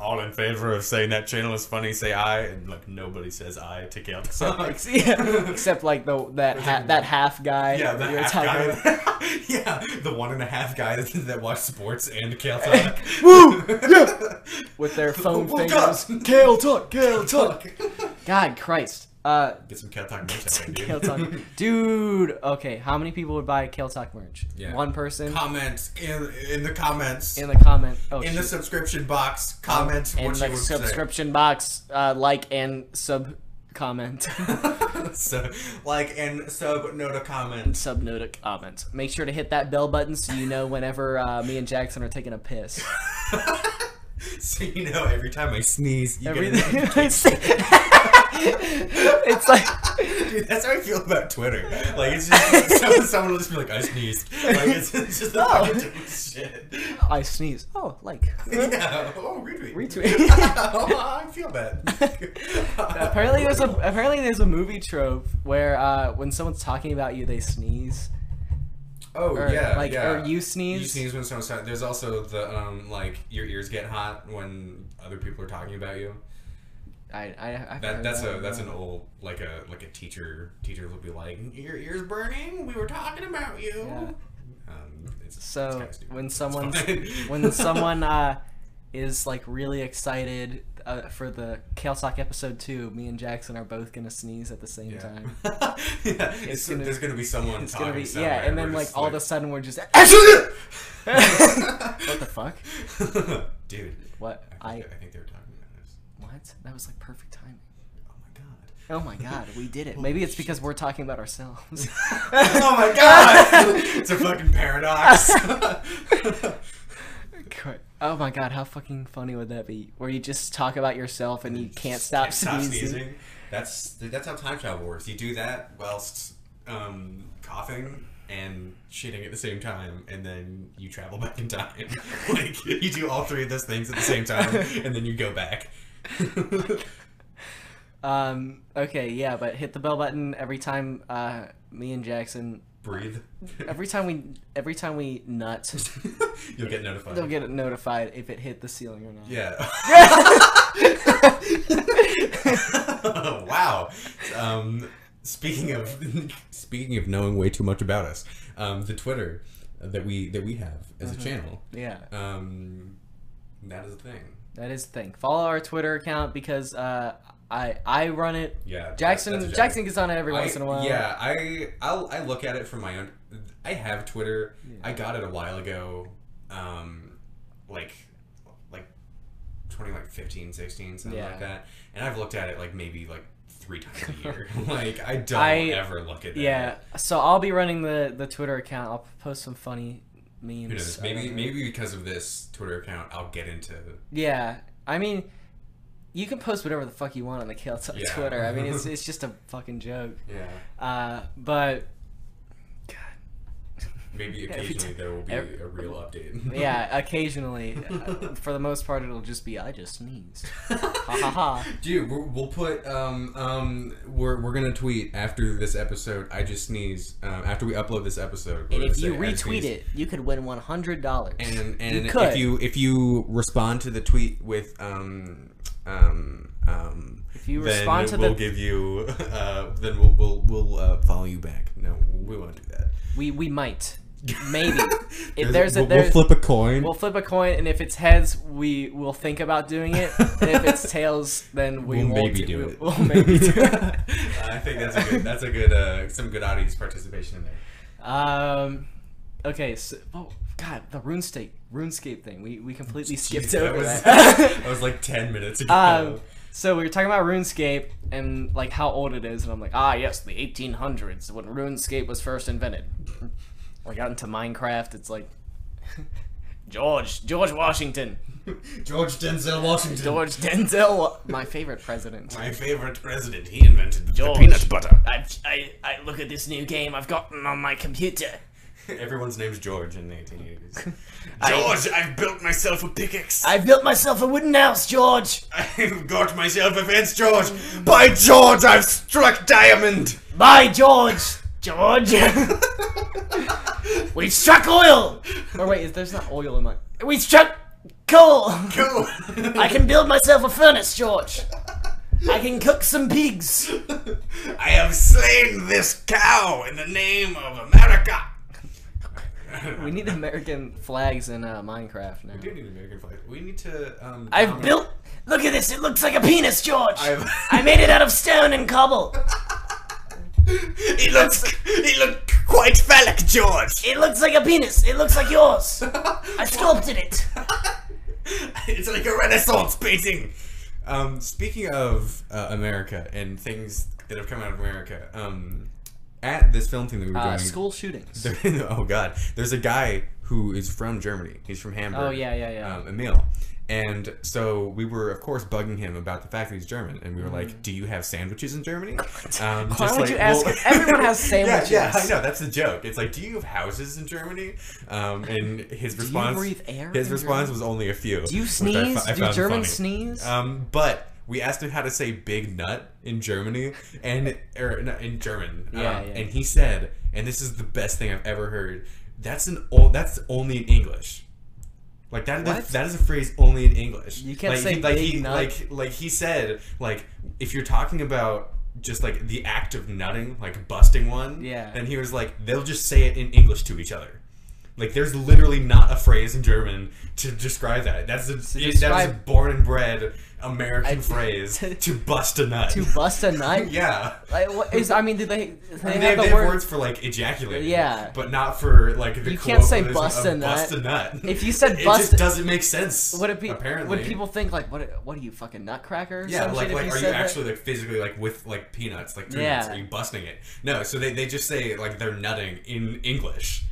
[SPEAKER 6] all in favor of saying that channel is funny. Say aye, and like nobody says aye to Gail.
[SPEAKER 5] Ex- yeah, except like the that ha- that half guy.
[SPEAKER 6] Yeah, the
[SPEAKER 5] that you're
[SPEAKER 6] half
[SPEAKER 5] talking
[SPEAKER 6] [LAUGHS]
[SPEAKER 5] about.
[SPEAKER 6] guy. yeah, the one and a half guy that, [LAUGHS] that watch sports and Kale Talk.
[SPEAKER 5] Woo! Yeah! With
[SPEAKER 6] [LAUGHS]
[SPEAKER 5] their phone
[SPEAKER 6] Woke
[SPEAKER 5] fingers. [LAUGHS]
[SPEAKER 6] up!
[SPEAKER 5] Kale talk, Kale
[SPEAKER 6] [LAUGHS]
[SPEAKER 5] talk. God Christ. Uh,
[SPEAKER 6] Get some Kale Talk merch out there, dude.
[SPEAKER 5] Kale
[SPEAKER 6] [LAUGHS]
[SPEAKER 5] talk, dude. Okay, how many people would buy Kale talk merch?
[SPEAKER 6] Yeah.
[SPEAKER 5] One person
[SPEAKER 6] Comments in in the comments
[SPEAKER 5] in
[SPEAKER 6] in,
[SPEAKER 5] the comment. Oh,
[SPEAKER 6] the
[SPEAKER 5] shoot.
[SPEAKER 6] subscription box. Comment
[SPEAKER 5] in
[SPEAKER 6] what
[SPEAKER 5] the
[SPEAKER 6] you would
[SPEAKER 5] subscription box, uh, like and sub comment, [LAUGHS]
[SPEAKER 6] say. [LAUGHS] so like and sub note a comment.
[SPEAKER 5] sub note a comment. Make sure to hit that bell button so you know whenever uh, me and Jackson are taking a piss.
[SPEAKER 6] [LAUGHS] So you know every time I sneeze, you get
[SPEAKER 5] Everything.
[SPEAKER 6] a
[SPEAKER 5] [LAUGHS] it's like.
[SPEAKER 6] [LAUGHS] Dude, that's how I feel about Twitter. Like, it's just [LAUGHS] someone, someone will just be like, "I sneezed." Like, it's, it's just the
[SPEAKER 5] Oh.
[SPEAKER 6] fucking dumbest shit. [LAUGHS]
[SPEAKER 5] I sneeze. Oh, like
[SPEAKER 6] Yeah. Oh, retweet.
[SPEAKER 5] retweet.
[SPEAKER 6] [LAUGHS] oh, I feel bad.
[SPEAKER 5] [LAUGHS] apparently, there's a apparently there's a movie trope where uh, when someone's talking about you, they sneeze.
[SPEAKER 6] [LAUGHS] Oh
[SPEAKER 5] or,
[SPEAKER 6] yeah,
[SPEAKER 5] like,
[SPEAKER 6] yeah.
[SPEAKER 5] or you sneeze.
[SPEAKER 6] You sneeze when someone's talking. There's also the um, like your ears get hot when other people are talking about you.
[SPEAKER 5] I, I, I've
[SPEAKER 6] That
[SPEAKER 5] heard
[SPEAKER 6] that's
[SPEAKER 5] that.
[SPEAKER 6] a that's an old like a like a teacher teacher will be like, "Your ears burning? We were talking about you."
[SPEAKER 5] Yeah.
[SPEAKER 6] Um, it's, it's
[SPEAKER 5] So
[SPEAKER 6] kinda stupid.
[SPEAKER 5] when
[SPEAKER 6] It's
[SPEAKER 5] someone
[SPEAKER 6] fine. [LAUGHS]
[SPEAKER 5] when someone uh, is like really excited uh, for the Kale Sock episode two, me and Jackson are both gonna sneeze at the same
[SPEAKER 6] [LAUGHS]
[SPEAKER 5] [LAUGHS]
[SPEAKER 6] Yeah.
[SPEAKER 5] time.
[SPEAKER 6] yeah, it's-
[SPEAKER 5] gonna-
[SPEAKER 6] there's gonna be someone
[SPEAKER 5] It's
[SPEAKER 6] talking
[SPEAKER 5] gonna be
[SPEAKER 6] somewhere.
[SPEAKER 5] yeah, and
[SPEAKER 6] We're
[SPEAKER 5] then like
[SPEAKER 6] just
[SPEAKER 5] all of
[SPEAKER 6] [LAUGHS]
[SPEAKER 5] a sudden we're just [LAUGHS] what the fuck?
[SPEAKER 6] [LAUGHS] dude. [LAUGHS]
[SPEAKER 5] What
[SPEAKER 6] I,
[SPEAKER 5] I
[SPEAKER 6] think- I think they were talking about this.
[SPEAKER 5] what? That was like perfect timing.
[SPEAKER 6] Oh my god.
[SPEAKER 5] Oh my god, we did
[SPEAKER 6] [LAUGHS]
[SPEAKER 5] it. Maybe it's because we're talking about ourselves.
[SPEAKER 6] oh
[SPEAKER 5] [LAUGHS]
[SPEAKER 6] my god! it's a fucking paradox.
[SPEAKER 5] Cor- oh my god, how fucking funny would that be? Where you just talk about yourself and you [LAUGHS] can't stop,
[SPEAKER 6] Can't stop
[SPEAKER 5] sneezing.
[SPEAKER 6] sneezing. That's that's how time travel works. You do that whilst um, coughing and shitting at the same time, and then you travel back in time. [LAUGHS] like you do all three of those things at the
[SPEAKER 5] [LAUGHS]
[SPEAKER 6] same time, and then you go back. [LAUGHS]
[SPEAKER 5] Um, okay, yeah, but hit the bell button every time uh, me and Jackson
[SPEAKER 6] Breathe.
[SPEAKER 5] every time we every time we nut
[SPEAKER 6] [LAUGHS]
[SPEAKER 5] [LAUGHS]
[SPEAKER 6] You'll get notified.
[SPEAKER 5] they'll get notified if it hit the ceiling or not.
[SPEAKER 6] Yeah. [LAUGHS] wow. Um, speaking of [LAUGHS] speaking of knowing way too much about us, um, the Twitter that we that we have as
[SPEAKER 5] Mm-hmm.
[SPEAKER 6] a channel,
[SPEAKER 5] [LAUGHS] Yeah,
[SPEAKER 6] um, that is a thing.
[SPEAKER 5] that is the thing. Follow our Twitter account because uh, I I run it.
[SPEAKER 6] Yeah.
[SPEAKER 5] Jackson
[SPEAKER 6] that's a joke.
[SPEAKER 5] Jackson gets on it every
[SPEAKER 6] I-
[SPEAKER 5] once in a while.
[SPEAKER 6] Yeah, I I'll, I look at it from my own. I have Twitter. I got it a while ago, um, like like twenty like 15, 16, something
[SPEAKER 5] Yeah.
[SPEAKER 6] like that. And I've looked at it like maybe like
[SPEAKER 5] [LAUGHS]
[SPEAKER 6] three times a year. [LAUGHS] like I don't
[SPEAKER 5] I-
[SPEAKER 6] ever look at that.
[SPEAKER 5] Yeah, so I'll be running the the Twitter account. I'll post some funny memes.
[SPEAKER 6] Who knows?
[SPEAKER 5] I
[SPEAKER 6] Maybe
[SPEAKER 5] don't know.
[SPEAKER 6] maybe because of this Twitter account, I'll get into.
[SPEAKER 5] Yeah, I mean, you can post whatever the fuck you want on the Kale Talk
[SPEAKER 6] Yeah.
[SPEAKER 5] [LAUGHS] Twitter. I mean, it's it's just a fucking joke.
[SPEAKER 6] Yeah.
[SPEAKER 5] Uh, but
[SPEAKER 6] Maybe occasionally there will be
[SPEAKER 5] every-
[SPEAKER 6] a real [LAUGHS] update.
[SPEAKER 5] yeah, occasionally, uh, for the most part, it'll just be I just sneezed. ha ha
[SPEAKER 6] [LAUGHS]
[SPEAKER 5] ha.
[SPEAKER 6] Dude, we're, we'll put um um we're we're gonna tweet after this episode. I just sneeze. Um, after we upload this episode, we're
[SPEAKER 5] And
[SPEAKER 6] gonna
[SPEAKER 5] if you
[SPEAKER 6] say, "I just
[SPEAKER 5] retweet
[SPEAKER 6] sneezed."
[SPEAKER 5] it, you could win one hundred dollars.
[SPEAKER 6] and and
[SPEAKER 5] could.
[SPEAKER 6] if you if you respond to the tweet with um um um, if
[SPEAKER 5] you respond to
[SPEAKER 6] we'll
[SPEAKER 5] the-
[SPEAKER 6] give you uh then we'll we'll we'll uh, follow you back. No, we won't do that.
[SPEAKER 5] We we might,
[SPEAKER 6] [LAUGHS]
[SPEAKER 5] maybe. if
[SPEAKER 6] There's-
[SPEAKER 5] there's a
[SPEAKER 6] we'll,
[SPEAKER 5] there's.
[SPEAKER 6] we'll flip a coin.
[SPEAKER 5] We'll flip a coin, and if it's heads, we will think about doing it. And if
[SPEAKER 6] [LAUGHS]
[SPEAKER 5] it's tails, then we
[SPEAKER 6] We'll
[SPEAKER 5] won't
[SPEAKER 6] maybe do it.
[SPEAKER 5] [LAUGHS] We'll, we'll maybe
[SPEAKER 6] [LAUGHS]
[SPEAKER 5] do it.
[SPEAKER 6] I think that's a good that's a good uh, some good audience participation in there.
[SPEAKER 5] Um. Okay. So, oh God, the RuneScape RuneScape thing. We we
[SPEAKER 6] [LAUGHS]
[SPEAKER 5] completely skipped
[SPEAKER 6] Jeez,
[SPEAKER 5] over
[SPEAKER 6] [LAUGHS] was,
[SPEAKER 5] that.
[SPEAKER 6] that was like ten minutes ago.
[SPEAKER 5] um. So we were talking about RuneScape, and like how old it is, and I'm like, ah, yes, the 1800s when RuneScape was first invented. I got into Minecraft. It's like [LAUGHS] George George Washington,
[SPEAKER 6] George Denzel Washington.
[SPEAKER 5] Um, George Denzel, Wa- my favorite
[SPEAKER 6] [LAUGHS]
[SPEAKER 5] president.
[SPEAKER 6] My favorite president. He invented
[SPEAKER 5] George.
[SPEAKER 6] the peanut butter.
[SPEAKER 5] I, I I look at this new game I've gotten on my computer.
[SPEAKER 6] [LAUGHS] Everyone's name's George in the 1880s. George,
[SPEAKER 5] [LAUGHS] I,
[SPEAKER 6] I've built myself a pickaxe.
[SPEAKER 5] I built myself a wooden house, George.
[SPEAKER 6] I've got myself a fence, George. By George, I've struck diamond.
[SPEAKER 5] Bye, George. [LAUGHS] George. we struck oil. Or Oh, wait, is there's not oil in my? We struck coal.
[SPEAKER 6] [LAUGHS] Cool.
[SPEAKER 5] I can build myself a furnace, George. I can cook some pigs.
[SPEAKER 6] I have slain this cow in the name of America.
[SPEAKER 5] We need American flags in uh, Minecraft now.
[SPEAKER 6] We do need an American flag. We need to. Um,
[SPEAKER 5] I've
[SPEAKER 6] dominate-
[SPEAKER 5] built. Look at this. It looks like a penis, George.
[SPEAKER 6] [LAUGHS] I've-
[SPEAKER 5] I made it out of stone and cobble.
[SPEAKER 6] [LAUGHS] He looks. He looked quite phallic, George.
[SPEAKER 5] It looks like a penis. It looks like [LAUGHS] yours. I sculpted it.
[SPEAKER 6] [LAUGHS] It's like a Renaissance painting. Um, speaking of uh, America and things that have come out of America, um, at this film thing that we were
[SPEAKER 5] Uh,
[SPEAKER 6] doing,
[SPEAKER 5] shootings.
[SPEAKER 6] There- [LAUGHS] oh god, there's a guy who is from Germany. He's from Hamburg.
[SPEAKER 5] Oh, yeah, yeah, yeah.
[SPEAKER 6] Um, Emil. And so we were, of course, bugging him about the fact that he's German, and we were like, "Do you have sandwiches
[SPEAKER 5] [LAUGHS]
[SPEAKER 6] in Germany?" Um, Why
[SPEAKER 5] Mm-hmm. would you ask? Everyone has
[SPEAKER 6] [LAUGHS] Yeah,
[SPEAKER 5] sandwiches.
[SPEAKER 6] I know that's the joke. It's like, "Do you have houses in Germany?" Um, and his response,
[SPEAKER 5] breathe air
[SPEAKER 6] his
[SPEAKER 5] in
[SPEAKER 6] response
[SPEAKER 5] Germany?
[SPEAKER 6] was only a few.
[SPEAKER 5] Do you
[SPEAKER 6] which I fo-
[SPEAKER 5] sneeze?
[SPEAKER 6] I
[SPEAKER 5] Do
[SPEAKER 6] found
[SPEAKER 5] Germans
[SPEAKER 6] funny.
[SPEAKER 5] sneeze?
[SPEAKER 6] Um, but we asked him how to say "big nut" in Germany and or no, in German.
[SPEAKER 5] Yeah,
[SPEAKER 6] um,
[SPEAKER 5] yeah.
[SPEAKER 6] And he said, and this is the best thing I've ever heard. That's an old. That's only in English. Like that,
[SPEAKER 5] What?
[SPEAKER 6] that is a phrase only in English.
[SPEAKER 5] You can't
[SPEAKER 6] like,
[SPEAKER 5] say
[SPEAKER 6] he, like
[SPEAKER 5] big
[SPEAKER 6] he,
[SPEAKER 5] nut.
[SPEAKER 6] Like like he said, like if you're talking about just like the act of nutting, like busting one.
[SPEAKER 5] Yeah.
[SPEAKER 6] Then he was like, they'll just say it in English to each other. Like there's literally not a phrase in German to describe that. That's a, it- that's a
[SPEAKER 5] describe-
[SPEAKER 6] born and bred American
[SPEAKER 5] I- [LAUGHS]
[SPEAKER 6] phrase
[SPEAKER 5] to-
[SPEAKER 6] to bust a nut.
[SPEAKER 5] To bust a nut?
[SPEAKER 6] [LAUGHS] yeah.
[SPEAKER 5] Like, what is? I mean, do they? do They,
[SPEAKER 6] I
[SPEAKER 5] have
[SPEAKER 6] mean, they,
[SPEAKER 5] the
[SPEAKER 6] they have
[SPEAKER 5] word-
[SPEAKER 6] words for like ejaculating,
[SPEAKER 5] Yeah.
[SPEAKER 6] but not for like the
[SPEAKER 5] You can't say
[SPEAKER 6] colloquialism
[SPEAKER 5] bust a
[SPEAKER 6] of
[SPEAKER 5] nut.
[SPEAKER 6] Bust a nut.
[SPEAKER 5] If you said
[SPEAKER 6] [LAUGHS] it
[SPEAKER 5] bust-
[SPEAKER 6] just doesn't make sense.
[SPEAKER 5] Would it be?
[SPEAKER 6] apparently?
[SPEAKER 5] Would people think like, what? What are you fucking nutcracker? or
[SPEAKER 6] Yeah,
[SPEAKER 5] some
[SPEAKER 6] like,
[SPEAKER 5] shit if
[SPEAKER 6] like are you
[SPEAKER 5] said that?
[SPEAKER 6] actually like physically like with like peanuts like two
[SPEAKER 5] Yeah.
[SPEAKER 6] nuts? Are you busting it? No, so they, they just say like they're nutting in English,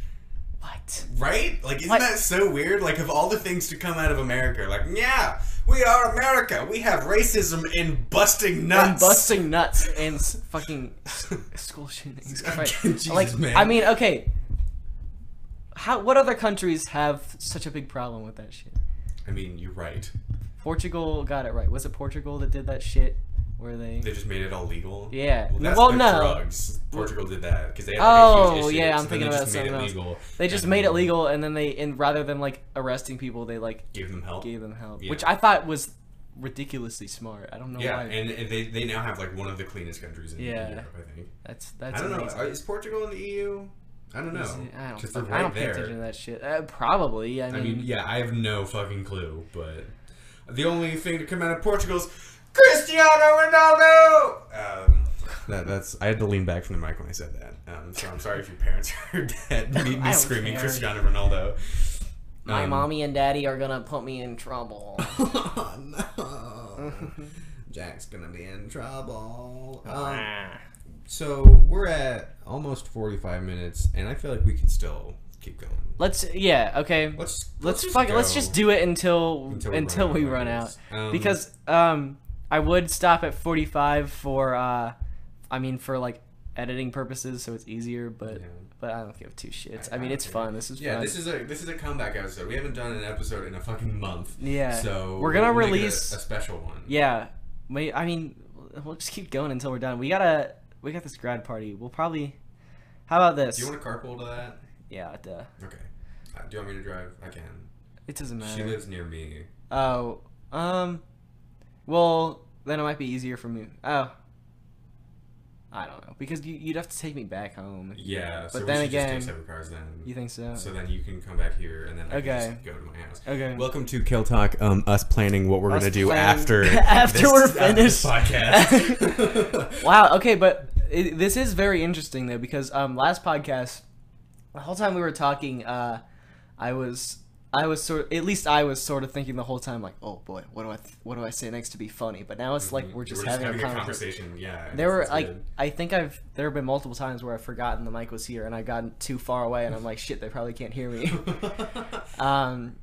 [SPEAKER 5] What?
[SPEAKER 6] right? Like isn't
[SPEAKER 5] What?
[SPEAKER 6] that so weird? Like of all the things to come out of America, like yeah, we are America. We have racism and busting nuts.
[SPEAKER 5] I'm busting nuts and s- fucking
[SPEAKER 6] [LAUGHS]
[SPEAKER 5] s- school shootings. Christ.
[SPEAKER 6] Jesus,
[SPEAKER 5] like,
[SPEAKER 6] man.
[SPEAKER 5] I mean, okay. How? What other countries have such a big problem with that shit?
[SPEAKER 6] I mean, you're right.
[SPEAKER 5] Portugal got it right. Was it Portugal that did that shit? Were they?
[SPEAKER 6] They just made it all legal.
[SPEAKER 5] Yeah.
[SPEAKER 6] Well, that's
[SPEAKER 5] Well,
[SPEAKER 6] the
[SPEAKER 5] no.
[SPEAKER 6] drugs. Portugal did that because they had like, a
[SPEAKER 5] Oh,
[SPEAKER 6] huge issue,
[SPEAKER 5] yeah, I'm
[SPEAKER 6] so
[SPEAKER 5] thinking
[SPEAKER 6] they
[SPEAKER 5] about
[SPEAKER 6] just made
[SPEAKER 5] something
[SPEAKER 6] it
[SPEAKER 5] else.
[SPEAKER 6] legal.
[SPEAKER 5] They just
[SPEAKER 6] and
[SPEAKER 5] made it legal, and then they, and rather than like arresting people, they like
[SPEAKER 6] Gave them help.
[SPEAKER 5] gave them help,
[SPEAKER 6] Yeah.
[SPEAKER 5] which I thought was ridiculously smart. I don't know
[SPEAKER 6] yeah,
[SPEAKER 5] why.
[SPEAKER 6] and, and they, they now have like one of the cleanest countries in
[SPEAKER 5] Yeah.
[SPEAKER 6] Europe, I think.
[SPEAKER 5] that's that's
[SPEAKER 6] I don't know.
[SPEAKER 5] amazing.
[SPEAKER 6] Is Portugal in the EU? I don't know.
[SPEAKER 5] I don't,
[SPEAKER 6] 'Cause
[SPEAKER 5] fuck-
[SPEAKER 6] they're
[SPEAKER 5] I don't
[SPEAKER 6] right
[SPEAKER 5] pay attention to that shit. Uh, probably. I mean,
[SPEAKER 6] I mean, yeah, I have no fucking clue, but the only thing to come out of Portugal's Cristiano Ronaldo. Um, that, that's I had to lean back from the mic when I said that. Um, so I'm sorry if your parents [LAUGHS] heard that. Me,
[SPEAKER 5] I
[SPEAKER 6] me
[SPEAKER 5] don't
[SPEAKER 6] screaming
[SPEAKER 5] care.
[SPEAKER 6] Cristiano Ronaldo.
[SPEAKER 5] my
[SPEAKER 6] Um, [LAUGHS]
[SPEAKER 5] mommy and daddy are gonna put me in trouble. [LAUGHS]
[SPEAKER 6] oh no. Jack's gonna be in trouble.
[SPEAKER 5] Oh, ah.
[SPEAKER 6] Um, so we're at almost 45 minutes, and I feel like we can still keep going.
[SPEAKER 5] let's yeah okay.
[SPEAKER 6] Let's
[SPEAKER 5] let's fuck it. Let's
[SPEAKER 6] go.
[SPEAKER 5] just do it until
[SPEAKER 6] Until
[SPEAKER 5] until,
[SPEAKER 6] we run out
[SPEAKER 5] we
[SPEAKER 6] of
[SPEAKER 5] run out.
[SPEAKER 6] ideas. Um,
[SPEAKER 5] because um, I would stop at forty five for uh, I mean for like editing purposes, so it's easier. But
[SPEAKER 6] Yeah.
[SPEAKER 5] but I don't give two shits. I,
[SPEAKER 6] I
[SPEAKER 5] mean,
[SPEAKER 6] don't
[SPEAKER 5] it's
[SPEAKER 6] care.
[SPEAKER 5] fun. This is
[SPEAKER 6] Yeah,
[SPEAKER 5] fun.
[SPEAKER 6] this is a this is a comeback episode. We haven't done an episode in a fucking month.
[SPEAKER 5] Yeah.
[SPEAKER 6] So
[SPEAKER 5] We're gonna
[SPEAKER 6] we'll make it a-
[SPEAKER 5] release-
[SPEAKER 6] a, special one.
[SPEAKER 5] yeah. May I mean, we'll just keep going until we're done. We gotta we got this grad party. We'll probably. How about this?
[SPEAKER 6] Do you want to carpool to that?
[SPEAKER 5] yeah, duh.
[SPEAKER 6] Okay. Uh, do you want me to drive? I can.
[SPEAKER 5] it doesn't
[SPEAKER 6] She
[SPEAKER 5] matter.
[SPEAKER 6] lives near me.
[SPEAKER 5] Oh, um, well then it might be easier for me. Oh. I don't know because you, you'd have to take me back home.
[SPEAKER 6] Yeah. so
[SPEAKER 5] But
[SPEAKER 6] we
[SPEAKER 5] then
[SPEAKER 6] should
[SPEAKER 5] again,
[SPEAKER 6] just do separate cars then.
[SPEAKER 5] You think so?
[SPEAKER 6] So then you can come back here, and then I
[SPEAKER 5] Okay.
[SPEAKER 6] can just go to my house.
[SPEAKER 5] Okay.
[SPEAKER 6] Welcome to Kill Talk. Um, us planning what we're
[SPEAKER 5] Us
[SPEAKER 6] gonna do
[SPEAKER 5] planning- [LAUGHS]
[SPEAKER 6] after
[SPEAKER 5] After
[SPEAKER 6] this-
[SPEAKER 5] we're
[SPEAKER 6] after this
[SPEAKER 5] finished. [LAUGHS]
[SPEAKER 6] podcast. [LAUGHS]
[SPEAKER 5] wow. Okay, but it, this is very interesting though because um, last podcast, the whole time we were talking, uh, I was I was sort at least I was sort of thinking the whole time like, oh boy, what do I th- what do I say next to be funny? But now it's like Mm-hmm. we're just, having, a conversation.
[SPEAKER 6] Yeah.
[SPEAKER 5] There were
[SPEAKER 6] it's
[SPEAKER 5] like
[SPEAKER 6] good.
[SPEAKER 5] I think I've there have been multiple times where I've forgotten the mic was here and I've gotten too far away and I'm like shit they probably can't hear me. [LAUGHS] um,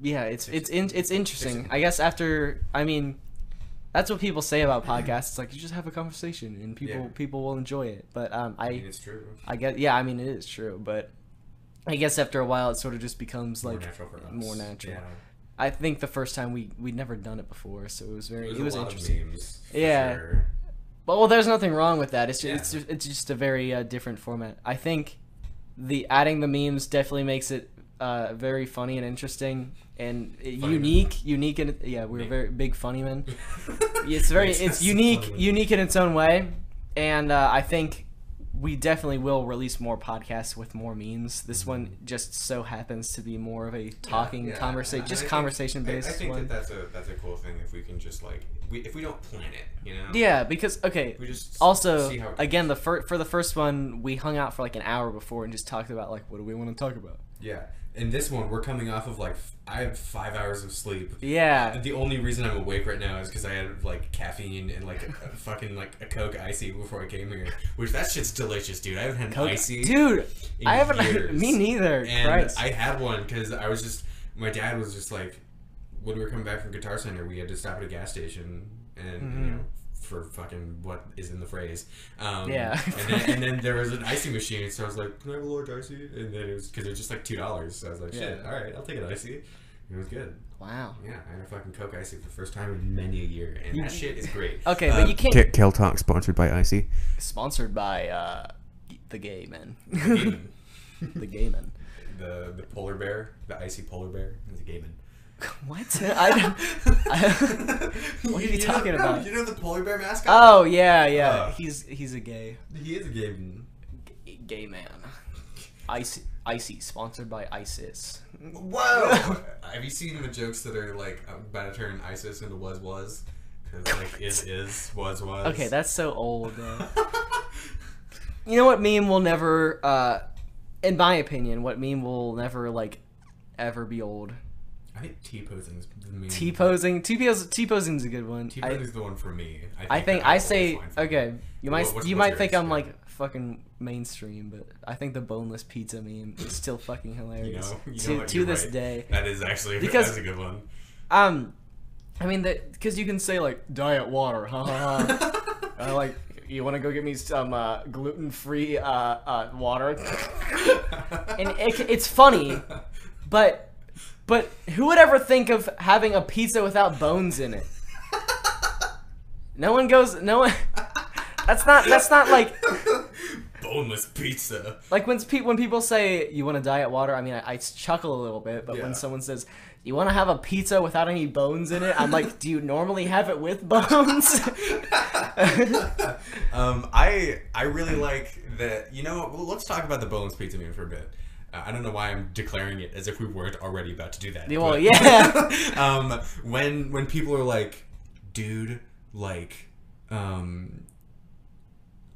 [SPEAKER 5] yeah, it's it's in, it's interesting. I guess after I mean, that's what people say about podcasts. It's like you just have a conversation and people
[SPEAKER 6] Yeah.
[SPEAKER 5] people will enjoy it. But um, I
[SPEAKER 6] I mean, [LAUGHS] it's true.
[SPEAKER 5] I guess yeah, I mean it is true, but I guess after a while it sort of just becomes
[SPEAKER 6] More
[SPEAKER 5] like
[SPEAKER 6] natural for us.
[SPEAKER 5] more natural.
[SPEAKER 6] Yeah.
[SPEAKER 5] I think the first time we we'd never done it before, so it was very
[SPEAKER 6] There's
[SPEAKER 5] it
[SPEAKER 6] a
[SPEAKER 5] was
[SPEAKER 6] lot of
[SPEAKER 5] interesting.
[SPEAKER 6] memes, for
[SPEAKER 5] Yeah.
[SPEAKER 6] sure.
[SPEAKER 5] But well, there's nothing wrong with that. It's just,
[SPEAKER 6] Yeah.
[SPEAKER 5] it's, just, it's just a very uh, different format. I think the adding the memes definitely makes it uh, very funny and interesting and uh,
[SPEAKER 6] Funny
[SPEAKER 5] unique. Unique and yeah, we're
[SPEAKER 6] Yeah.
[SPEAKER 5] very big funny men. It's
[SPEAKER 6] [LAUGHS]
[SPEAKER 5] very
[SPEAKER 6] Makes
[SPEAKER 5] it's
[SPEAKER 6] us
[SPEAKER 5] unique
[SPEAKER 6] funny.
[SPEAKER 5] unique in its own way, and uh, I think we definitely will release more podcasts with more memes. This one just so happens to be more of a talking
[SPEAKER 6] Mm-hmm. Yeah,
[SPEAKER 5] conversation,
[SPEAKER 6] and I
[SPEAKER 5] just
[SPEAKER 6] think-
[SPEAKER 5] conversation
[SPEAKER 6] I-
[SPEAKER 5] based
[SPEAKER 6] I, think
[SPEAKER 5] one.
[SPEAKER 6] that that's a that's a cool thing if we can just like we, if we don't plan it, you know.
[SPEAKER 5] yeah, because okay,
[SPEAKER 6] We just
[SPEAKER 5] also
[SPEAKER 6] see how it goes.
[SPEAKER 5] again the fir- for the first one we hung out for like an hour before and just talked about like what do we want to talk about
[SPEAKER 6] Yeah. In this one, we're coming off of like f- I have five hours of sleep.
[SPEAKER 5] yeah
[SPEAKER 6] The only reason I'm awake right now is because I had like caffeine and like a, a fucking like a Coke icy before I came here, which that shit's delicious, dude. I haven't had an
[SPEAKER 5] Coke-
[SPEAKER 6] icy.
[SPEAKER 5] dude
[SPEAKER 6] in
[SPEAKER 5] i haven't
[SPEAKER 6] years.
[SPEAKER 5] me neither
[SPEAKER 6] and
[SPEAKER 5] Christ.
[SPEAKER 6] I had one because I was just my dad was just like when we were coming back from Guitar Center, we had to stop at a gas station and
[SPEAKER 5] Mm-hmm.
[SPEAKER 6] you know for fucking what is in the phrase. Um,
[SPEAKER 5] Yeah.
[SPEAKER 6] and, then, and then there was an icy machine, so I was like, "Can I have a large icy?" And then it was because it was just like two dollars. So I was like, "Shit,
[SPEAKER 5] Yeah.
[SPEAKER 6] all right, I'll take an icy." It was good.
[SPEAKER 5] wow
[SPEAKER 6] Yeah, I had a fucking Coke Icy for the first time in many a year, and that shit is great.
[SPEAKER 5] [LAUGHS]
[SPEAKER 6] Um,
[SPEAKER 5] okay but you can't
[SPEAKER 6] Kale Talk sponsored by Icy.
[SPEAKER 5] sponsored by uh the gay men
[SPEAKER 6] the,
[SPEAKER 5] [LAUGHS] the gay [LAUGHS] men
[SPEAKER 6] [LAUGHS] the polar bear, the icy polar bear, is a gay man.
[SPEAKER 5] what I, don't- I- [LAUGHS]
[SPEAKER 6] what
[SPEAKER 5] are you talking about?
[SPEAKER 6] You know the polar bear mascot?
[SPEAKER 5] oh yeah yeah
[SPEAKER 6] Uh.
[SPEAKER 5] he's he's a gay
[SPEAKER 6] He is a gay man.
[SPEAKER 5] gay man icy icy sponsored by isis [LAUGHS]
[SPEAKER 6] Whoa! Have you seen the jokes that are like uh, about to turn ISIS into was was? Because like is is was was.
[SPEAKER 5] okay that's so old
[SPEAKER 6] [LAUGHS]
[SPEAKER 5] man. you know what meme will never uh in my opinion what meme will never like ever be
[SPEAKER 6] Hmm.
[SPEAKER 5] old
[SPEAKER 6] I think T posing's the main.
[SPEAKER 5] T posing. T posing is a good one.
[SPEAKER 6] T
[SPEAKER 5] I,
[SPEAKER 6] posing's the one for me.
[SPEAKER 5] I think
[SPEAKER 6] that
[SPEAKER 5] I
[SPEAKER 6] Apple is
[SPEAKER 5] say
[SPEAKER 6] fine for me.
[SPEAKER 5] okay. You might
[SPEAKER 6] What- what's-
[SPEAKER 5] you
[SPEAKER 6] what's
[SPEAKER 5] might think
[SPEAKER 6] yours?
[SPEAKER 5] I'm like fucking mainstream, but I think the boneless pizza meme is still fucking
[SPEAKER 6] You
[SPEAKER 5] hilarious
[SPEAKER 6] know, you know
[SPEAKER 5] to,
[SPEAKER 6] what,
[SPEAKER 5] to
[SPEAKER 6] you're
[SPEAKER 5] this
[SPEAKER 6] right.
[SPEAKER 5] day.
[SPEAKER 6] That is actually
[SPEAKER 5] Because-
[SPEAKER 6] that's a good one.
[SPEAKER 5] Um, I mean that because you can say like diet water, ha
[SPEAKER 6] [LAUGHS]
[SPEAKER 5] ha ha. Uh,
[SPEAKER 2] I like. You want to go get me some uh, gluten-free uh, uh, water?
[SPEAKER 5] and it, c- it's funny, but but who would ever think of having a pizza without bones in it? No one goes. No one. That's not. That's not like
[SPEAKER 6] Boneless pizza.
[SPEAKER 5] like when pe- when people say you want to diet water. I mean, I, I chuckle a little bit, but
[SPEAKER 6] Yeah.
[SPEAKER 5] when someone says you want to have a pizza without any bones in it, I'm like, do you normally have it with bones? [LAUGHS]
[SPEAKER 6] [LAUGHS] Um, I I really like that. You know, well, let's talk about the boneless pizza meme for a bit. Uh, I don't know why I'm declaring it as if we weren't already about to do that.
[SPEAKER 5] well,
[SPEAKER 6] but-
[SPEAKER 5] yeah.
[SPEAKER 6] [LAUGHS] um, when when people are like, dude, like, um,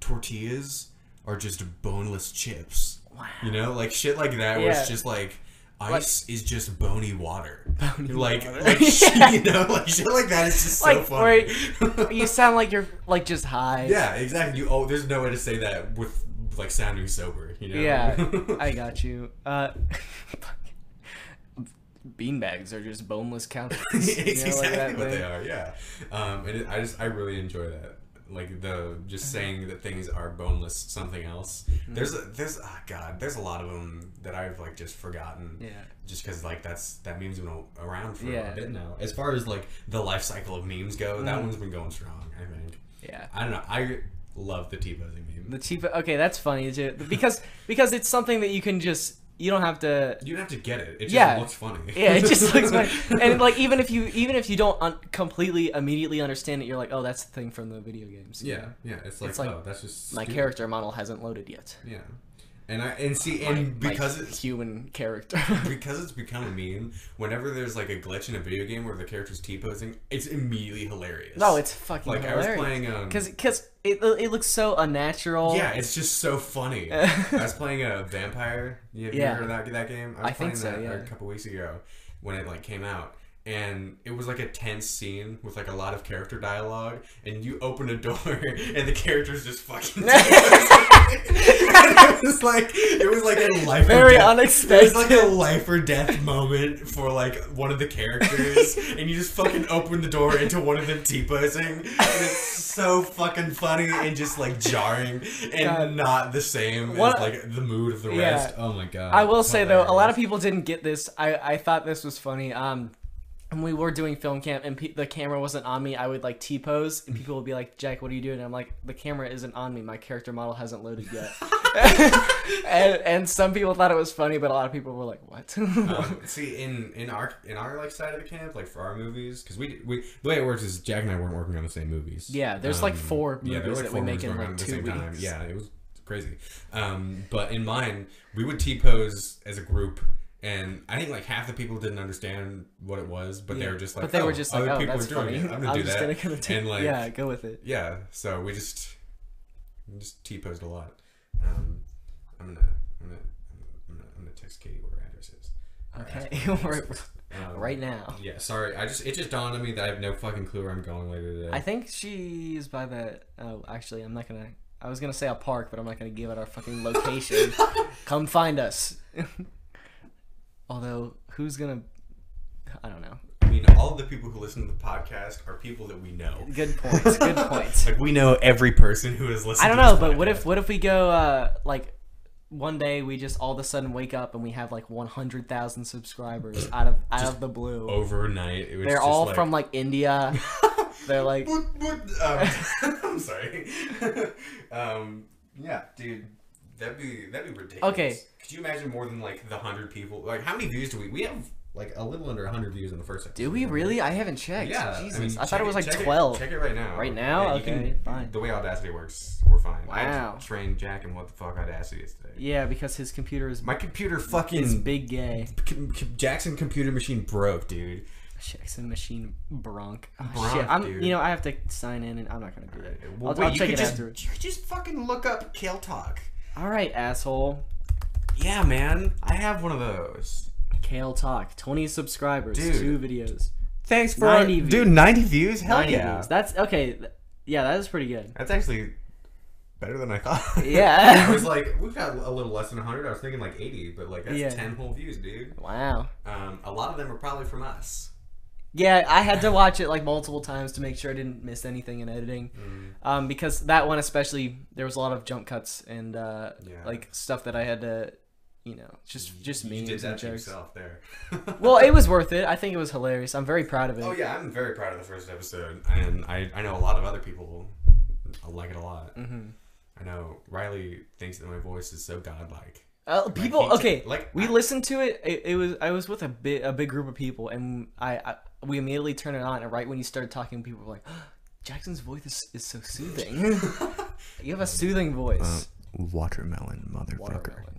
[SPEAKER 6] tortillas are just boneless chips. Wow. You know, like shit like that where
[SPEAKER 5] Yeah.
[SPEAKER 6] it's just like. Ice is just bony water. Bony like,
[SPEAKER 5] water. [LAUGHS]
[SPEAKER 6] like [LAUGHS]
[SPEAKER 5] Yeah.
[SPEAKER 6] you know, like shit like that is just so
[SPEAKER 5] Like,
[SPEAKER 6] funny. [LAUGHS]
[SPEAKER 5] you sound like you're like just high.
[SPEAKER 6] Yeah, exactly. You, oh, there's no way to say that with like sounding sober. You know. [LAUGHS]
[SPEAKER 5] Yeah, I got you. Uh, [LAUGHS] beanbags are just boneless
[SPEAKER 6] [LAUGHS]
[SPEAKER 5] cows.
[SPEAKER 6] it's
[SPEAKER 5] You know, like
[SPEAKER 6] exactly
[SPEAKER 5] that
[SPEAKER 6] what
[SPEAKER 5] thing.
[SPEAKER 6] they are. Yeah. Um, and it, I just I really enjoy that. Like the
[SPEAKER 5] Uh-huh.
[SPEAKER 6] just saying that things are boneless something else.
[SPEAKER 5] Mm-hmm.
[SPEAKER 6] There's a, there's ah God there's a lot of them that I've like just forgotten.
[SPEAKER 5] Yeah.
[SPEAKER 6] Just because like that's that meme's been a- around for
[SPEAKER 5] Yeah. Mm-hmm.
[SPEAKER 6] a bit now. As far as like the life cycle of memes go, that one's been going strong. I think.
[SPEAKER 5] Yeah.
[SPEAKER 6] I don't know. I love the T-posing meme.
[SPEAKER 5] The cheap. Okay, that's funny too. Because because it's something that you can just you don't have to.
[SPEAKER 6] you don't have to get it. It just
[SPEAKER 5] Yeah.
[SPEAKER 6] looks funny.
[SPEAKER 5] Yeah, it just looks
[SPEAKER 6] [LAUGHS]
[SPEAKER 5] like and like even if you even if you don't un- completely immediately understand it, you're like, oh, that's the thing from the video games.
[SPEAKER 6] Yeah, yeah. It's like,
[SPEAKER 5] like,
[SPEAKER 6] oh, that's just
[SPEAKER 5] My
[SPEAKER 6] stupid.
[SPEAKER 5] character model hasn't loaded yet.
[SPEAKER 6] Yeah, And I and see and because
[SPEAKER 2] Like,
[SPEAKER 6] it's
[SPEAKER 2] human
[SPEAKER 5] [LAUGHS]
[SPEAKER 6] [LAUGHS]
[SPEAKER 2] character.
[SPEAKER 6] because it's become a meme, whenever there's like a glitch in a video game where the character's T posing, it's immediately hilarious.
[SPEAKER 5] No, Oh, it's fucking
[SPEAKER 6] like
[SPEAKER 5] hilarious.
[SPEAKER 6] I was playing um
[SPEAKER 5] Cause, cause it, it looks so unnatural.
[SPEAKER 6] yeah, it's just so
[SPEAKER 5] [LAUGHS]
[SPEAKER 6] funny. I was playing a vampire. You, have you
[SPEAKER 5] Yeah.
[SPEAKER 6] heard of that that game? I was
[SPEAKER 5] I
[SPEAKER 6] playing
[SPEAKER 5] think so,
[SPEAKER 6] that
[SPEAKER 5] yeah.
[SPEAKER 6] a couple weeks ago when it like came out, and it was like a tense scene with like a lot of character dialogue, and you open a [LAUGHS] door and the characters just fucking.
[SPEAKER 5] [LAUGHS]
[SPEAKER 6] [LAUGHS] it was like it was like a life or
[SPEAKER 5] Very
[SPEAKER 6] death- It
[SPEAKER 5] unexpected. [LAUGHS]
[SPEAKER 6] was like a life or death moment for like one of
[SPEAKER 5] [LAUGHS]
[SPEAKER 6] the characters, and you just fucking open the door into one of them t posing, and it's so fucking funny and just like jarring and
[SPEAKER 5] God.
[SPEAKER 6] not the same
[SPEAKER 5] What-
[SPEAKER 6] as like the mood of the
[SPEAKER 5] Yeah.
[SPEAKER 6] rest. Oh my god!
[SPEAKER 5] I will say though, a lot of people didn't get this. I, I thought this was funny. Um, when we were doing film camp and pe- the camera wasn't on me, I would like T pose and people would be like, "Jack, what are you doing?" And I'm like, "The camera isn't on me. My character model hasn't loaded [LAUGHS] yet." and and some people thought it was funny, but a lot of people were like, "What?" [LAUGHS]
[SPEAKER 6] Um, [LAUGHS] see in in our in our like side of the camp, like for our movies, because we we the way it works is Jack and I weren't working on the same movies. Um,
[SPEAKER 5] Yeah, there's, like, four
[SPEAKER 6] yeah, there were,
[SPEAKER 5] movies
[SPEAKER 6] like,
[SPEAKER 5] that
[SPEAKER 6] four
[SPEAKER 5] we
[SPEAKER 6] movies
[SPEAKER 5] make in,
[SPEAKER 6] going on
[SPEAKER 5] like,
[SPEAKER 6] at
[SPEAKER 5] two
[SPEAKER 6] the same time.
[SPEAKER 5] weeks.
[SPEAKER 6] Yeah, it was crazy. Um, but in mine, we would t pose as a group. And I think like half the people didn't understand what it was, but they
[SPEAKER 5] Yeah.
[SPEAKER 6] were just like,
[SPEAKER 5] but they
[SPEAKER 6] oh,
[SPEAKER 5] were just
[SPEAKER 6] other
[SPEAKER 5] like, "Oh,
[SPEAKER 6] people
[SPEAKER 5] that's
[SPEAKER 6] are doing
[SPEAKER 5] funny."
[SPEAKER 6] It.
[SPEAKER 5] [LAUGHS]
[SPEAKER 6] I'm gonna do
[SPEAKER 5] just
[SPEAKER 6] that.
[SPEAKER 5] gonna go T-
[SPEAKER 6] and like,
[SPEAKER 5] yeah, go with
[SPEAKER 6] [LAUGHS]
[SPEAKER 5] it.
[SPEAKER 6] yeah, so we just we just t posed a lot. Um, I'm gonna I'm gonna I'm gonna, I'm gonna text Katie what her address is. Or ask
[SPEAKER 5] Okay, [LAUGHS]
[SPEAKER 6] her what her
[SPEAKER 5] right,
[SPEAKER 6] address is. Um,
[SPEAKER 5] right now.
[SPEAKER 6] Yeah, sorry. I just it just dawned on me that I have no fucking clue where I'm going later today.
[SPEAKER 5] I think she's by the. Oh, actually, I'm not gonna. I was gonna say a park, but I'm not gonna give out our fucking location. Come find us. [LAUGHS] Although, who's gonna? I don't know.
[SPEAKER 6] I mean, all the people who listen to the podcast are people that we know.
[SPEAKER 5] Good points. Good points.
[SPEAKER 6] Like we know every person who has listened.
[SPEAKER 5] I don't
[SPEAKER 6] to
[SPEAKER 5] know,
[SPEAKER 6] this
[SPEAKER 5] but what
[SPEAKER 6] podcast.
[SPEAKER 5] if what if we go uh like one day we just all of a sudden wake up and we have like 100,000 subscribers out of out of the blue.
[SPEAKER 6] overnight it was
[SPEAKER 5] They're
[SPEAKER 6] just
[SPEAKER 5] all
[SPEAKER 6] like, [LAUGHS]
[SPEAKER 5] from like India. They're like
[SPEAKER 6] Boop, boop. Um, [LAUGHS] I'm sorry. um, yeah, dude, that'd be that'd be ridiculous.
[SPEAKER 5] Okay.
[SPEAKER 6] Could you imagine more than like the hundred people? Like, how many views do we? We have like a little under hundred views in the first episode.
[SPEAKER 5] Do we really? I haven't checked.
[SPEAKER 6] Yeah.
[SPEAKER 5] Jesus. I,
[SPEAKER 6] mean,
[SPEAKER 5] thought
[SPEAKER 6] check
[SPEAKER 5] it was like
[SPEAKER 6] check
[SPEAKER 5] 12.
[SPEAKER 6] check it right now.
[SPEAKER 5] Right now?
[SPEAKER 6] Yeah, you
[SPEAKER 5] Okay,
[SPEAKER 6] can-
[SPEAKER 5] fine.
[SPEAKER 6] The way Audacity works, we're fine.
[SPEAKER 5] Wow.
[SPEAKER 6] I trained Jack and what the fuck Audacity is today.
[SPEAKER 5] Yeah, because his computer is
[SPEAKER 6] My computer fucking
[SPEAKER 5] is big gay.
[SPEAKER 6] com- com- Jackson computer machine broke, dude.
[SPEAKER 5] Jackson Machine Bronk. Oh,
[SPEAKER 6] Bronk,
[SPEAKER 5] shit. I'm,
[SPEAKER 6] dude.
[SPEAKER 5] you know, I have to sign in, and I'm not gonna do that.
[SPEAKER 6] Well,
[SPEAKER 5] I'll,
[SPEAKER 6] wait,
[SPEAKER 5] I'll
[SPEAKER 6] you
[SPEAKER 5] check
[SPEAKER 6] could
[SPEAKER 5] it
[SPEAKER 6] just,
[SPEAKER 5] afterwards.
[SPEAKER 6] You could just fucking look up Kale Talk.
[SPEAKER 5] All right, asshole.
[SPEAKER 6] Yeah, man. I have one of those.
[SPEAKER 5] Kale Talk. 20 subscribers,
[SPEAKER 6] Dude.
[SPEAKER 5] two videos,
[SPEAKER 6] Thanks for
[SPEAKER 5] 90 views.
[SPEAKER 6] dude. Ninety views. Hell
[SPEAKER 5] 90
[SPEAKER 6] Oh, yeah.
[SPEAKER 5] views. That's okay. th- Yeah, that is pretty good.
[SPEAKER 6] That's actually better than
[SPEAKER 5] [LAUGHS]
[SPEAKER 6] I thought.
[SPEAKER 5] Yeah.
[SPEAKER 6] I was like, we've got a little less than hundred. I was thinking like eighty, but like that's
[SPEAKER 5] Yeah.
[SPEAKER 6] ten whole views, dude.
[SPEAKER 5] Wow.
[SPEAKER 6] Um, a lot of them are probably from us.
[SPEAKER 5] Yeah, I had to watch it like multiple times to make sure I didn't miss anything in editing,
[SPEAKER 6] Mm.
[SPEAKER 5] um, because that one especially there was a lot of jump cuts and uh,
[SPEAKER 6] Yeah.
[SPEAKER 5] like stuff that I had to, you know, just just
[SPEAKER 6] You
[SPEAKER 5] memes
[SPEAKER 6] did
[SPEAKER 5] and
[SPEAKER 6] that to
[SPEAKER 5] jokes.
[SPEAKER 6] yourself there. [LAUGHS]
[SPEAKER 5] Well, it was worth it. I think it was hilarious. I'm very proud of it.
[SPEAKER 6] oh yeah, I'm very proud of the first episode, and I I know a lot of other people like it a lot. Mm-hmm. I know Riley thinks that my voice is so godlike.
[SPEAKER 5] Uh, people,
[SPEAKER 6] he's-
[SPEAKER 5] okay,
[SPEAKER 6] like,
[SPEAKER 5] like we
[SPEAKER 6] I-
[SPEAKER 5] listened to it, it. It was I was with a big a big group of people, and I, I we immediately turned it on, and right when you started talking, people were like, [GASPS] "Jackson's voice is, is so soothing.
[SPEAKER 6] [LAUGHS]
[SPEAKER 5] you have a soothing voice."
[SPEAKER 1] Watermelon, motherfucker.
[SPEAKER 5] Uh,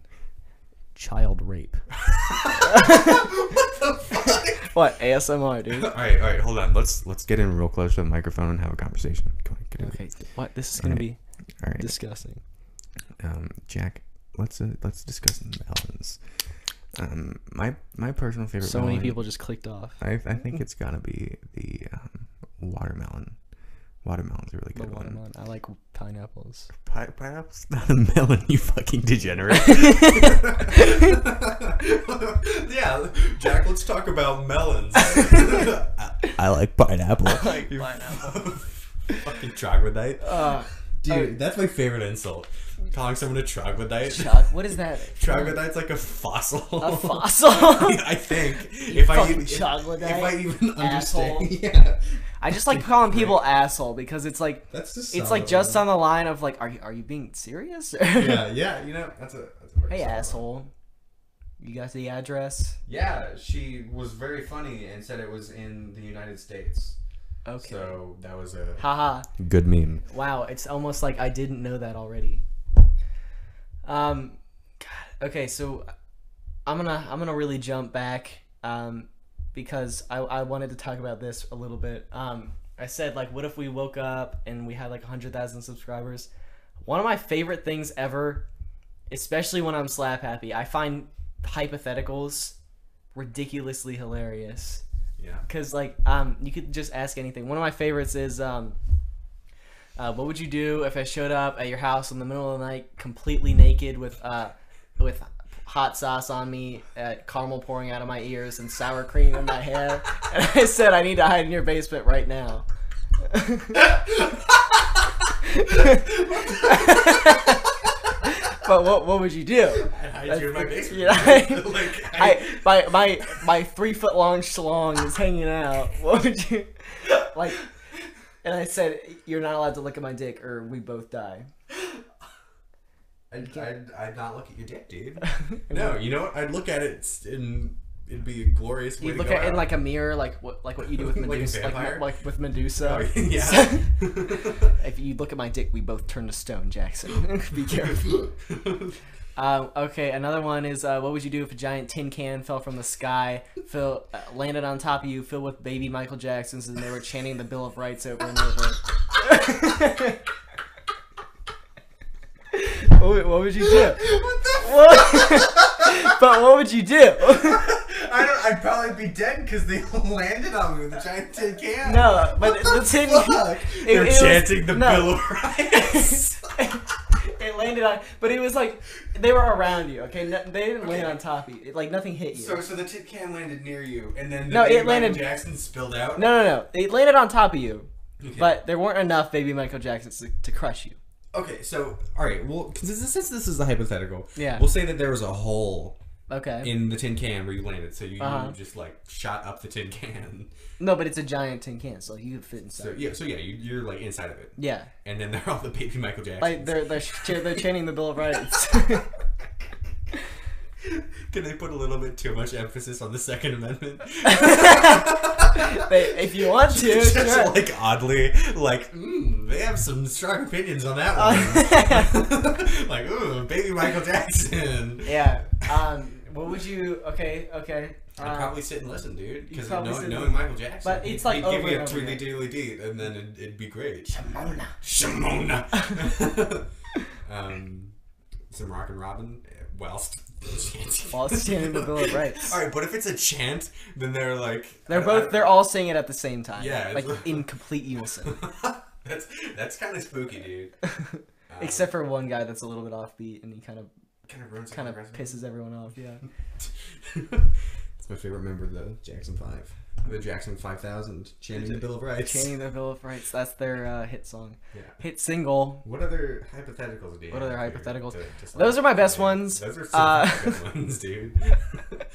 [SPEAKER 5] Child
[SPEAKER 6] [LAUGHS]
[SPEAKER 5] rape. what the fuck? what ASMR, dude?
[SPEAKER 6] [LAUGHS] All right, all right, hold on. Let's let's get in real close to the microphone and have a conversation. Come on, get in.
[SPEAKER 5] Okay, what this is gonna be
[SPEAKER 6] All right.
[SPEAKER 5] disgusting.
[SPEAKER 6] um, Jack, let's uh, let's discuss melons. Um, my my personal favorite.
[SPEAKER 5] So many
[SPEAKER 6] melon,
[SPEAKER 5] people just clicked off.
[SPEAKER 6] I I think it's gotta be the um, watermelon. Watermelon's a really
[SPEAKER 5] The
[SPEAKER 6] good one.
[SPEAKER 5] watermelon. I like pineapples.
[SPEAKER 6] Pi- pineapple's [LAUGHS] not a melon, you fucking degenerate. [LAUGHS] yeah, Jack. Let's talk about melons. [LAUGHS] I, I like pineapple. [LAUGHS] I
[SPEAKER 5] [LAUGHS]
[SPEAKER 6] like pineapple. fucking troglodyte.
[SPEAKER 5] Uh,
[SPEAKER 6] Dude, that's my favorite insult. Calling someone a troglodyte.
[SPEAKER 5] Chuck, what is that?
[SPEAKER 6] Troglodyte's like a fossil. [LAUGHS]
[SPEAKER 5] A fossil.
[SPEAKER 6] I think if I
[SPEAKER 5] fucking
[SPEAKER 6] even, if,
[SPEAKER 5] troglodyte,
[SPEAKER 6] if I even
[SPEAKER 5] asshole.
[SPEAKER 6] understand, [LAUGHS] yeah,
[SPEAKER 5] I just like calling people asshole because it's like
[SPEAKER 6] that's just
[SPEAKER 5] it's like
[SPEAKER 6] solid.
[SPEAKER 5] just on the line of like, are you are you being serious? [LAUGHS]
[SPEAKER 6] yeah, yeah. You know, that's a that's a very
[SPEAKER 5] hey
[SPEAKER 6] solid-
[SPEAKER 5] asshole, you got the address?
[SPEAKER 6] Yeah, she was very funny and said it was in the United States.
[SPEAKER 5] Okay.
[SPEAKER 6] So that was a
[SPEAKER 5] Haha.
[SPEAKER 6] good meme.
[SPEAKER 5] Wow, it's almost like I didn't know that already. Um, okay, so I'm gonna I'm gonna really jump back um, because I, I wanted to talk about this a little bit. Um, I said like, what if we woke up and we had like hundred thousand subscribers? One of my favorite things ever, especially when I'm slap happy, I find hypotheticals ridiculously hilarious
[SPEAKER 6] Yeah.
[SPEAKER 5] because like um you could just ask anything one of my favorites is um uh, what would you do if i showed up at your house in the middle of the night completely naked with uh with hot sauce on me uh, caramel pouring out of my ears and sour cream in my hair and i said i need to hide in your basement right now [LAUGHS] but what what would you do
[SPEAKER 6] I
[SPEAKER 5] [LAUGHS]
[SPEAKER 6] hide you in my basement.
[SPEAKER 5] Yeah. [LAUGHS]
[SPEAKER 6] [LAUGHS] like
[SPEAKER 5] I my my my three foot long schlong is hanging out. [LAUGHS] What would you like? And I said, "You're not allowed to look at my dick, or we both die."
[SPEAKER 6] I'd, I'd, I'd not look at your dick,
[SPEAKER 5] [LAUGHS]
[SPEAKER 6] dude. no, you know what? I'd look at it and it'd be a glorious way
[SPEAKER 5] You
[SPEAKER 6] to
[SPEAKER 5] look
[SPEAKER 6] go
[SPEAKER 5] at it in
[SPEAKER 6] out.
[SPEAKER 5] like a mirror, like what like what you do with
[SPEAKER 6] [LAUGHS] Like a
[SPEAKER 5] Medusa, like,
[SPEAKER 6] vampire?
[SPEAKER 5] like, with Medusa.
[SPEAKER 6] Oh,
[SPEAKER 5] [LAUGHS]
[SPEAKER 6] [LAUGHS] yeah.
[SPEAKER 5] if you look at my dick, we both turn to stone, Jackson. [LAUGHS] Be careful. Um, okay, another one is uh, what would you do if a giant tin can fell from the sky, fill, uh, landed on top of you, filled with baby Michael Jacksons, and they were chanting the Bill of Rights over and over? [LAUGHS] what, would- what would you do? [LAUGHS] What but what would you do? [LAUGHS]
[SPEAKER 6] I don't, I'd probably be dead because they [LAUGHS] landed on me with a giant tin can.
[SPEAKER 5] no, but the tin.
[SPEAKER 6] Fuck. They're
[SPEAKER 5] it was-
[SPEAKER 6] chanting the
[SPEAKER 5] no.
[SPEAKER 6] Bill of [LAUGHS] Rights.
[SPEAKER 5] [LAUGHS] it landed on, but it was like they were around you. Okay, no, they didn't land on top of you. It, like nothing hit you.
[SPEAKER 6] so, so the tin can landed near you, and then the
[SPEAKER 5] No,
[SPEAKER 6] baby
[SPEAKER 5] it landed-
[SPEAKER 6] Michael Jackson spilled out.
[SPEAKER 5] No, no, no. They landed on top of you,
[SPEAKER 6] Okay.
[SPEAKER 5] but there weren't enough baby Michael Jacksons to, to crush you.
[SPEAKER 6] okay, so all right, well, since this, since this is a hypothetical,
[SPEAKER 5] Yeah.
[SPEAKER 6] we'll say that there was a hole
[SPEAKER 5] Okay.
[SPEAKER 6] in the tin can where you landed, so you,
[SPEAKER 5] Uh-huh.
[SPEAKER 6] you just like shot up the tin can.
[SPEAKER 5] no, but it's a giant tin can, so you could fit inside.
[SPEAKER 6] So yeah, so yeah, you, you're like inside of it,
[SPEAKER 5] yeah.
[SPEAKER 6] and then there are all the baby Michael Jacksons.
[SPEAKER 5] Like they're they're ch- they're chanting the Bill of Rights. [LAUGHS]
[SPEAKER 6] Can they put a little bit too much emphasis on the Second
[SPEAKER 5] [LAUGHS]
[SPEAKER 6] Amendment? [LAUGHS]
[SPEAKER 5] they, if you want to,
[SPEAKER 6] Just
[SPEAKER 5] sure.
[SPEAKER 6] like oddly, like mm, they have some strong opinions on that
[SPEAKER 5] [LAUGHS]
[SPEAKER 6] one. like, ooh, baby Michael Jackson.
[SPEAKER 5] yeah. Um. What would you? Okay. Okay.
[SPEAKER 6] I'd
[SPEAKER 5] um,
[SPEAKER 6] probably sit and listen, dude, because
[SPEAKER 5] probably sit
[SPEAKER 6] knowing,
[SPEAKER 5] and-
[SPEAKER 6] knowing Michael Jackson,
[SPEAKER 5] But
[SPEAKER 6] he'd-
[SPEAKER 5] it's like
[SPEAKER 6] he'd give
[SPEAKER 5] over
[SPEAKER 6] me
[SPEAKER 5] and
[SPEAKER 6] a
[SPEAKER 5] over
[SPEAKER 6] truly
[SPEAKER 5] again.
[SPEAKER 6] dearly deed, and then it'd, it'd be great. Shimona, [LAUGHS] Shimona, [LAUGHS] um, some rock and robin eh, whilst
[SPEAKER 5] Whilst chanting the
[SPEAKER 6] [LAUGHS]
[SPEAKER 5] Bill of Rights.
[SPEAKER 6] All right, but if it's a chant, then they're like
[SPEAKER 5] They're
[SPEAKER 6] [LAUGHS]
[SPEAKER 5] both. They're all singing it at the same time.
[SPEAKER 6] Yeah,
[SPEAKER 5] Like
[SPEAKER 6] it's-
[SPEAKER 5] in complete
[SPEAKER 6] [LAUGHS]
[SPEAKER 5] unison,
[SPEAKER 6] that's that's kind of spooky, dude. Uh,
[SPEAKER 5] except for one guy that's a little bit offbeat and he kind of
[SPEAKER 6] Kind of ruins
[SPEAKER 5] kind of
[SPEAKER 6] everything.
[SPEAKER 5] pisses everyone off. Yeah.
[SPEAKER 6] [LAUGHS] That's my favorite member, the Jackson Five, the Jackson Five Thousand, chanting the Bill of Rights.
[SPEAKER 5] Chanting the Bill of Rights. That's their uh, hit song.
[SPEAKER 6] Yeah.
[SPEAKER 5] Hit single.
[SPEAKER 6] What other hypotheticals do you?
[SPEAKER 5] What other
[SPEAKER 6] have here
[SPEAKER 5] hypotheticals?
[SPEAKER 6] to- to slap
[SPEAKER 5] Those are my
[SPEAKER 6] at?
[SPEAKER 5] best ones.
[SPEAKER 6] Those are some
[SPEAKER 5] Uh,
[SPEAKER 6] good ones, dude.
[SPEAKER 5] [LAUGHS]
[SPEAKER 6] [LAUGHS]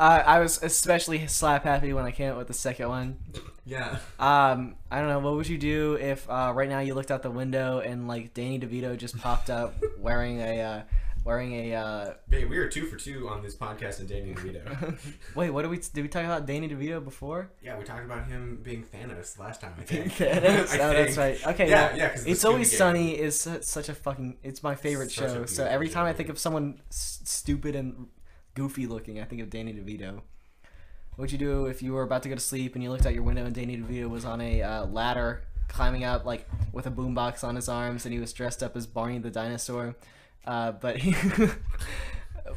[SPEAKER 5] Uh, I was especially slap happy when I came up with the second one.
[SPEAKER 6] yeah.
[SPEAKER 5] Um, I don't know. What would you do if uh, right now you looked out the window and like Danny DeVito just popped up [LAUGHS] wearing a uh, wearing a uh,
[SPEAKER 6] Hey, we are two for two on this podcast and
[SPEAKER 5] [LAUGHS]
[SPEAKER 6] Danny DeVito.
[SPEAKER 5] wait? What did we did we talk about Danny DeVito before?
[SPEAKER 6] yeah, we talked about him being Thanos last time. [LAUGHS] I think.
[SPEAKER 5] oh, that's right. Okay,
[SPEAKER 6] Yeah,
[SPEAKER 5] well,
[SPEAKER 6] yeah. 'cause the
[SPEAKER 5] it's always
[SPEAKER 6] Scooby Gang.
[SPEAKER 5] sunny is su- such a fucking. It's my favorite
[SPEAKER 6] Such a
[SPEAKER 5] show. So
[SPEAKER 6] beautiful
[SPEAKER 5] every time I
[SPEAKER 6] movie.
[SPEAKER 5] think of someone s- stupid and goofy looking, I think of Danny DeVito. What'd you do if you were about to go to sleep and you looked out your window and Danny DeVito was on a uh, ladder climbing up like with a boombox on his arms and he was dressed up as Barney the dinosaur, uh, but [LAUGHS] he.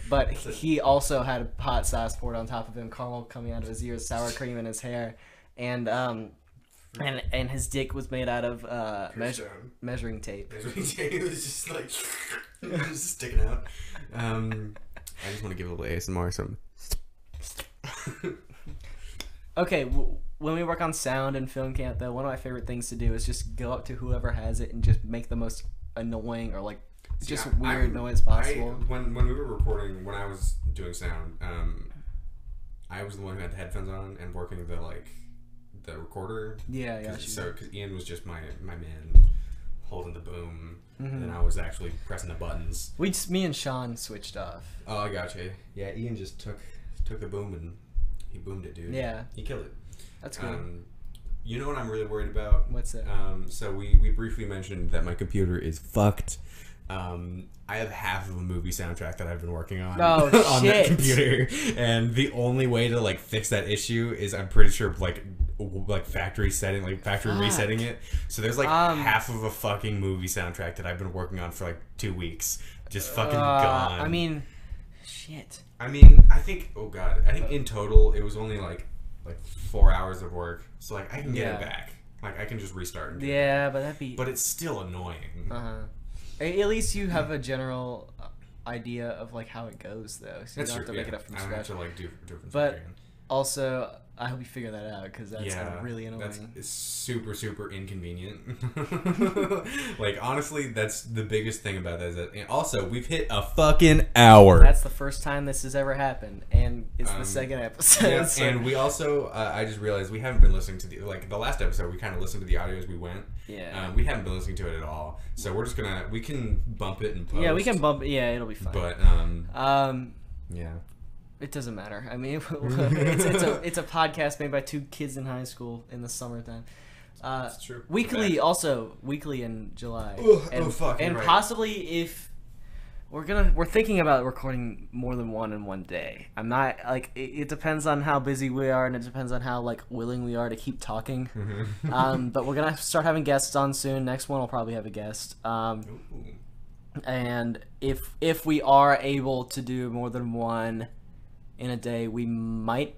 [SPEAKER 5] But he also had hot sauce poured on top of him, caramel coming out of his ears, sour cream in his hair, and um, and and his dick was made out of uh, measure,
[SPEAKER 6] Stone.
[SPEAKER 5] measuring tape.
[SPEAKER 6] It [LAUGHS] was just like just sticking out. Um, I just want to give a little ASMR or something.
[SPEAKER 5] Okay, w- when we work on sound and film camp, though, one of my favorite things to do is just go up to whoever has it and just make the most annoying or like just
[SPEAKER 6] Yeah,
[SPEAKER 5] weird
[SPEAKER 6] I'm-
[SPEAKER 5] noise possible.
[SPEAKER 6] I, when when we were recording, when I was doing sound, um, I was the one who had the headphones on and working the like the recorder.
[SPEAKER 5] yeah, yeah.
[SPEAKER 6] 'Cause-
[SPEAKER 5] sure.
[SPEAKER 6] so because Ian was just my my man holding the boom,
[SPEAKER 5] Mm-hmm.
[SPEAKER 6] and then I was actually pressing the buttons.
[SPEAKER 5] We just me and Sean switched off.
[SPEAKER 6] Oh, I gotcha. Yeah, Ian just took took the boom and he boomed it, dude.
[SPEAKER 5] Yeah.
[SPEAKER 6] he killed it.
[SPEAKER 5] That's good.
[SPEAKER 6] Um, you know what I'm really worried about?
[SPEAKER 5] What's that?
[SPEAKER 6] Um, so we, we briefly mentioned that my computer is fucked. Um, I have half of a movie soundtrack that I've been working on
[SPEAKER 5] Oh,
[SPEAKER 6] [LAUGHS] on
[SPEAKER 5] shit.
[SPEAKER 6] that computer, and the only way to like fix that issue is I'm pretty sure like w- like factory setting like factory resetting it. So there's like
[SPEAKER 5] Um,
[SPEAKER 6] half of a fucking movie soundtrack that I've been working on for like two weeks, just fucking
[SPEAKER 5] Uh,
[SPEAKER 6] gone.
[SPEAKER 5] I mean, shit.
[SPEAKER 6] I mean, I think. Oh god, I think in total it was only like like four hours of work. So like I can get
[SPEAKER 5] Yeah.
[SPEAKER 6] it back. Like I can just restart. And do it.
[SPEAKER 5] Yeah, but that'd be.
[SPEAKER 6] But it's still annoying.
[SPEAKER 5] uh-huh. A- At least you have a general uh, idea of like how it goes, though, so you
[SPEAKER 6] That's
[SPEAKER 5] don't have to
[SPEAKER 6] true,
[SPEAKER 5] make
[SPEAKER 6] yeah.
[SPEAKER 5] it up from
[SPEAKER 6] I don't have
[SPEAKER 5] scratch.
[SPEAKER 6] to like do do it
[SPEAKER 5] But-
[SPEAKER 6] from scratch. again.
[SPEAKER 5] Also, I hope you figure that out because that's uh, really annoying.
[SPEAKER 6] That's it's super super inconvenient. [LAUGHS] like honestly, that's the biggest thing about that. Is that and also we've hit a fucking hour.
[SPEAKER 5] That's the first time this has ever happened, and it's
[SPEAKER 6] Um,
[SPEAKER 5] the second
[SPEAKER 6] [LAUGHS]
[SPEAKER 5] episode. [LAUGHS]
[SPEAKER 6] Yeah,
[SPEAKER 5] so-
[SPEAKER 6] and we also, uh, I just realized we haven't been listening to the like the last episode. We kind of listened to the audio as we went.
[SPEAKER 5] Yeah.
[SPEAKER 6] Um, we haven't been listening to it at all, so we're just gonna we can bump it and post.
[SPEAKER 5] yeah, we can bump. Yeah, it'll be fine.
[SPEAKER 6] But um,
[SPEAKER 5] um,
[SPEAKER 6] yeah, [LAUGHS]
[SPEAKER 5] it doesn't matter. I mean, [LAUGHS] it's, it's a it's a podcast made by two kids in high school in the summertime. Uh,
[SPEAKER 6] That's true.
[SPEAKER 5] Weekly,
[SPEAKER 6] Back.
[SPEAKER 5] also weekly in July,
[SPEAKER 6] Ugh, oh,
[SPEAKER 5] and,
[SPEAKER 6] fuck, you're
[SPEAKER 5] and
[SPEAKER 6] right.
[SPEAKER 5] possibly if we're gonna we're thinking about recording more than one in one day. I'm not like it, it depends on how busy we are, and it depends on how like willing we are to keep talking. um, but we're gonna start having guests on soon. Next one will probably have a guest. Um,
[SPEAKER 6] Ooh.
[SPEAKER 5] and if if we are able to do more than one in a day we might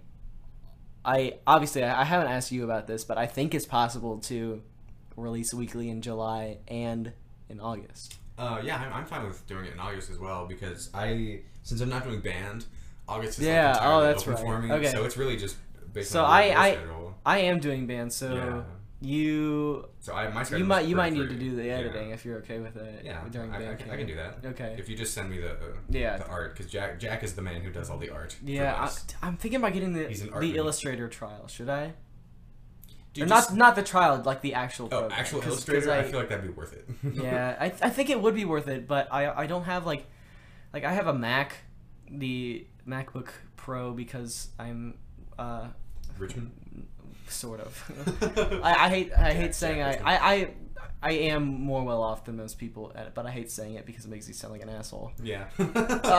[SPEAKER 5] i obviously i I haven't asked you about this but i think it's possible to release weekly in july and in august
[SPEAKER 6] Uh, yeah, I'm, I'm fine with doing it in August as well because I since I'm not doing band, August is
[SPEAKER 5] Yeah, oh,
[SPEAKER 6] like entirely
[SPEAKER 5] that's
[SPEAKER 6] open
[SPEAKER 5] right.
[SPEAKER 6] for me.
[SPEAKER 5] Okay.
[SPEAKER 6] So it's really just based
[SPEAKER 5] So
[SPEAKER 6] on
[SPEAKER 5] I-
[SPEAKER 6] the
[SPEAKER 5] I-
[SPEAKER 6] schedule.
[SPEAKER 5] i am doing bands so
[SPEAKER 6] yeah.
[SPEAKER 5] you
[SPEAKER 6] So I my
[SPEAKER 5] you
[SPEAKER 6] schedule's
[SPEAKER 5] might you might
[SPEAKER 6] pretty
[SPEAKER 5] need to
[SPEAKER 6] free.
[SPEAKER 5] do the editing
[SPEAKER 6] Yeah.
[SPEAKER 5] if you're okay with it
[SPEAKER 6] Yeah,
[SPEAKER 5] during
[SPEAKER 6] I, I,
[SPEAKER 5] band
[SPEAKER 6] can, I can do that.
[SPEAKER 5] okay
[SPEAKER 6] If you just send me the uh,
[SPEAKER 5] Yeah.
[SPEAKER 6] the art, because Jack Jack is the man who does all the art. for
[SPEAKER 5] yeah
[SPEAKER 6] us.
[SPEAKER 5] I, i'm thinking about getting the
[SPEAKER 6] He's an art
[SPEAKER 5] the
[SPEAKER 6] nerd.
[SPEAKER 5] illustrator trial should i
[SPEAKER 6] Dude,
[SPEAKER 5] or
[SPEAKER 6] just-
[SPEAKER 5] not not the trial like the actual
[SPEAKER 6] Oh,
[SPEAKER 5] program,
[SPEAKER 6] actual
[SPEAKER 5] 'cause- 'cause
[SPEAKER 6] illustrator. I, feel like that'd be worth it.
[SPEAKER 5] [LAUGHS] yeah, I, I think it would be worth it, but I I don't have like like I have a Mac, the MacBook Pro because I'm uh
[SPEAKER 6] Richmond.
[SPEAKER 5] sort of. [LAUGHS] I, I hate I hate saying I,
[SPEAKER 6] Jack,
[SPEAKER 5] I I I am more well off than most people at it, but I hate saying it because it makes you sound like an asshole.
[SPEAKER 6] [LAUGHS] yeah. [LAUGHS]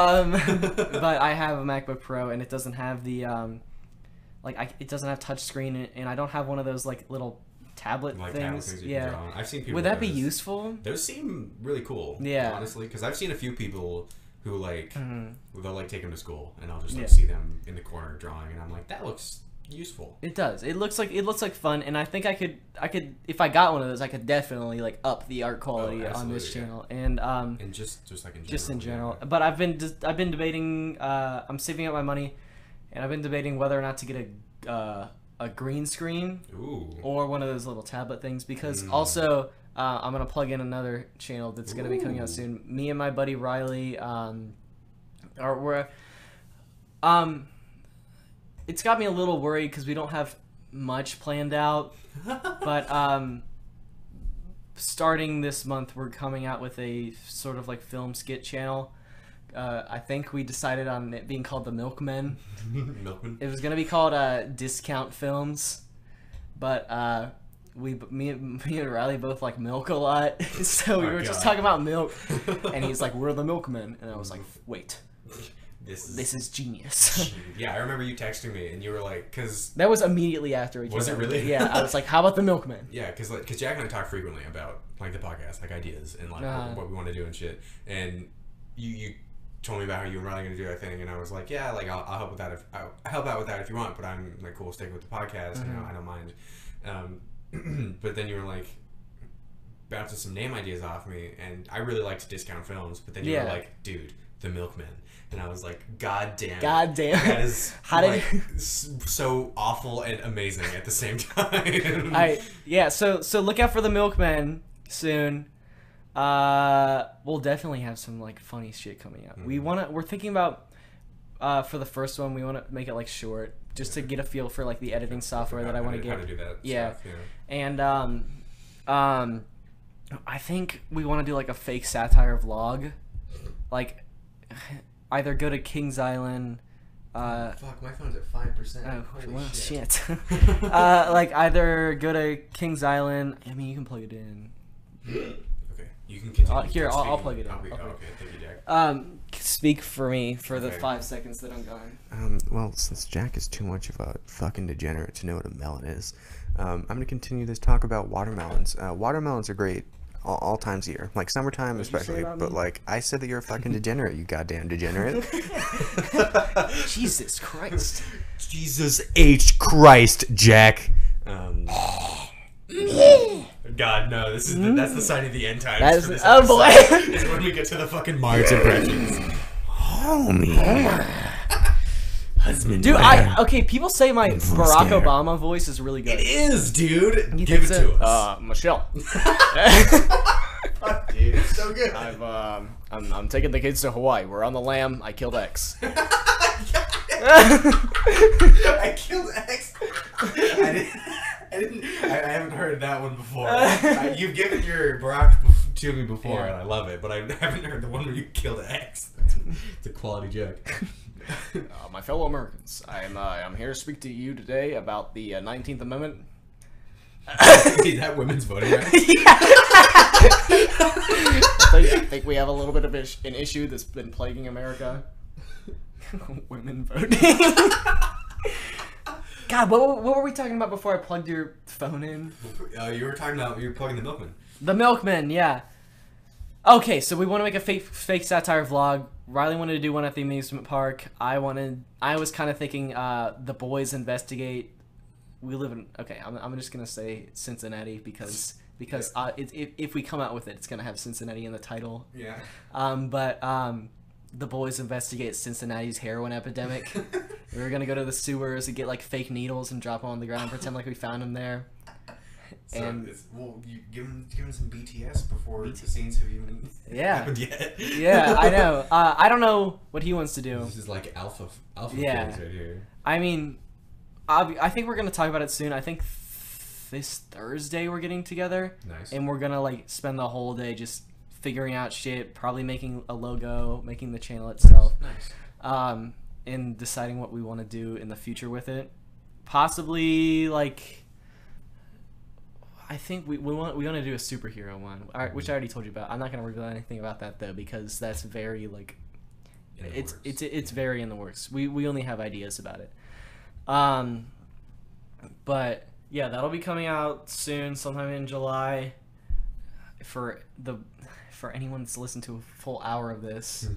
[SPEAKER 5] Um, but I have a MacBook Pro and it doesn't have the um like I, it doesn't have touchscreen and, and I don't have one of those like little tablet
[SPEAKER 6] like tablet
[SPEAKER 5] things.
[SPEAKER 6] things you can draw
[SPEAKER 5] yeah.
[SPEAKER 6] on. I've seen people.
[SPEAKER 5] Would that be
[SPEAKER 6] those.
[SPEAKER 5] useful?
[SPEAKER 6] Those seem really cool.
[SPEAKER 5] Yeah.
[SPEAKER 6] Honestly, because I've seen a few people who like they'll like take them to school, and I'll just like
[SPEAKER 5] Mm-hmm. Yeah.
[SPEAKER 6] see them in the corner drawing, and I'm like, that looks useful.
[SPEAKER 5] It does. It looks like it looks like fun, and I think I could, I could, if I got one of those, I could definitely like up the art quality on this
[SPEAKER 6] Oh, absolutely, yeah.
[SPEAKER 5] channel and um,
[SPEAKER 6] And just just like in general.
[SPEAKER 5] just in
[SPEAKER 6] yeah.
[SPEAKER 5] general. But I've been, just, I've been debating. Uh, I'm saving up my money, and I've been debating whether or not to get a uh, a green screen
[SPEAKER 6] Ooh.
[SPEAKER 5] or one of those little tablet things because also uh, I'm gonna plug in another channel that's gonna be coming out
[SPEAKER 6] Ooh.
[SPEAKER 5] soon. Me and my buddy Riley um, are we're um, it's got me a little worried because we don't have much planned out, but um, starting this month we're coming out with a sort of like film skit channel. Uh, I think we decided on it being called the Milkmen.
[SPEAKER 6] [LAUGHS] Milkman.
[SPEAKER 5] It was gonna be called uh, Discount Films, but uh, we me, and- me and Riley both like milk a lot, [LAUGHS] so we
[SPEAKER 6] Oh,
[SPEAKER 5] were just
[SPEAKER 6] God.
[SPEAKER 5] talking about milk, and he's like, "We're the milkmen," and I was like, "Wait,
[SPEAKER 6] [LAUGHS] This is.
[SPEAKER 5] this is genius."
[SPEAKER 6] [LAUGHS]
[SPEAKER 5] [LAUGHS]
[SPEAKER 6] yeah, I remember you texting me, and you were like, because.
[SPEAKER 5] that was immediately after we.
[SPEAKER 6] Was
[SPEAKER 5] came
[SPEAKER 6] it
[SPEAKER 5] out.
[SPEAKER 6] really?
[SPEAKER 5] Yeah, I was like, "How about the
[SPEAKER 6] [LAUGHS]
[SPEAKER 5] milkmen?"
[SPEAKER 6] Yeah, because like, cause Jack and I talk frequently about like the podcast, like ideas and like
[SPEAKER 5] Uh-huh.
[SPEAKER 6] what, what we want to do and shit. And you you told me about how you and Riley going to do that thing, and I was like, yeah, like I'll, I'll help with that if I'll help out with that if you want, but I'm like cool sticking with the podcast. You
[SPEAKER 5] Mm-hmm.
[SPEAKER 6] know, I don't mind. Um, [CLEARS THROAT] but then you were like bouncing some name ideas off me, and I really liked discount films, but then you were
[SPEAKER 5] Yeah.
[SPEAKER 6] like, dude, the Milkman, and I was like, god damn, it.
[SPEAKER 5] God damn.
[SPEAKER 6] That is
[SPEAKER 5] [LAUGHS] How did-
[SPEAKER 6] like, s- so awful and amazing at
[SPEAKER 5] [LAUGHS]
[SPEAKER 6] the same time.
[SPEAKER 5] I yeah. So so look out for the milkmen soon. Uh, we'll definitely have some like funny shit coming out.
[SPEAKER 6] Mm-hmm.
[SPEAKER 5] We wanna we're thinking about uh for the first one we want to make it like short just to get a feel for like the editing software that I want
[SPEAKER 6] to
[SPEAKER 5] to get.
[SPEAKER 6] How to do that?
[SPEAKER 5] Yeah.
[SPEAKER 6] stuff,
[SPEAKER 5] and um, um, I think we want to do like a fake satire vlog, like [SIGHS] either go to Kings Island. Uh,
[SPEAKER 6] Fuck, my phone's at five percent.
[SPEAKER 5] oh, well,
[SPEAKER 6] [LAUGHS]
[SPEAKER 5] shit. [LAUGHS] uh, like either go to Kings Island. I mean, you can plug it in.
[SPEAKER 6] Okay. You can continue.
[SPEAKER 5] Uh, here, I'll- I'll
[SPEAKER 6] speaking.
[SPEAKER 5] plug it in.
[SPEAKER 6] I'll be-
[SPEAKER 5] I'll plug
[SPEAKER 6] okay, thank you, Jack.
[SPEAKER 5] Um, speak for me for the
[SPEAKER 6] Okay.
[SPEAKER 5] five seconds that I'm gone.
[SPEAKER 6] Um, well, since Jack is too much of a fucking degenerate to know what a melon is, um, I'm going to continue this talk about watermelons. Uh, watermelons are great all, all times of year, like summertime especially. But like, I said that you're
[SPEAKER 5] [LAUGHS]
[SPEAKER 6] a fucking degenerate, you goddamn degenerate.
[SPEAKER 5] [LAUGHS] Jesus Christ.
[SPEAKER 6] Jesus H Christ, Jack. Um, God no, this is the, that's the sign of the end times.
[SPEAKER 5] That
[SPEAKER 6] for
[SPEAKER 5] is
[SPEAKER 6] this
[SPEAKER 5] oh boy.
[SPEAKER 6] episode,
[SPEAKER 2] [LAUGHS]
[SPEAKER 6] is when we get to the fucking Mars impressions. Oh, Homie. Husband.
[SPEAKER 5] Dude, I okay. People say my Barack
[SPEAKER 6] scared.
[SPEAKER 5] Obama voice is really good.
[SPEAKER 6] It is, dude. Give it to us.
[SPEAKER 2] Uh,
[SPEAKER 6] [LAUGHS]
[SPEAKER 2] Michelle.
[SPEAKER 6] dude, it's [LAUGHS] so good.
[SPEAKER 2] I've, um, I'm, I'm taking the kids to Hawaii. We're on the lam. I killed
[SPEAKER 6] [LAUGHS]
[SPEAKER 2] X.
[SPEAKER 6] I killed X. [LAUGHS] I didn't. I, didn't, I, I haven't heard that
[SPEAKER 5] [LAUGHS]
[SPEAKER 6] one before. I, you've given your Barack bef- to me before, and I love it, but I haven't heard the one where you killed X. [LAUGHS] It's a quality joke.
[SPEAKER 2] [LAUGHS]
[SPEAKER 5] [LAUGHS]
[SPEAKER 6] [LAUGHS]
[SPEAKER 2] Uh, my fellow Americans, I'm, uh, I'm here to speak to you today about the uh, 19th Amendment.
[SPEAKER 6] Is that women's voting rights?
[SPEAKER 2] I think, I think we have a little bit of ish- an issue that's been plaguing America. [LAUGHS] Women voting.
[SPEAKER 5] [LAUGHS] God, what, what were we talking about before I plugged your phone in?
[SPEAKER 6] Uh, you were talking about you were plugging the milkman.
[SPEAKER 5] The Milkman, yeah. Okay, so we want to make a fake fake satire vlog. Riley wanted to do one at the amusement park. I wanted. I was kind of thinking uh, the boys investigate. We live in okay. I'm, I'm just gonna say Cincinnati because because uh, it, if if we come out with it, it's gonna have Cincinnati in the title. [LAUGHS]
[SPEAKER 6] Yeah.
[SPEAKER 5] Um, but um, the boys investigate Cincinnati's heroin epidemic. we were gonna go to the sewers and get like fake needles and drop them on the ground, pretend like we found them there.
[SPEAKER 6] So
[SPEAKER 5] And-
[SPEAKER 6] it's, well, you give him give him some BTS before the scenes have even
[SPEAKER 5] Yeah.
[SPEAKER 6] happened yet.
[SPEAKER 5] Yeah,
[SPEAKER 6] [LAUGHS]
[SPEAKER 5] I know. Uh, I don't know what he wants to do.
[SPEAKER 6] This is like alpha alpha
[SPEAKER 5] Yeah.
[SPEAKER 6] kids right here.
[SPEAKER 5] I mean, ob- I think we're gonna talk about it soon. I think th- this Thursday we're getting together,
[SPEAKER 6] Nice.
[SPEAKER 5] and we're gonna like spend the whole day just figuring out shit, probably making a logo, making the channel itself,
[SPEAKER 6] nice.
[SPEAKER 5] um, and deciding what we want to do in the future with it. Possibly like. I think we, we want we want to do a superhero one, all right,
[SPEAKER 6] Mm-hmm.
[SPEAKER 5] which I already told you about. I'm not gonna reveal anything about that though because that's very like
[SPEAKER 6] In the
[SPEAKER 5] it's
[SPEAKER 6] works.
[SPEAKER 5] it's
[SPEAKER 6] [LAUGHS]
[SPEAKER 5] it's very in the works. We we only have ideas about it. Um, but yeah, that'll be coming out soon, sometime in July. For the for anyone that's listened to a full hour of this,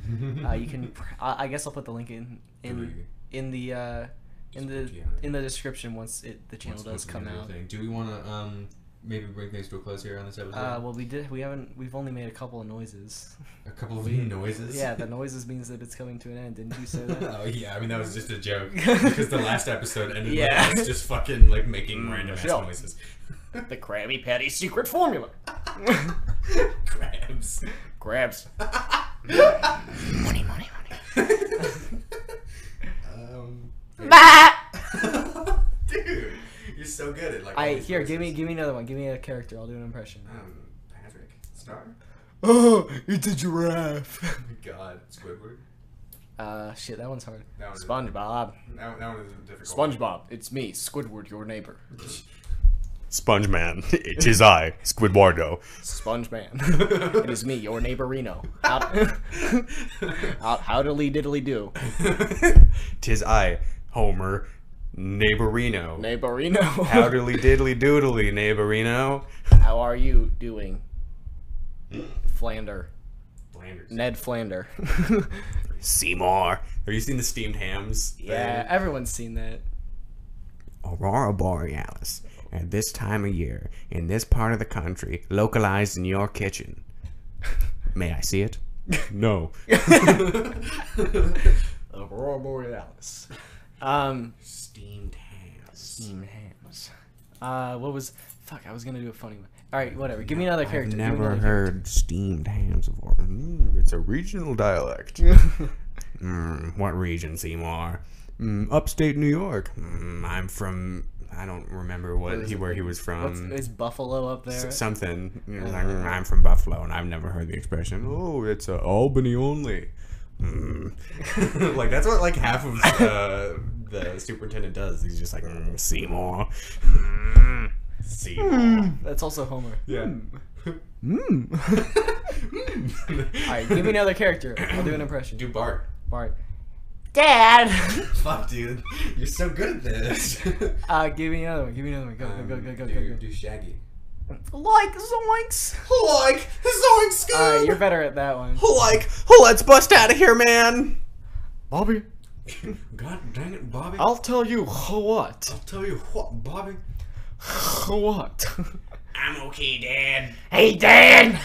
[SPEAKER 5] uh, you can. pr- I, I guess I'll put the link in in in the uh, in the
[SPEAKER 6] Yeah, right.
[SPEAKER 5] in the description once it the channel
[SPEAKER 6] Once
[SPEAKER 5] does
[SPEAKER 6] we can
[SPEAKER 5] come
[SPEAKER 6] do
[SPEAKER 5] out.
[SPEAKER 6] everything. Do we want to um maybe bring things to a close here on this episode?
[SPEAKER 5] Uh, well, we did. We haven't. We've only made a couple of
[SPEAKER 2] [LAUGHS]
[SPEAKER 5] noises.
[SPEAKER 6] a couple of [LAUGHS] noises.
[SPEAKER 5] Yeah, the noises means that it's coming to an end. Didn't you say that?
[SPEAKER 6] [LAUGHS] Oh yeah, I mean that was just
[SPEAKER 5] [LAUGHS]
[SPEAKER 6] a joke because the last episode ended
[SPEAKER 5] Yeah. Mm,
[SPEAKER 6] with us just fucking like making random ass
[SPEAKER 2] Michelle.
[SPEAKER 6] noises.
[SPEAKER 2] [LAUGHS] The Krabby Patty secret formula.
[SPEAKER 6] [LAUGHS] Crabs.
[SPEAKER 2] Crabs.
[SPEAKER 6] [LAUGHS] Um,
[SPEAKER 7] Bah!
[SPEAKER 6] dude, you're so good at like. all
[SPEAKER 5] I
[SPEAKER 6] these
[SPEAKER 5] here. Give me
[SPEAKER 6] voices.
[SPEAKER 5] give me another one. Give me a character. I'll do an
[SPEAKER 2] [GASPS]
[SPEAKER 5] impression.
[SPEAKER 6] Um, Patrick Star.
[SPEAKER 5] Oh,
[SPEAKER 2] Uh,
[SPEAKER 5] it's a giraffe.
[SPEAKER 6] [LAUGHS] Oh my God, Squidward.
[SPEAKER 5] Uh, shit, that one's hard.
[SPEAKER 6] That was
[SPEAKER 2] SpongeBob.
[SPEAKER 6] That, that one is a difficult.
[SPEAKER 2] SpongeBob. It's me, Squidward, your neighbor.
[SPEAKER 1] Sponge Man. It is I, Squidwardo.
[SPEAKER 5] [LAUGHS]
[SPEAKER 2] Sponge Man. it is me, your neighbor Reno. How, [LAUGHS] how, howdily diddly do.
[SPEAKER 6] [LAUGHS]
[SPEAKER 1] [LAUGHS] Tis I, Homer, Neighborino.
[SPEAKER 2] Neighbor
[SPEAKER 5] [LAUGHS]
[SPEAKER 2] Reno. How,
[SPEAKER 1] Howdily diddly doodly, Neighborino.
[SPEAKER 2] are you doing? Flander.
[SPEAKER 6] Flanders.
[SPEAKER 2] Ned
[SPEAKER 1] [LAUGHS]
[SPEAKER 2] Flander.
[SPEAKER 1] Seymour. Have you seen the steamed hams?
[SPEAKER 5] Yeah, everyone's seen that.
[SPEAKER 1] Aurora Borealis. At this time of year, in this part of the country, localized in your [LAUGHS] kitchen. May I see it? [LAUGHS] no.
[SPEAKER 2] Aurora Borealis. Um,
[SPEAKER 6] Steamed hams.
[SPEAKER 5] Mm, hams. Uh, what was? Fuck, I was gonna do a funny one. All right, whatever. Give me another character.
[SPEAKER 1] I've
[SPEAKER 5] give me
[SPEAKER 1] never
[SPEAKER 5] another
[SPEAKER 1] heard steamed hams before. Mm, it's a regional dialect. [LAUGHS] mm, what region, Seymour? Mm, upstate New York. Mm, I'm from. I don't remember what he where he was
[SPEAKER 5] Character.
[SPEAKER 1] from.
[SPEAKER 5] What's, is Buffalo up there?
[SPEAKER 1] S- something. You know, like,
[SPEAKER 5] Uh-huh.
[SPEAKER 1] "Mm, I'm from Buffalo, and I've never heard the expression. Oh, it's uh, Albany only. Mm.
[SPEAKER 6] [LAUGHS] like that's what like half of uh, the superintendent does. He's just like
[SPEAKER 1] Mm, Seymour.
[SPEAKER 6] "Mm, Seymour.
[SPEAKER 5] That's also Homer.
[SPEAKER 6] Yeah.
[SPEAKER 5] Mm.
[SPEAKER 6] Mm.
[SPEAKER 5] Mm.
[SPEAKER 6] [LAUGHS]
[SPEAKER 5] All right, give me another character. I'll do an impression.
[SPEAKER 6] Do Bart.
[SPEAKER 5] Bart.
[SPEAKER 7] Dad.
[SPEAKER 6] Fuck, dude. You're so good at this.
[SPEAKER 5] Uh, give me another one. Give me another one. Go,
[SPEAKER 6] Um,
[SPEAKER 5] go, go, go, go,
[SPEAKER 6] do,
[SPEAKER 5] go, go.
[SPEAKER 6] do Shaggy.
[SPEAKER 1] [LAUGHS]
[SPEAKER 5] Like Zoinks.
[SPEAKER 6] Like, Zoink Scoop!
[SPEAKER 5] All right, you're better at that one.
[SPEAKER 1] Like, oh, let's bust out of here, man.
[SPEAKER 2] Bobby,
[SPEAKER 6] God dang it, Bobby. I'll,
[SPEAKER 2] I'll tell you what.
[SPEAKER 6] tell you what, Bobby.
[SPEAKER 5] [LAUGHS]
[SPEAKER 2] What?
[SPEAKER 6] I'm okay, Dad.
[SPEAKER 7] Hey, Dad.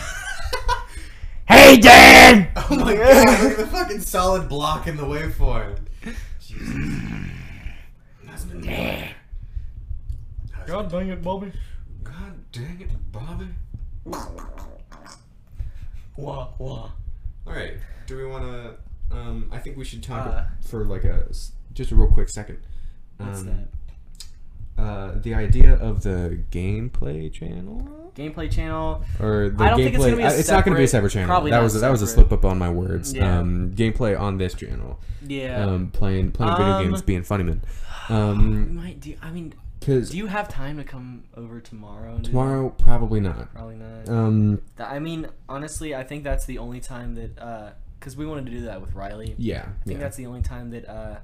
[SPEAKER 2] Hey, Dan!
[SPEAKER 6] [LAUGHS] Oh my god, look at the fucking solid block in the waveform. Jesus. Husband. Husband.
[SPEAKER 2] God dang it, Bobby.
[SPEAKER 6] God dang it, Bobby.
[SPEAKER 5] Wah, wah.
[SPEAKER 6] Alright, do we want to. Um, I think we should talk
[SPEAKER 5] Uh.
[SPEAKER 6] for like a. s- Just a real quick second. Um,
[SPEAKER 5] What's that?
[SPEAKER 6] Uh, the idea of the gameplay channel?
[SPEAKER 5] Gameplay channel.
[SPEAKER 6] or the
[SPEAKER 5] I don't
[SPEAKER 6] gameplay.
[SPEAKER 5] think it's gonna be a
[SPEAKER 6] I- it's not going to be a
[SPEAKER 5] separate-
[SPEAKER 6] separate channel.
[SPEAKER 5] probably
[SPEAKER 6] that
[SPEAKER 5] not
[SPEAKER 6] was a, that was a
[SPEAKER 5] separate.
[SPEAKER 6] slip up on my words.
[SPEAKER 5] Yeah.
[SPEAKER 6] Um, gameplay on this channel.
[SPEAKER 5] Yeah.
[SPEAKER 6] Um, playing playing
[SPEAKER 5] Um,
[SPEAKER 6] video games, being funny man.
[SPEAKER 5] we
[SPEAKER 6] Um,
[SPEAKER 5] might do. I mean,
[SPEAKER 6] because
[SPEAKER 5] do you have time to come over tomorrow? and do that?
[SPEAKER 6] tomorrow probably not.
[SPEAKER 5] Probably not.
[SPEAKER 6] Um,
[SPEAKER 5] Th- I mean, honestly, I think that's the only time that. uh 'cause because we wanted to do that with Riley.
[SPEAKER 6] yeah,
[SPEAKER 5] I think
[SPEAKER 6] yeah.
[SPEAKER 5] that's the only time that uh,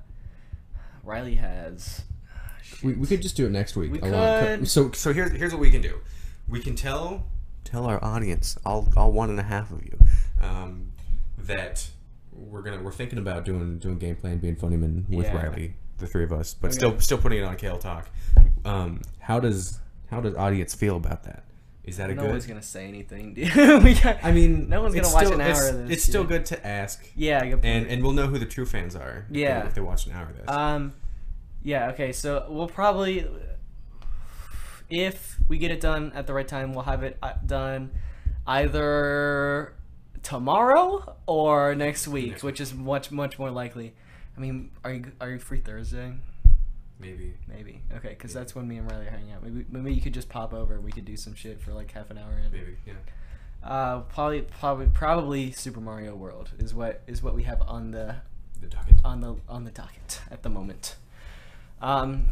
[SPEAKER 5] Riley has. Ah, shit.
[SPEAKER 6] We, we could just do it next week.
[SPEAKER 5] We
[SPEAKER 6] alone.
[SPEAKER 5] could.
[SPEAKER 6] So so here's here's what we can do. We can tell tell our audience, all all one and a half of you, um, that we're gonna we're thinking about doing doing gameplay and being funny man with
[SPEAKER 5] Yeah. Oh,
[SPEAKER 6] Riley, the three of us, but still still putting it on Kale Talk. Um, how does how does audience feel about that? Is that a
[SPEAKER 5] no
[SPEAKER 6] good?
[SPEAKER 5] one's gonna say anything, [LAUGHS] dude. we got,
[SPEAKER 6] I mean,
[SPEAKER 5] no one's gonna
[SPEAKER 6] it's
[SPEAKER 5] watch
[SPEAKER 6] still-
[SPEAKER 5] an hour
[SPEAKER 6] It's,
[SPEAKER 5] of this.
[SPEAKER 6] it's still
[SPEAKER 5] dude.
[SPEAKER 6] good to ask,
[SPEAKER 5] Yeah. Good
[SPEAKER 6] and
[SPEAKER 5] point.
[SPEAKER 6] and we'll know who the true fans are. if they-
[SPEAKER 5] Yeah.
[SPEAKER 6] if they watch an hour of this.
[SPEAKER 5] um, yeah. Okay. So we'll probably, if we get it done at the right time, we'll have it uh, done either tomorrow or next week,
[SPEAKER 6] Next
[SPEAKER 5] which is much much more likely. I mean, are you are you free Thursday?
[SPEAKER 6] Maybe.
[SPEAKER 5] Maybe. Okay, because that's when me and Riley are hanging out. Maybe maybe you could just pop over. We could do some shit for like half an hour. In.
[SPEAKER 6] Maybe. Yeah.
[SPEAKER 5] Uh, probably probably probably Super Mario World is what is what we have on the
[SPEAKER 6] The docket.
[SPEAKER 5] on the on the docket at the moment. Um,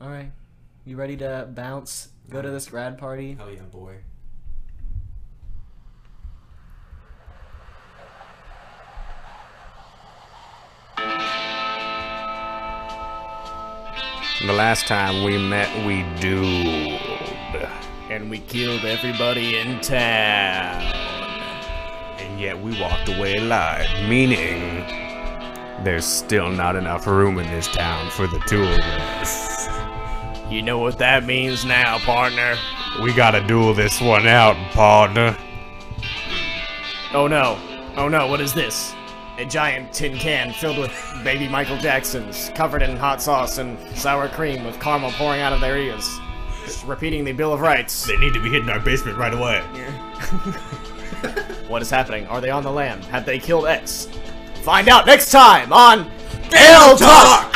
[SPEAKER 5] all right, you ready to bounce? Go to this grad party.
[SPEAKER 6] Hell yeah, boy.
[SPEAKER 1] The last time we met, we dueled.
[SPEAKER 2] And we killed everybody in town.
[SPEAKER 1] And yet we walked away alive, meaning there's still not enough room in this town for the two of us.
[SPEAKER 2] You know what that means now, partner.
[SPEAKER 1] We gotta duel this one out, partner.
[SPEAKER 2] Oh no. Oh no, what is this? A giant tin can filled with baby Michael Jacksons, covered in hot sauce and sour cream with caramel pouring out of their ears. Just repeating the Bill of Rights.
[SPEAKER 1] They need to be hitting our basement right away.
[SPEAKER 2] What is happening? Are they on the land? Have they killed X? Find out next time on Dale Talk!